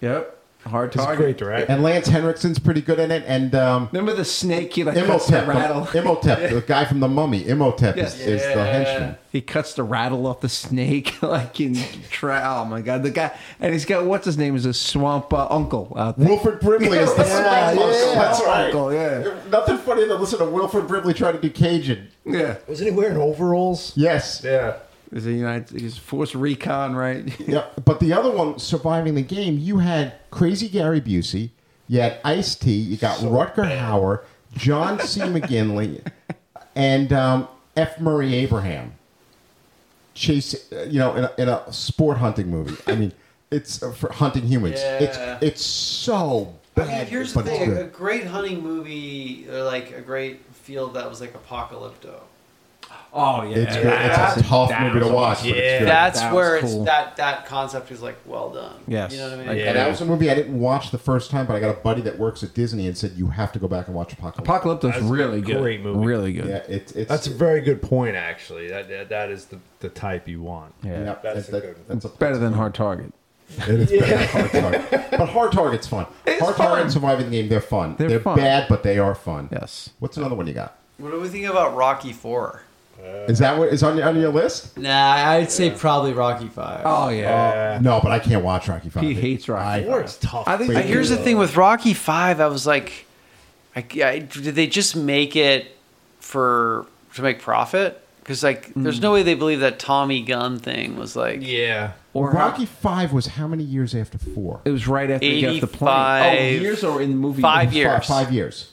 A: yep. Hard
C: He's a
A: target.
C: great director.
B: And Lance Henriksen's pretty good in it, and um,
A: Remember the snake? He like cuts the
B: Imhotep,
A: rattle.
B: the, Imhotep, the guy from the Mummy. Imhotep is,
A: Yeah.
B: is the henchman.
A: He cuts the rattle off the snake like in trial. Oh my god, the guy, and he's got what's his name is a swamp uh, uncle out there.
B: Wilfred Brimley is the
A: Yeah,
B: swamp
A: yeah,
B: uncle.
A: yeah.
B: That's right.
A: Uncle, yeah.
B: Nothing funnier than listen to Wilfred Brimley try to do Cajun.
A: Yeah,
C: Wasn't he wearing overalls?
B: Yes.
C: Yeah.
A: is he United? He's force recon, right?
B: Yeah. But the other one, surviving the game, you had crazy Gary Busey, you had Ice T, you got Rutger Hauer, John C. McGinley, and um, F. Murray Abraham. Chase, uh, you know, in a, in a sport hunting movie. I mean, it's uh, for hunting humans.
D: Yeah.
B: It's it's so
D: I
B: bad.
D: mean, here's the
B: but it's
D: thing: a
B: good.
D: great hunting movie, or like a great field that was like Apocalypto.
A: Oh yeah,
B: It's, it's a tough movie to watch. but it's good.
D: That's
A: That was
D: where
A: cool.
D: it's that that concept is like well done.
A: Yes.
D: you know what I mean.
A: Like,
B: And that was a movie I didn't watch the first time, but I got a buddy that works at Disney and said you have to go back and watch Apocalypse.
A: Apocalypto's really good.
F: great movie.
A: Really good.
B: yeah, it's it's
F: That's a very good point, actually. That that, that is the, the type you want.
A: Yeah.
B: yeah,
F: That's
B: that-
F: a good one.
B: That's a
A: Better than Hard Target.
B: It is better than Hard Target. But Hard Target's fun. hard Target and Surviving the Game, they're fun.
A: They're
B: They're,
A: fun.
B: bad, but they are fun.
A: Yes.
B: What's another one you got?
D: What do we think about Rocky Four?
F: Uh,
B: Is that what is on your on your list?
E: Nah, I'd say probably Rocky Five.
A: Oh yeah.
B: No, but I can't watch Rocky Five.
A: he hates Rocky.
F: War is tough.
A: I think-
B: Wait,
D: Uh, here's the thing with Rocky Five. I was like, I, I- did they just make it for to make profit? Because like, there's no way they believe that Tommy Gunn thing was like
F: yeah.
A: Or
B: Rocky Five was how many years after four?
A: It was right after he got off the plane. Oh,
D: 85
A: years or in the movie?
D: five
B: Fi-
D: years.
B: Five, years.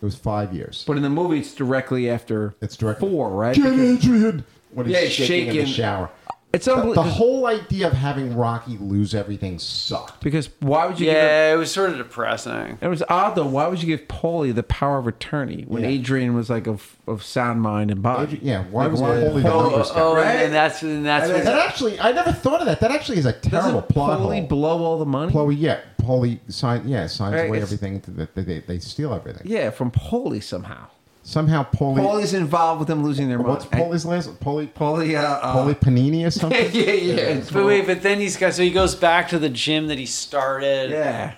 B: It was five years.
A: But in the movie, it's directly after.
B: It's directly
A: four, right?
B: Get
A: Because
B: Adrian when he's
A: Yeah, he's
B: shaking, in the
A: shaking.
B: shower.
A: It's
B: The, the
A: unbelievable.
B: whole idea of having Rocky lose everything sucked.
A: because why would you? give up-
D: yeah, Oh, it was sort of depressing.
A: it was odd though. Why would you give Paulie the power of attorney when
B: Yeah.
A: Adrian was like of of sound mind and body?
B: Adrian- yeah, why
A: Like,
B: was Paulie the
A: Paulie-
B: numbers
D: Oh,
B: guy?
D: oh,
A: Right?
D: and that's and that's
B: That
D: what-
B: actually, I never thought of that. That actually is a terrible
A: Doesn't
B: plot
A: Paulie
B: hole.
A: blow all the money?
B: Chloe, yeah, Polly sign, yeah, signs
A: Right,
B: away
A: it's-
B: everything. To the, they, they steal everything.
A: Yeah, from Paulie somehow.
B: Somehow, Polly.
A: Paulie's involved with them losing their money.
B: what's Polly's last? Polly.
A: Paulie, uh, uh,
B: Polly Panini or something.
A: yeah, yeah. it's
D: But wait, but then he's got so he goes back to the gym that he started.
A: yeah.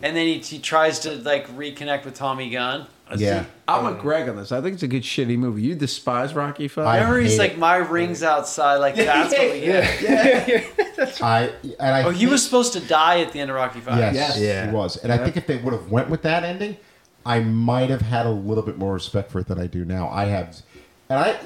D: and then he, he tries to like reconnect with Tommy Gunn.
B: yeah.
A: I'm with Greg on this. I think it's a good shitty movie. You despise Rocky
B: I
A: Five.
D: Remember, he's
B: hate
D: like,
B: it.
D: "My ring's outside." Like that's what we get.
B: I and I.
D: Oh, he
B: think-
D: was supposed to die at the end of Rocky Five.
B: Yes,
A: Yes.
B: he was. And I think if they would have went with that ending, I might have had a little bit more respect for it than I do now. I have, and I,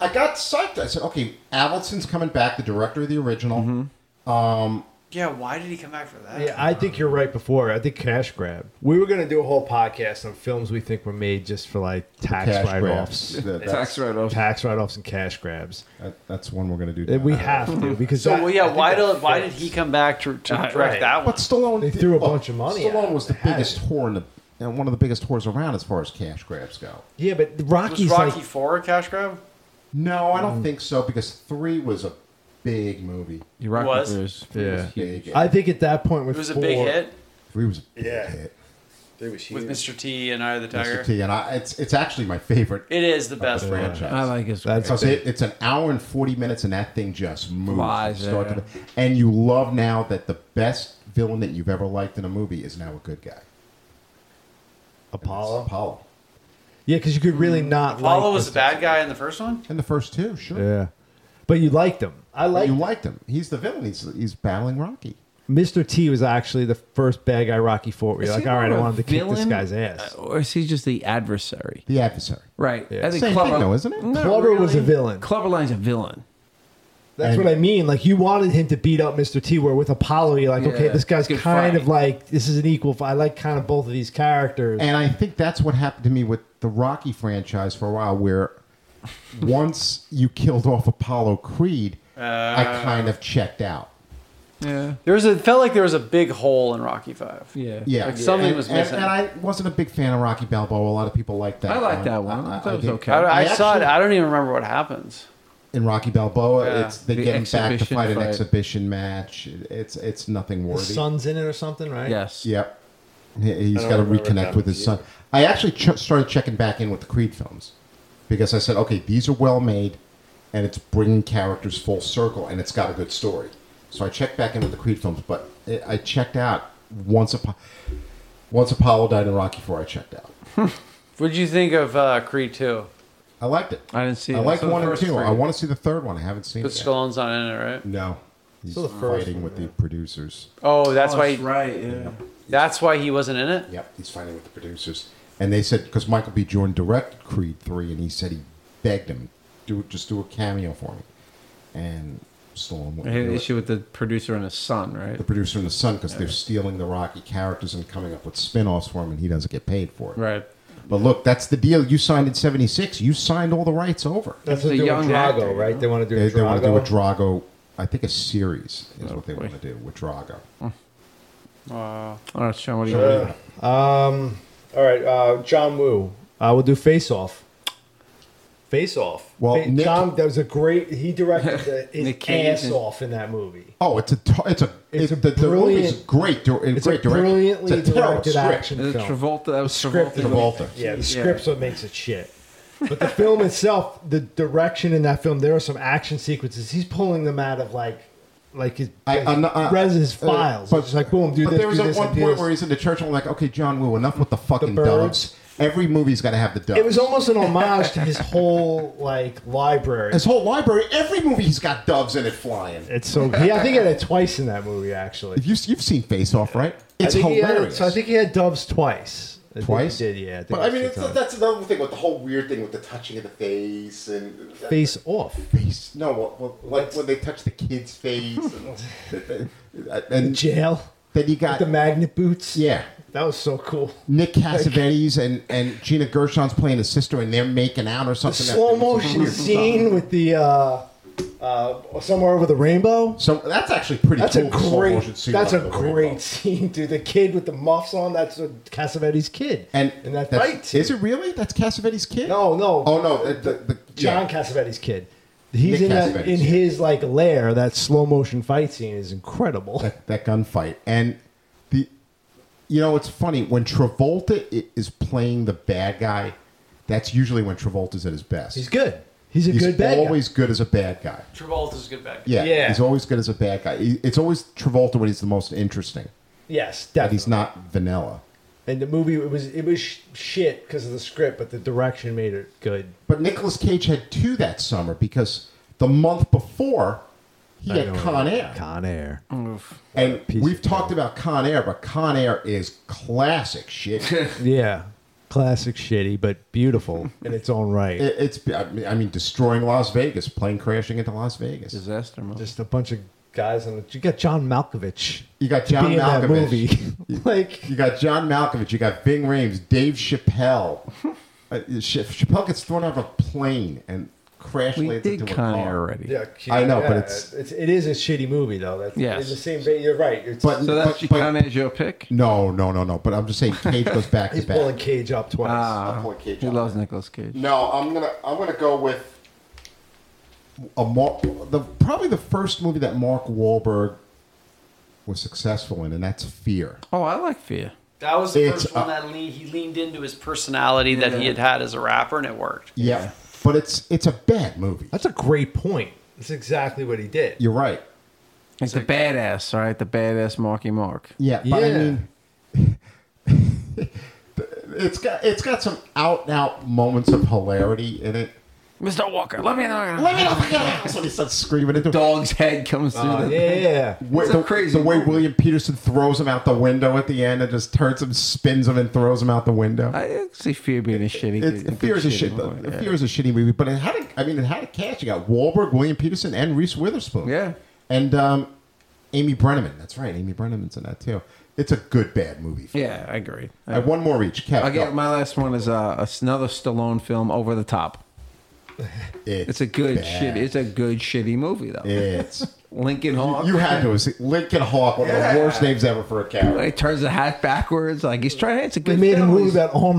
B: I got psyched. I said, okay, Avildsen's coming back, the director of the original.
F: Mm-hmm.
D: Yeah. Why did he come back for that?
F: Yeah, I think you're right. Before I think cash grab. We were gonna do a whole podcast on films we think were made just for like tax
B: Cash
F: write
B: grabs.
F: offs,
B: That-
A: Tax
B: that's,
A: write-off.
F: tax write offs, and cash grabs.
B: that- that's one we're gonna do.
F: And we
B: now.
F: have to because
D: So
F: that-
D: well,
F: I
D: yeah.
F: think
D: Why
F: that
D: did why did
F: fits.
D: he come back to, to direct
F: right.
D: that one?
B: But Stallone,
F: They threw a bunch of money at
B: Stallone
F: it.
B: was the
F: They had
B: biggest
F: it.
B: whore in the, and one of the biggest whores around as far as cash grabs go.
F: Yeah, but
D: was
F: Rocky's
D: Rocky
F: like
D: Four a cash grab?
B: No, I don't think so because three was a big movie.
A: You rock
D: Was.
A: with yours.
F: yeah.
B: Big.
F: I think at that point with
D: It was a
F: four,
D: big hit
B: three was a big
C: Yeah.
B: hit.
D: with Mr. T and I the Tiger.
B: Mr. T, and I, it's it's actually my favorite
D: It is the best
B: of the
D: one.
B: franchise.
A: I like his.
F: That's-
B: Because it, it's an hour and 40 minutes, and that thing just moves. from
A: Flies,
B: start
A: yeah.
B: to the- and you love now that the best villain that you've ever liked in a movie is now a good guy.
F: Apollo.
B: Apollo.
F: Yeah, because you could really
D: Mm-hmm.
F: not.
D: Apollo
F: like
D: was
F: the-
D: the bad guy in the first one.
B: And the first two, sure.
F: Yeah, but you liked him. I
B: But
F: liked
B: you liked him. He's the villain. He's, he's battling Rocky.
F: Mr. T was actually the first bad guy Rocky fought. We're
A: Is
F: like,
A: he
F: all right,
A: more
F: I
A: a
F: wanted to kick this
A: villain? Uh,
F: guy's ass.
A: Or is he just the adversary?
B: The adversary.
A: Right.
F: Yeah.
A: I think
B: Same
A: Clubber,
B: thing, though, isn't it?
A: Not
F: Clubber was a villain.
A: Clubberline's a villain.
F: That's
B: And-
F: what I mean. Like you wanted him to beat up Mr. T. Where with Apollo, you're like, okay,
A: Yeah,
F: this guy's
A: good
F: kind
A: fight.
F: of like this is an equal. Fight. I like kind of both of these characters.
B: And I think that's what happened to me with the Rocky franchise for a while, where once you killed off Apollo Creed, I kind of checked out.
A: Yeah.
D: There was a, it felt like there was a big hole in Rocky Five.
A: Yeah.
B: Yeah,
D: Like, something
B: And-
D: was
B: and-
D: missing.
B: And, I wasn't a big fan of Rocky Balboa. A lot of people like that.
A: I like that one. I thought it was
B: think-
A: okay.
D: I, I
B: I
D: saw it.
B: actually-
D: I don't even remember what happens.
B: In Rocky Balboa,
D: Yeah.
B: it's they
A: The
B: get him back to
A: exhibition
B: fight an
A: fight.
B: exhibition match. It- It's it's nothing
F: the
B: worthy.
F: son's in it or something, right?
A: Yes.
B: Yep, He- he's
C: don't
B: got to
C: remember
B: reconnect
C: that
B: with his son.
C: either.
B: I actually ch- started checking back in with the Creed films because I said, okay, these are well made, and it's bringing characters full circle, and it's got a good story. So I checked back in with the Creed films, but it, I checked out once. Apo- once Apollo died in Rocky Four, I checked out.
D: What did you think of uh, Creed Two?
B: I liked it.
A: I didn't see
B: I
A: it.
B: like
A: So the
B: one and
A: first
B: two.
A: three.
B: I want to see the third one. I haven't seen
D: But
B: it. Yet.
D: Stallone's not in it, right?
B: No, he's
F: So the first
B: fighting
F: one,
B: with
F: yeah.
B: the producers.
D: Oh, that's why. He,
A: right. Yeah.
D: That's why he wasn't in it.
B: Yep, he's fighting with the producers, and they said because Michael B. Jordan directed Creed three, and he said he begged him, do just do a cameo for me, and Stallone
A: I
B: wouldn't
A: had an
B: do it.
A: issue with the producer and his son, right?
B: The producer and the son because they're stealing the Rocky characters and coming up with spin-offs for him, and he doesn't get paid for it.
A: Right.
B: But look, that's the deal. You signed in '76. You signed all the rights over.
F: That's
A: It's
F: what
A: a
F: they do with
A: young
F: Drago,
A: actor, you know?
F: right? They want to do
B: They,
F: a
B: they want to do a
F: Drago.
B: Drago. I think a series is what they
A: Oh, boy.
B: want to do with Drago.
D: Wow.
A: All right, Sean, what do you
F: Uh, um, all right, uh, John Woo. Uh, we'll do Face Off.
C: Face Off.
B: Well,
C: Fa-
B: Nick-
C: John, that was a great. He directed the, his
A: Nick Cage
C: ass
A: and-
C: off in that movie.
B: Oh, it's a t- it's a
C: It's
B: it's
C: a
B: the, the movie's
C: brilliant-
B: great. dir-
C: It's
B: great
C: a
B: direction.
C: brilliantly
B: it's a terrible
C: directed
B: script.
C: action
A: The
C: film.
A: Travolta. That was Travolta.
C: Script is-
B: Travolta.
C: Yeah, the
A: Yeah.
C: script's what makes it shit. But the film itself, the direction in that film, there are some action sequences. He's pulling them out of like, like his,
B: I- I'm not- I-
C: res his
B: uh,
C: files.
B: but-
C: it's just like boom, do
B: but
C: this,
B: there was
C: do
B: at
C: this,
B: one
C: and do
B: point
C: this.
B: where he's in the church and I'm like, okay, John Woo, enough with the fucking
C: birds.
B: doves. Every movie's got to have the doves.
C: it was almost an homage to his whole like library.
B: his whole library. Every movie he's got doves in it flying.
C: It's so yeah, I think he had it twice in that movie actually.
B: If you you've seen Face Off, right? It's
C: I think he had-
B: hilarious.
C: so I think he had doves twice. I think he
B: Twice?
C: did yeah. think
B: but
C: it
B: I
C: was
B: mean,
C: two
B: it's,
C: times.
B: that's another thing with the whole weird thing with the touching of the face and
C: face off.
B: face. No, well, well, like when they touch the kid's face, and, and
C: Jail.
B: then you got
C: The magnet boots.
B: yeah.
C: That was so cool.
B: Nick Cassavetes and, and Gina Gershon's playing his sister, and they're making out or
C: The
B: something.
C: slow
B: It's
C: motion
B: weird.
C: scene with the uh, uh, somewhere over the rainbow.
B: So that's actually pretty.
C: That's
B: cool,
C: a
B: the slow
C: great.
B: motion scene
C: That's
B: of
C: a
B: the
C: great
B: rainbow.
C: scene, dude. The kid with the muffs on. That's a Cassavetes kid.
B: And,
C: and that
B: that's,
C: fight.
B: Is it really? That's Cassavetes' kid.
C: No, no.
B: Oh no. The, the, the,
C: John
B: yeah.
C: Cassavetes kid. He's
B: Nick
C: in that,
B: Cassavetes,
C: in
B: yeah.
C: his like lair. That slow motion fight scene is incredible.
B: that, that gunfight and the you know it's funny when travolta i- is playing the bad guy that's usually when travolta's at his best
C: He's good. He's a
B: He's
C: good bad guy.
B: always good as a bad guy
D: Travolta's a good back.
B: yeah,
C: Yeah.
B: he's always good as a bad guy He- it's always travolta when he's the most interesting
C: Yes,
B: but
C: definitely.
B: he's not vanilla
C: And the movie it was it was sh- shit because of the script, but the direction made it good.
B: but Nicolas cage had two that summer because the month before he had con air
C: Con Air.
B: and
C: piece
B: we've
C: of
B: talked about con air but con air is classic shit
C: Yeah, classic shitty, but beautiful in its own right.
B: It- It's I mean- I mean destroying Las Vegas, plane crashing into Las Vegas.
A: Disaster mode.
C: Just a bunch of guys on it. You got John Malkovich.
B: You got John
C: being in that
B: Malkovich.
C: movie. like
B: You got John Malkovich. You got Bing Rames, Dave Chappelle. Uh, Ch- Chappelle gets thrown out of a plane and crash
A: We
B: lands
A: did
B: into a
A: Con
B: car.
A: Air already.
C: yeah,
B: I know, but it's-
C: it's it is a shitty movie though. That's
A: Yes.
C: in the same vein. You're right. It's,
B: But-
A: So that's
B: But-
A: but,
B: but-
A: Con Air's your pick.
B: No, no, no, no. But I'm just saying, Cage goes back to
C: he's pulling
B: back.
C: Cage up twice.
A: Ah,
B: I'll point Cage
A: he
B: out.
A: loves Nicolas Cage.
B: No, I'm gonna I'm gonna go with a Mark, the probably the first movie that Mark Wahlberg was successful in, and that's Fear.
A: Oh, I like Fear.
D: That was the
B: It's
D: first one
B: a-
D: that lean, he leaned into his personality that he had had as a rapper, and it worked.
B: Yeah, but it's it's a bad movie.
C: That's a great point. That's exactly what he did.
B: You're right.
A: It's the badass, all right? The badass Marky Mark.
B: Yeah, but I
C: Yeah.
B: mean, it's got it's got some out and out moments of hilarity in it.
A: Mr. Walker, let me know.
B: Let Oh, me off the house when he starts screaming into
A: Dog's head comes through.
C: Uh,
A: the,
C: yeah, yeah, yeah.
B: Where-
A: It's a
B: the,
A: crazy
B: the way
A: movie.
B: William Peterson throws him out the window at the end and just turns him, spins him, and throws him out the window.
A: I can see Fear being a shitty.
B: it's,
A: good-
B: fear is a
A: shitty
B: shit.
A: movie, yeah.
B: Fear is a shitty movie, but it had a, I mean, it had a cast. You got Wahlberg, William Peterson, and Reese Witherspoon.
A: Yeah.
B: and um, Amy Brenneman. That's right, Amy Brenneman's in that too. It's a good bad movie.
A: Yeah, I agree.
B: I have one more each. Kev,
A: I
B: go.
A: get my last one is uh, another Stallone film, Over the Top. It's a good
B: bad.
A: shit. It's a good shitty movie though.
B: It's
A: Lincoln Hawk.
B: you had to have seen Lincoln Hawk, one of the worst names ever for a character.
A: he turns the hat backwards. Like he's trying. It's a
C: They
A: good.
C: made a
A: film.
C: movie
A: He's-
C: about arm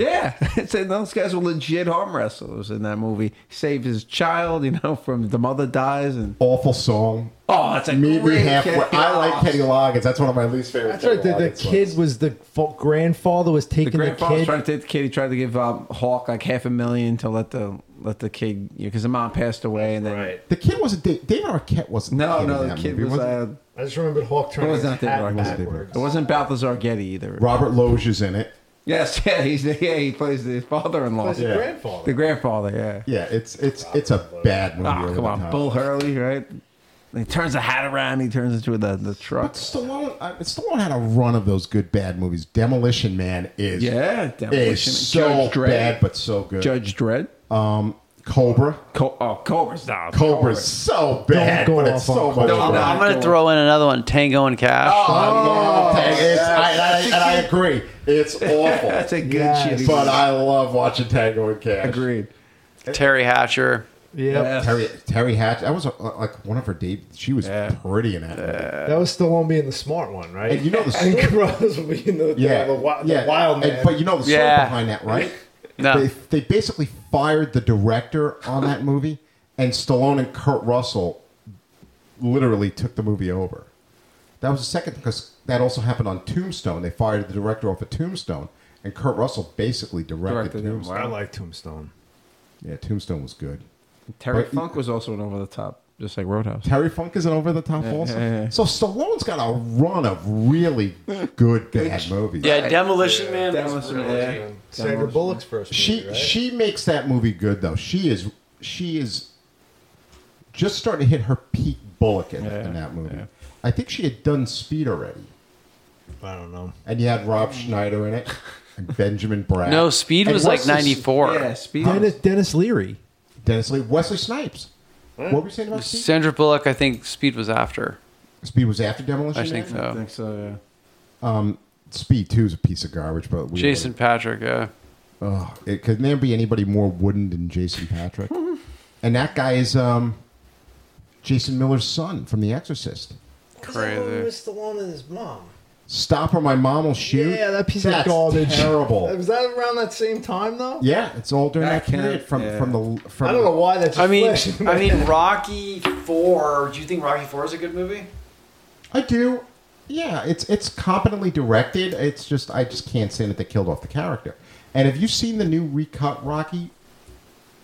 A: Yeah, it's those guys were legit arm wrestlers in that movie. Save his child, you know, from the mother dies, and
B: Awful song.
A: oh, it's a
B: Meet me
A: great
B: halfway.
A: Kenny
B: I like
A: Loggins.
B: Kenny Loggins. That's one of my least favorite.
C: That's right. The,
B: Kenny
C: the
B: Loggins songs.
C: kid was the fa- grandfather was
A: The
C: taking the,
A: grandpa was
C: kid.
A: trying to take the kid. He tried to give um, Hawk like half a million to let the let the kid, because the mom passed away, and then
B: The kid wasn't Da- David Arquette wasn't.
A: no,
B: kid in
A: no, the
B: that
A: kid
B: movie,
A: was.
B: it?
A: Uh,
C: I just remembered Hawk
A: it
C: turning
A: was
C: his
A: not David
C: hat
A: Arquette.
C: backwards.
A: It wasn't Balthazar Getty either.
B: Robert Loge is in it.
A: Yes, yeah, he's the, yeah, he plays the father-in-law,
C: His
B: Yeah.
C: grandfather.
A: the grandfather. Yeah.
B: Yeah, it's it's it's a bad movie.
A: Ah,
B: all the
A: come on,
B: time.
A: Bull Hurley, right? He turns the hat around. He turns into the the
B: But
A: truck.
B: Stallone, I, Stallone had a run of those good bad movies. Demolition Man is
A: Yeah,
B: is
A: Demolition Man.
B: so
A: Judge Dredd.
B: bad but so good.
A: Judge Dredd.
B: Cobra,
A: Co- oh, Uh, Cobra's down.
B: Cobra's so bad,
C: go
B: but
C: off
B: it's so
C: on
B: much.
A: Cobra.
D: I'm,
B: fun.
D: I'm going to throw in another one, Tango and Cash.
B: Oh, it's, I, I, and I agree. It's awful.
A: That's a good
C: Yes.
A: shitty.
B: but I love watching Tango and Cash.
A: agreed.
D: Terry Hatcher.
C: yeah,
B: Terry, Terry Hatch, that was a, like one of her debuts. She was
A: Yeah.
B: pretty in that. movie.
C: that was Stallone being the smart one, right?
B: And you know the
C: and
B: story.
C: Carruthers being the, the,
B: Yeah,
C: the, wi- the
B: yeah.
C: wild man.
B: And- but you know the story
D: Yeah.
B: behind that, right?
D: No.
B: They, they basically fired the director on that movie, and Stallone and Kurt Russell literally took the movie over. That was the second because that also happened on Tombstone. They fired the director off of Tombstone, and Kurt Russell basically directed,
A: Directed it,
B: Tombstone.
A: wow.
C: I like Tombstone.
B: Yeah, Tombstone was good.
A: Terry
B: But-
A: Funk was also an over the top, just like Roadhouse.
B: Terry Funk isn't over the top also.
A: yeah, yeah.
B: So Stallone's got a run of really good bad movies.
D: yeah, Demolition Man.
A: That
D: was
A: was
D: really
A: yeah.
D: good.
C: Sandra
A: was-
C: Bullock's first movie,
B: She
C: right?
B: she makes that movie good though. She is she is just starting to hit her peak Bullock in, in that movie. I think she had done Speed already,
C: I don't know.
B: and you had Rob Schneider in it, and Benjamin Bragg.
D: No, Speed
B: And
D: was like
B: Wesley-
D: '94.
A: Yeah, Speed.
C: Dennis, Dennis Leary.
B: Dennis Lee, Wesley Snipes. What were you saying about Speed?
D: Sandra Bullock, I think Speed was after.
B: Speed was after Demolition.
D: I think
B: Man?
A: I
D: so.
A: think so, yeah.
B: Speed Two is a piece of garbage, but we
D: Jason Patrick, yeah.
B: Oh, it, could there be anybody more wooden than Jason Patrick? and that guy is um, Jason Miller's son from The Exorcist.
D: Crazy.
C: Was Stallone and his mom.
B: Stop or my mom will shoot.
C: Yeah, that piece of
B: That's
C: garbage.
B: Terrible.
C: Was that around that same time though?
B: Yeah, it's all during
A: That
B: that, period
A: can't-
B: from
A: yeah.
B: from the from.
C: I don't know why that just
D: I mean,
C: flashed in my
D: I mean,
C: head.
D: Rocky Four. Do you think Rocky Four is a good movie?
B: I do. Yeah, it's it's competently directed. It's just I just can't say that they killed off the character. And have you seen the new recut Rocky?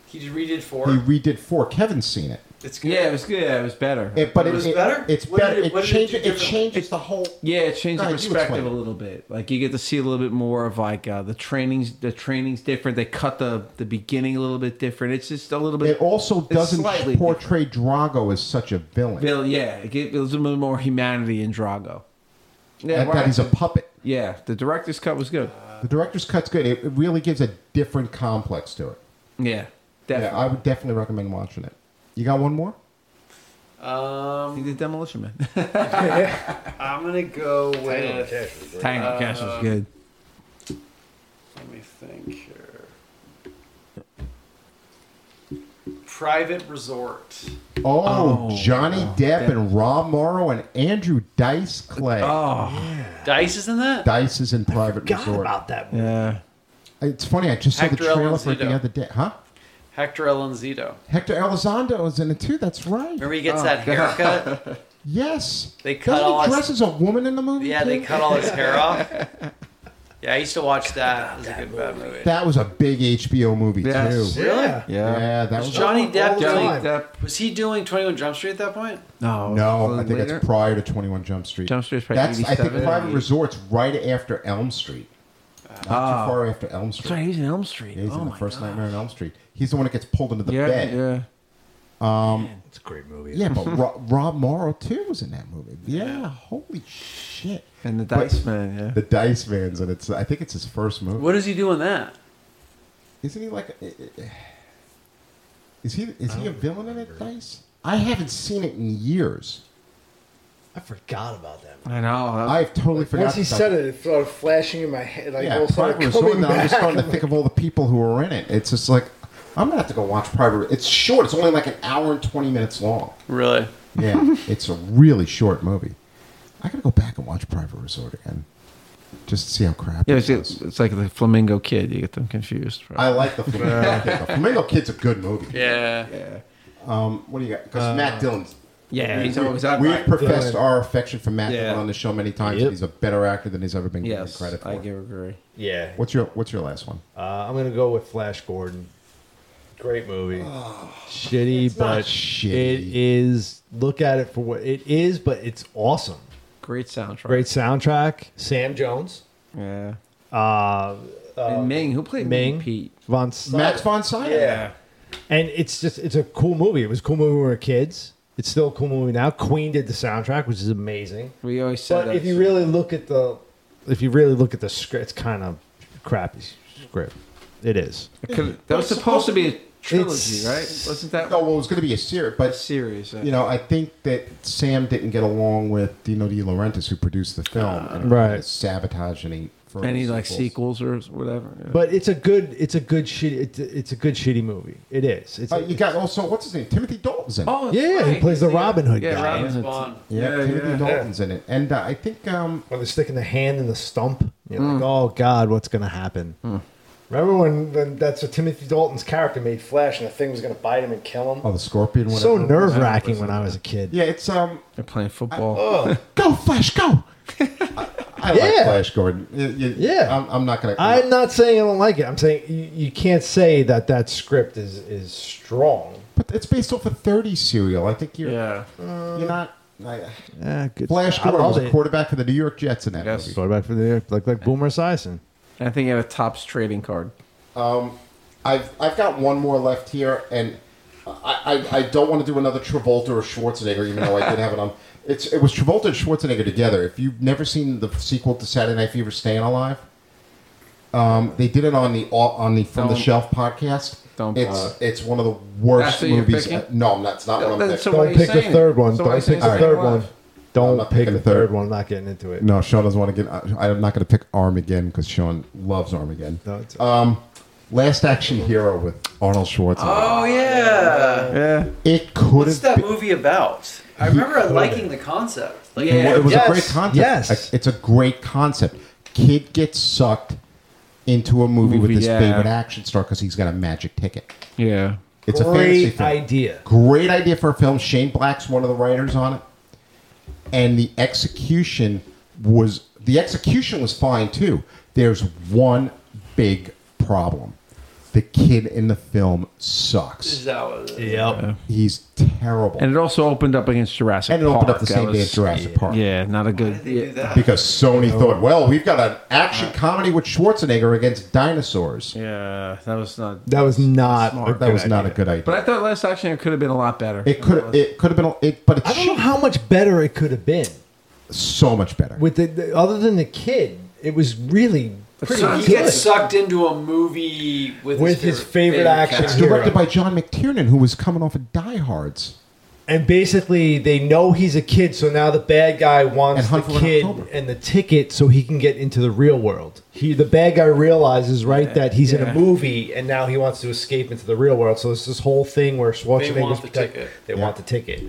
D: He just redid
B: They
D: four.
B: redid four. Kevin's seen it.
D: It's good.
A: Yeah, it was good. Yeah, it was better.
B: It- but
D: It
B: it,
D: was
B: it-
D: better?
B: It's
D: What did
B: better.
D: it-
B: It,
D: what did it do
B: changes. It
D: differently?
B: changes the whole.
A: yeah, it changed
B: Go
A: the
B: ahead, you
A: perspective a
B: explain.
A: little bit. Like you get to see a little bit more of like uh, the trainings. The training's different. They cut the the beginning a little bit different. It's just a little bit.
B: It also doesn't
A: slightly
B: portray Drago as such a villain.
A: Bill, yeah, it gives a little bit more humanity in Drago. Yeah,
B: that, that he's a puppet.
A: yeah. The director's cut was good.
B: The director's cut's good. It, it really gives a different complex to it.
A: Yeah,
B: Yeah,
A: definitely.
B: I would definitely recommend watching it. You got one more?
A: I think the Demolition Man.
D: Um, I'm gonna go with.
A: Tango Cash was good.
D: Let me think here. Private Resort.
B: Oh,
A: Oh,
B: Johnny
A: wow.
B: Depp and Rob Morrow and Andrew Dice Clay.
A: Oh,
D: Dice is in that.
B: Dice is in Private
C: Forgot
B: Resort.
C: about that. movie.
A: yeah.
B: It's funny. I just saw
D: Hector
B: the trailer for it
D: Elizondo.
B: the other day. Huh?
D: Hector Elizondo.
B: Hector Elizondo is in it too. That's right.
D: Remember he gets that haircut.
B: Yes.
D: They cut
B: Doesn't
D: all
B: he
D: his-
B: dress as a woman in the movie?
D: yeah, they
B: too?
D: cut all his hair off. Yeah, I used to watch that. It was a good bad movie.
B: That was a big HBO movie
A: Yes.
B: too.
D: Really?
C: Yeah.
B: Yeah, that was.
D: Johnny Depp.
C: the
D: doing-
C: time.
A: Depp.
D: Was he doing 21 Jump Street at that point?
A: No,
B: No, I think
A: later?
B: it's prior to Twenty One Jump Street.
A: Jump Street's probably
B: That's I think
A: 87,
B: Private
A: 88.
B: Resort's right after Elm Street. Not
A: Ah.
D: Oh.
B: too far after Elm
A: That's right.
B: Street.
A: He's in Elm Street.
B: Yeah, he's
A: oh
B: in the
A: my
B: first
A: God.
B: Nightmare on Elm Street. He's the one that gets pulled into the
A: Yeah,
B: bed. Yeah,
A: yeah.
C: It's a great movie.
B: but Rob, Rob Morrow too was in that movie. Yeah, holy shit!
A: And the
B: But-
A: Dice Man. Yeah.
B: The Dice Man's and it's. I think it's his first movie.
D: What does he do in that?
B: Isn't he like? a- Is he is he a villain in it? Dice? I haven't seen it in years.
C: I forgot about that.
A: I know.
B: I've totally forgotten.
C: Once he
B: about
C: said it, it started flashing in my head. Like,
B: Yeah,
C: all started
B: Private Resort.
C: coming
B: Now I'm just
C: back.
B: starting to think of all the people who are in it. It's just like I'm gonna have to go watch Private. It's short. It's only like an hour and twenty minutes long.
D: Really?
B: Yeah, it's a really short movie. I gotta go back and watch Private Resort again, just to see how crap
A: yeah,
B: it
A: it's,
B: is.
A: it's like the Flamingo Kid. You get them confused.
B: I like the Flamingo Kid. The Flamingo Kid's a good movie.
D: Yeah.
B: Um, what do you got? Because Matt Dillon's.
A: yeah, he's
B: we-
A: always out.
B: We've professed our affection for Matt
A: Yeah.
B: Dillon on the show many times.
C: Yep.
B: He's a better actor than he's ever been given
A: Yes,
B: credit for.
A: I give agree.
C: yeah.
B: What's your What's your last one?
C: Uh, I'm gonna go with Flash Gordon. Great movie. Oh, shitty,
B: It's not
C: but
B: shitty.
C: it is. Look at it for what it is, but it's awesome.
A: Great soundtrack.
C: Great soundtrack. Sam Jones.
A: Yeah.
C: Uh,
A: and Ming, who played Ming?
C: Ming.
A: Pete.
C: Von. Sy-
B: Max von Sydow.
C: Yeah. And it's just it's a cool movie. It was a cool movie when we were kids. It's still a cool movie now. Queen did the soundtrack, which is amazing.
A: We always said
C: But if
A: that's-
C: you really look at the if you really look at the script, it's kind of crappy script. It is.
A: Could've- that was supposed to be a trilogy,
C: It's-
A: right? Wasn't that
B: No, well, it was going to be a series,
A: a
B: but
A: series? uh,
B: you know, I think that Sam didn't get along with Dino De Laurentiis, who produced the film, and
C: Right.
B: sabotaging any further
A: any like
B: sequels.
A: sequels or whatever? Yeah.
C: But it's a good it's a good shitty it's a, it's a good shitty movie. It is. It's
B: Uh, you got also what's his name? Timothy Dalton's in it.
A: oh, that's
C: yeah, he
A: Oh, right.
C: plays the
A: Yeah.
C: Robin Hood
A: Yeah,
C: guy.
A: Robin
D: James
A: Hood.
D: Bond.
B: yeah,
A: yeah,
B: Timothy
A: yeah.
B: Dalton's in it, and uh, I think um,
A: Hmm.
C: When they're sticking the hand in the stump, you're like, oh god, what's gonna happen? Remember when, when that's what Timothy Dalton's character made Flash, and the thing was going to bite him and kill him.
B: Oh, the scorpion.
C: so
B: whatever it was.
C: nerve wracking when I was a kid.
B: Yeah, it's um.
A: They're playing football.
C: Oh.
B: Go Flash, go. I, I like
C: Yeah.
B: Flash Gordon. You- you-
C: Yeah.
B: I'm, I'm not gonna.
C: I'm not saying I don't like it. I'm saying you, you can't say that that script is is strong.
B: but it's based off a '30s serial. I think you're.
A: yeah.
B: You're not. I,
F: Yeah, good.
B: Flash
C: I
B: Gordon
C: love
B: was a
C: it.
B: quarterback for the New York Jets in that
A: Yes.
B: movie.
F: Quarterback for the like like Boomer Esiason.
A: And I think he had a tops trading card.
B: I've I've got one more left here, and I, I, I don't want to do another Travolta or Schwarzenegger, even though I did have it on. It's it was Travolta and Schwarzenegger together. If you've never seen the sequel to Saturday Night Fever, Staying Alive, um, they did it on the on the from the
A: Don't-
B: shelf podcast.
A: don't
B: it's
A: bother.
B: it's one of the worst
A: That's what you're
B: movies.
A: picking?
B: no, I'm not. It's not one of
A: Then-
B: them.
A: so what are
C: Don't
A: you
C: pick the
A: saying?
C: third one.
A: So what are you
C: Don't
A: saying
C: pick the
A: is
C: third
A: not
C: one.
A: watch?
B: I'm
C: Don't
B: not
C: pick
B: picking
C: the
B: the third.
C: third one. I'm not getting into it.
B: No, Sean doesn't want to get. I, I'm not going to pick Armageddon because Sean loves Armageddon.
F: No, it's-
C: Uh,
B: Last Action Hero with Arnold Schwarzenegger.
D: Oh yeah.
A: Yeah.
B: It could
D: What's
B: have
D: that
B: been.
D: movie about? I remember liking the concept. Like,
B: Well, it was
C: Yes.
B: a great concept.
C: Yes.
B: A- it's a great concept. Kid gets sucked into a movie, with
A: Movie,
B: his
A: yeah.
B: favorite action star because he's got a magic ticket.
A: Yeah.
B: It's a fantasy
C: Great
B: film.
C: idea.
B: Great idea for a film. Shane Black's one of the writers on it, and the execution was the execution was fine too. There's one big problem: the kid in the film
D: Is
B: sucks.
D: that what it is? uh,
C: Yep.
B: He's terrible,
A: And it also opened up against Jurassic
B: And it
A: Park.
B: opened up the
A: That
B: same day
A: was-
B: as Jurassic Park.
A: Yeah, not a
D: Why did
A: good.
D: they do
A: Yeah.
D: that?
B: because Sony thought, well, we've got an action comedy with Schwarzenegger against dinosaurs.
A: yeah, that was not.
F: that was not. a
B: That
F: good
B: was not a
F: idea.
B: good
A: But
B: idea.
A: I thought Last Action could have been a lot better.
B: It could it could have been it, but
C: I
B: it's
C: don't know how much better it could have been
B: so much better.
C: with the, the other than the kid. It was really pretty
D: So he
C: good.
D: gets sucked into a movie with,
C: With his favorite action
D: character.
B: It's directed by John McTiernan, who was coming off of Die Hard's.
C: And basically, they know he's a kid, so now the bad guy
B: And
C: wants the
B: Hunt for Red
C: kid
B: October.
C: and the ticket so he can get into the real world. He, the bad guy, realizes right that he's in
A: yeah.
C: a movie, and now he wants to escape into the real world. So it's this whole thing where Schwarzenegger's
D: want the
C: protect-
D: ticket.
C: They want the ticket.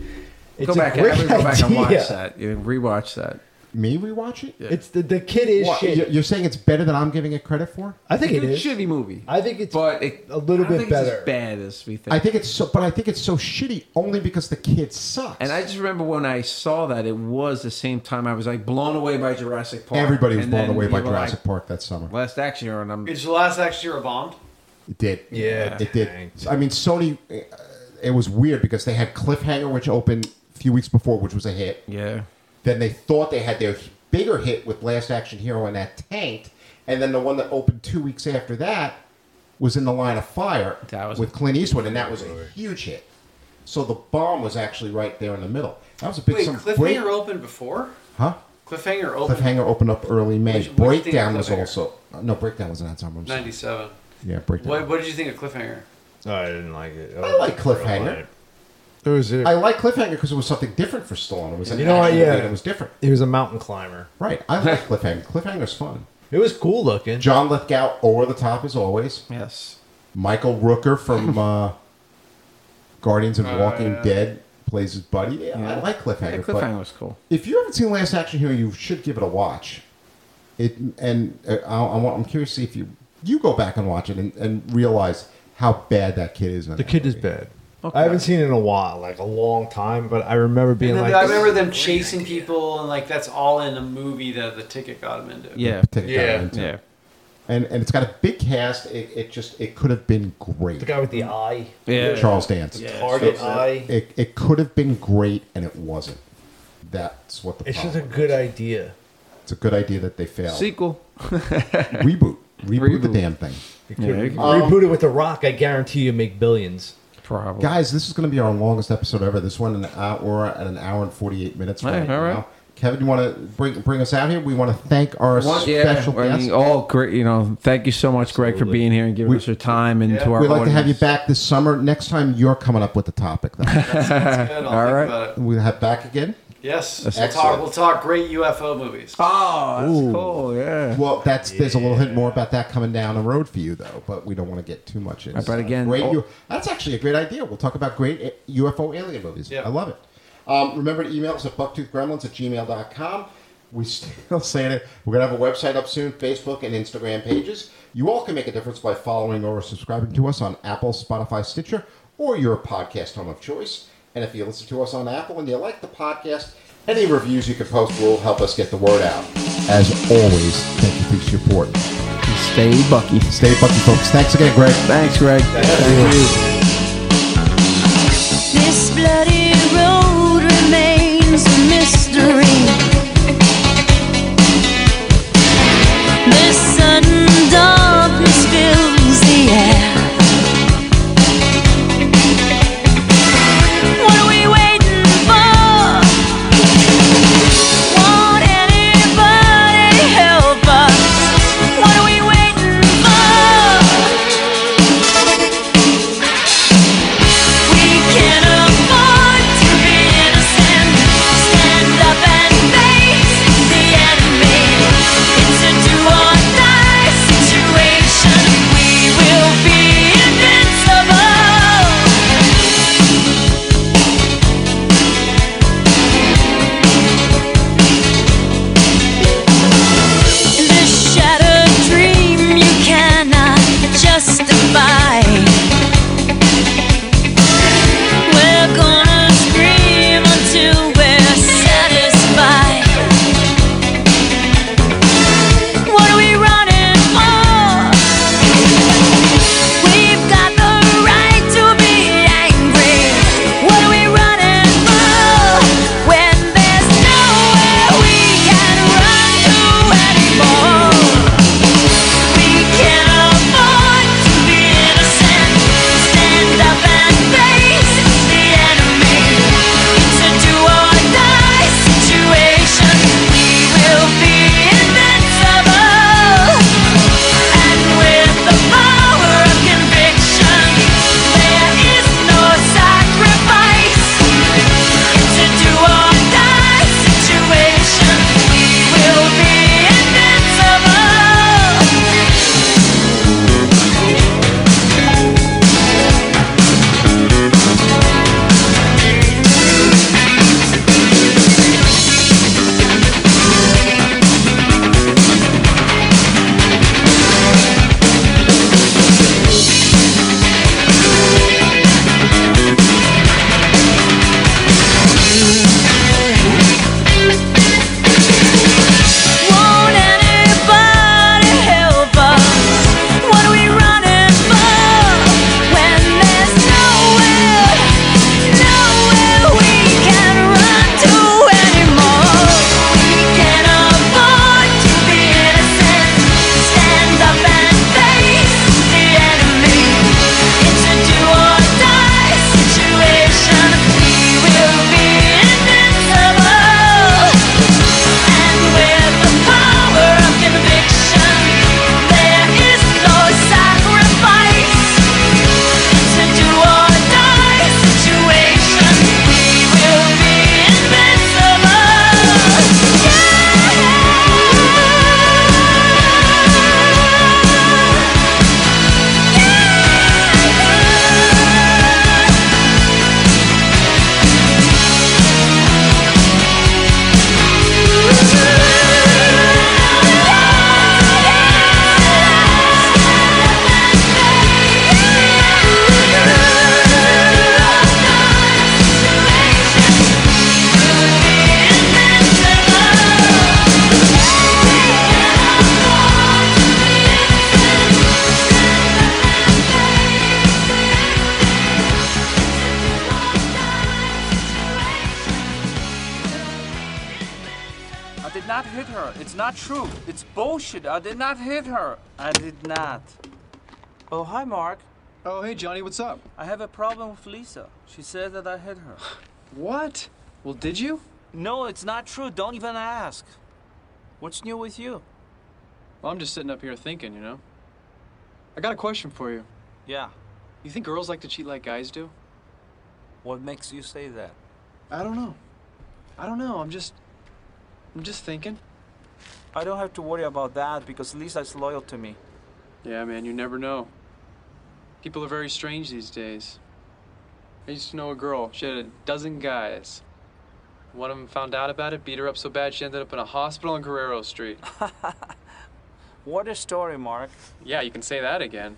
C: It's
A: go
C: a
A: back. I
C: great
A: would go back and
C: idea.
A: watch that. You rewatch that.
B: Me rewatch it?
C: It's the, the kid is
B: What,
C: shit.
B: you- You're saying it's better than I'm giving it credit for?
C: I think it
A: Good
C: is.
A: shitty movie.
C: I think it's
A: but it,
C: a little
A: I don't
C: bit
A: think it's
C: better.
A: as bad as we think.
B: I think it's so, but I think it's so shitty only because the kid sucks.
A: and I just remember when I saw that, it was the same time I was like blown away by Jurassic Park.
B: everybody was
A: And
B: blown
A: then
B: away by
A: you were like,
B: Jurassic Park that summer.
A: Last Action Hero, and I'm
D: Is the last action hero bombed?
B: It did.
C: Yeah,
B: it did. I mean, Sony. uh, It was weird because they had Cliffhanger, which opened a few weeks before, which was a hit.
A: yeah.
B: Then they thought they had their bigger hit with Last Action Hero, and that tanked. And then the one that opened two weeks after that was in the Line of Fire
A: That was-
B: with Clint Eastwood, and that was a huge hit. So the bomb was actually right there in the middle. That was a big.
D: Wait,
B: some
D: Cliffhanger
B: break-
D: opened before?
B: huh?
D: Cliffhanger opened
B: Cliffhanger opened up early May.
D: Which- which
B: Breakdown
D: thing
B: was
D: Cliffhanger?
B: also uh, no. Breakdown was an ensemble. I'm sorry.
D: 97.
B: Yeah, Breakdown.
D: What, what did you think of Cliffhanger?
F: No, I didn't like it.
B: I like Cliffhanger.
F: It was a,
B: I like Cliffhanger because it was something different for Stallone. It was an
C: You know what,
B: action
C: yeah.
B: movie, It was different.
C: he was a mountain climber.
B: Right. I like Cliffhanger. Cliffhanger's fun.
C: It was cool looking.
B: John Lithgow, over the top as always.
A: Yes.
B: Michael Rooker from uh, Guardians of the Walking
D: yeah.
B: Dead plays his buddy. Yeah, I like Cliffhanger.
A: Yeah,
B: but
A: Cliffhanger was cool.
B: if you haven't seen Last Action Hero, you should give it a watch. It and uh, I, I want, I'm curious to see if you you go back and watch it and, and realize how bad that kid is. in
F: the
B: that
F: kid is
B: movie.
F: bad.
A: Okay.
C: I haven't seen it in a while, like a long time, but I remember being
D: And then
C: like,
D: I remember them chasing people, and like that's all in a movie that the ticket got him into.
A: Yeah.
B: Take that
D: Yeah.
B: into-
A: Yeah.
B: and and it's got a big cast. It, it just it could have been great.
C: the guy with the eye,
A: Yeah.
B: Charles Dance.
C: target eye.
B: It, it could have been great and it wasn't. That's what the
C: It's just a
B: problem
C: good idea.
B: is. It's a good idea that they failed.
A: Sequel.
B: Reboot. Reboot. the
A: Reboot.
B: damn thing.
A: Yeah,
C: Reboot it with The Rock. I guarantee you make billions.
A: probably.
B: Guys, this is going to be our longest episode ever. This one an hour we're at an hour and 48 minutes right,
A: Hey, all right.
B: now. Kevin, you want to bring bring us out here? We want to thank our
A: One-
B: special
A: I
B: guest.
A: mean, all great. You know, thank you so much, Greg, for being here and giving
B: We-
A: us your time and to our.
B: We'd like to have you
A: audience.
B: back this summer. Next time, you're coming up with the topic, though.
D: That's good. I'll
A: All
D: think
A: right.
D: about it.
B: we'll have back again.
D: Yes. We'll
B: excellent.
D: talk, we'll talk great UFO movies.
A: Oh, that's
B: Ooh.
A: cool. Yeah.
B: Well, that's there's a little hint more about that coming down the road for you, though. But we don't want to get too much into.
A: But
B: that.
A: again- Oh,
B: great, U- that's actually a great idea. We'll talk about great a- UFO alien movies.
D: Yeah.
B: I love it. Um, remember to email us at bucktoothgremlins at gmail.com. We still saying it. We're gonna have a website up soon, Facebook and Instagram pages. You all can make a difference by following or subscribing to us on Apple, Spotify, Stitcher, or your podcast home of choice. And if you listen to us on Apple and you like the podcast, any reviews you can post will help us get the word out. As always, thank you for your support.
A: Stay Bucky.
B: Stay bucky, folks. Thanks again, Greg.
A: Thanks, Greg. Thank you.
G: This bloody road remains a mystery. The sudden darkness fills the air. What are we waiting for? Won't anybody help us? What are we waiting for? We can't afford to be innocent. Stand up and face the enemy. It's a do or die situation. We will be invincible. This shattered dream you cannot justify. We're gonna scream until we're satisfied. What are we running for? We've got the right to be angry. What are we running for? When there's nowhere we can run to anymore. We can't afford to be innocent. Stand up and face the enemy. It's a do or die situation. We will be invincible. And with the power of conviction, there is no sacrifice. It's a do or die situation. We will be invincible. Won't anybody help us? What are we running for? When there's nowhere, nowhere we can run to anymore. We can afford to be innocent. Stand up and face the enemy. It's a do or die situation. We will be invincible. And with the power of conviction, there is no sacrifice. It's a do or die situation. We will be invincible.
D: I did not hit her. It's not true. It's bullshit. I did not hit her. I did not. Oh, hi, Mark.
E: Oh, hey, Johnny, what's up?
D: I have a problem with Lisa. She says that I hit her.
E: What? Well, did you?
D: No, it's not true. Don't even ask. What's new with you?
E: Well, I'm just sitting up here thinking, you know? I got a question for you.
D: Yeah.
E: You think girls like to cheat like guys do?
D: What makes you say that?
E: I don't know. I don't know. I'm just. I'm just thinking.
D: I don't have to worry about that because Lisa is loyal to me.
E: Yeah, man, you never know. People are very strange these days. I used to know a girl. She had a dozen guys.
D: One of them found out about it, beat her up so bad she ended up in a hospital on Guerrero Street.
H: What a story, Mark.
D: yeah, you can say that again.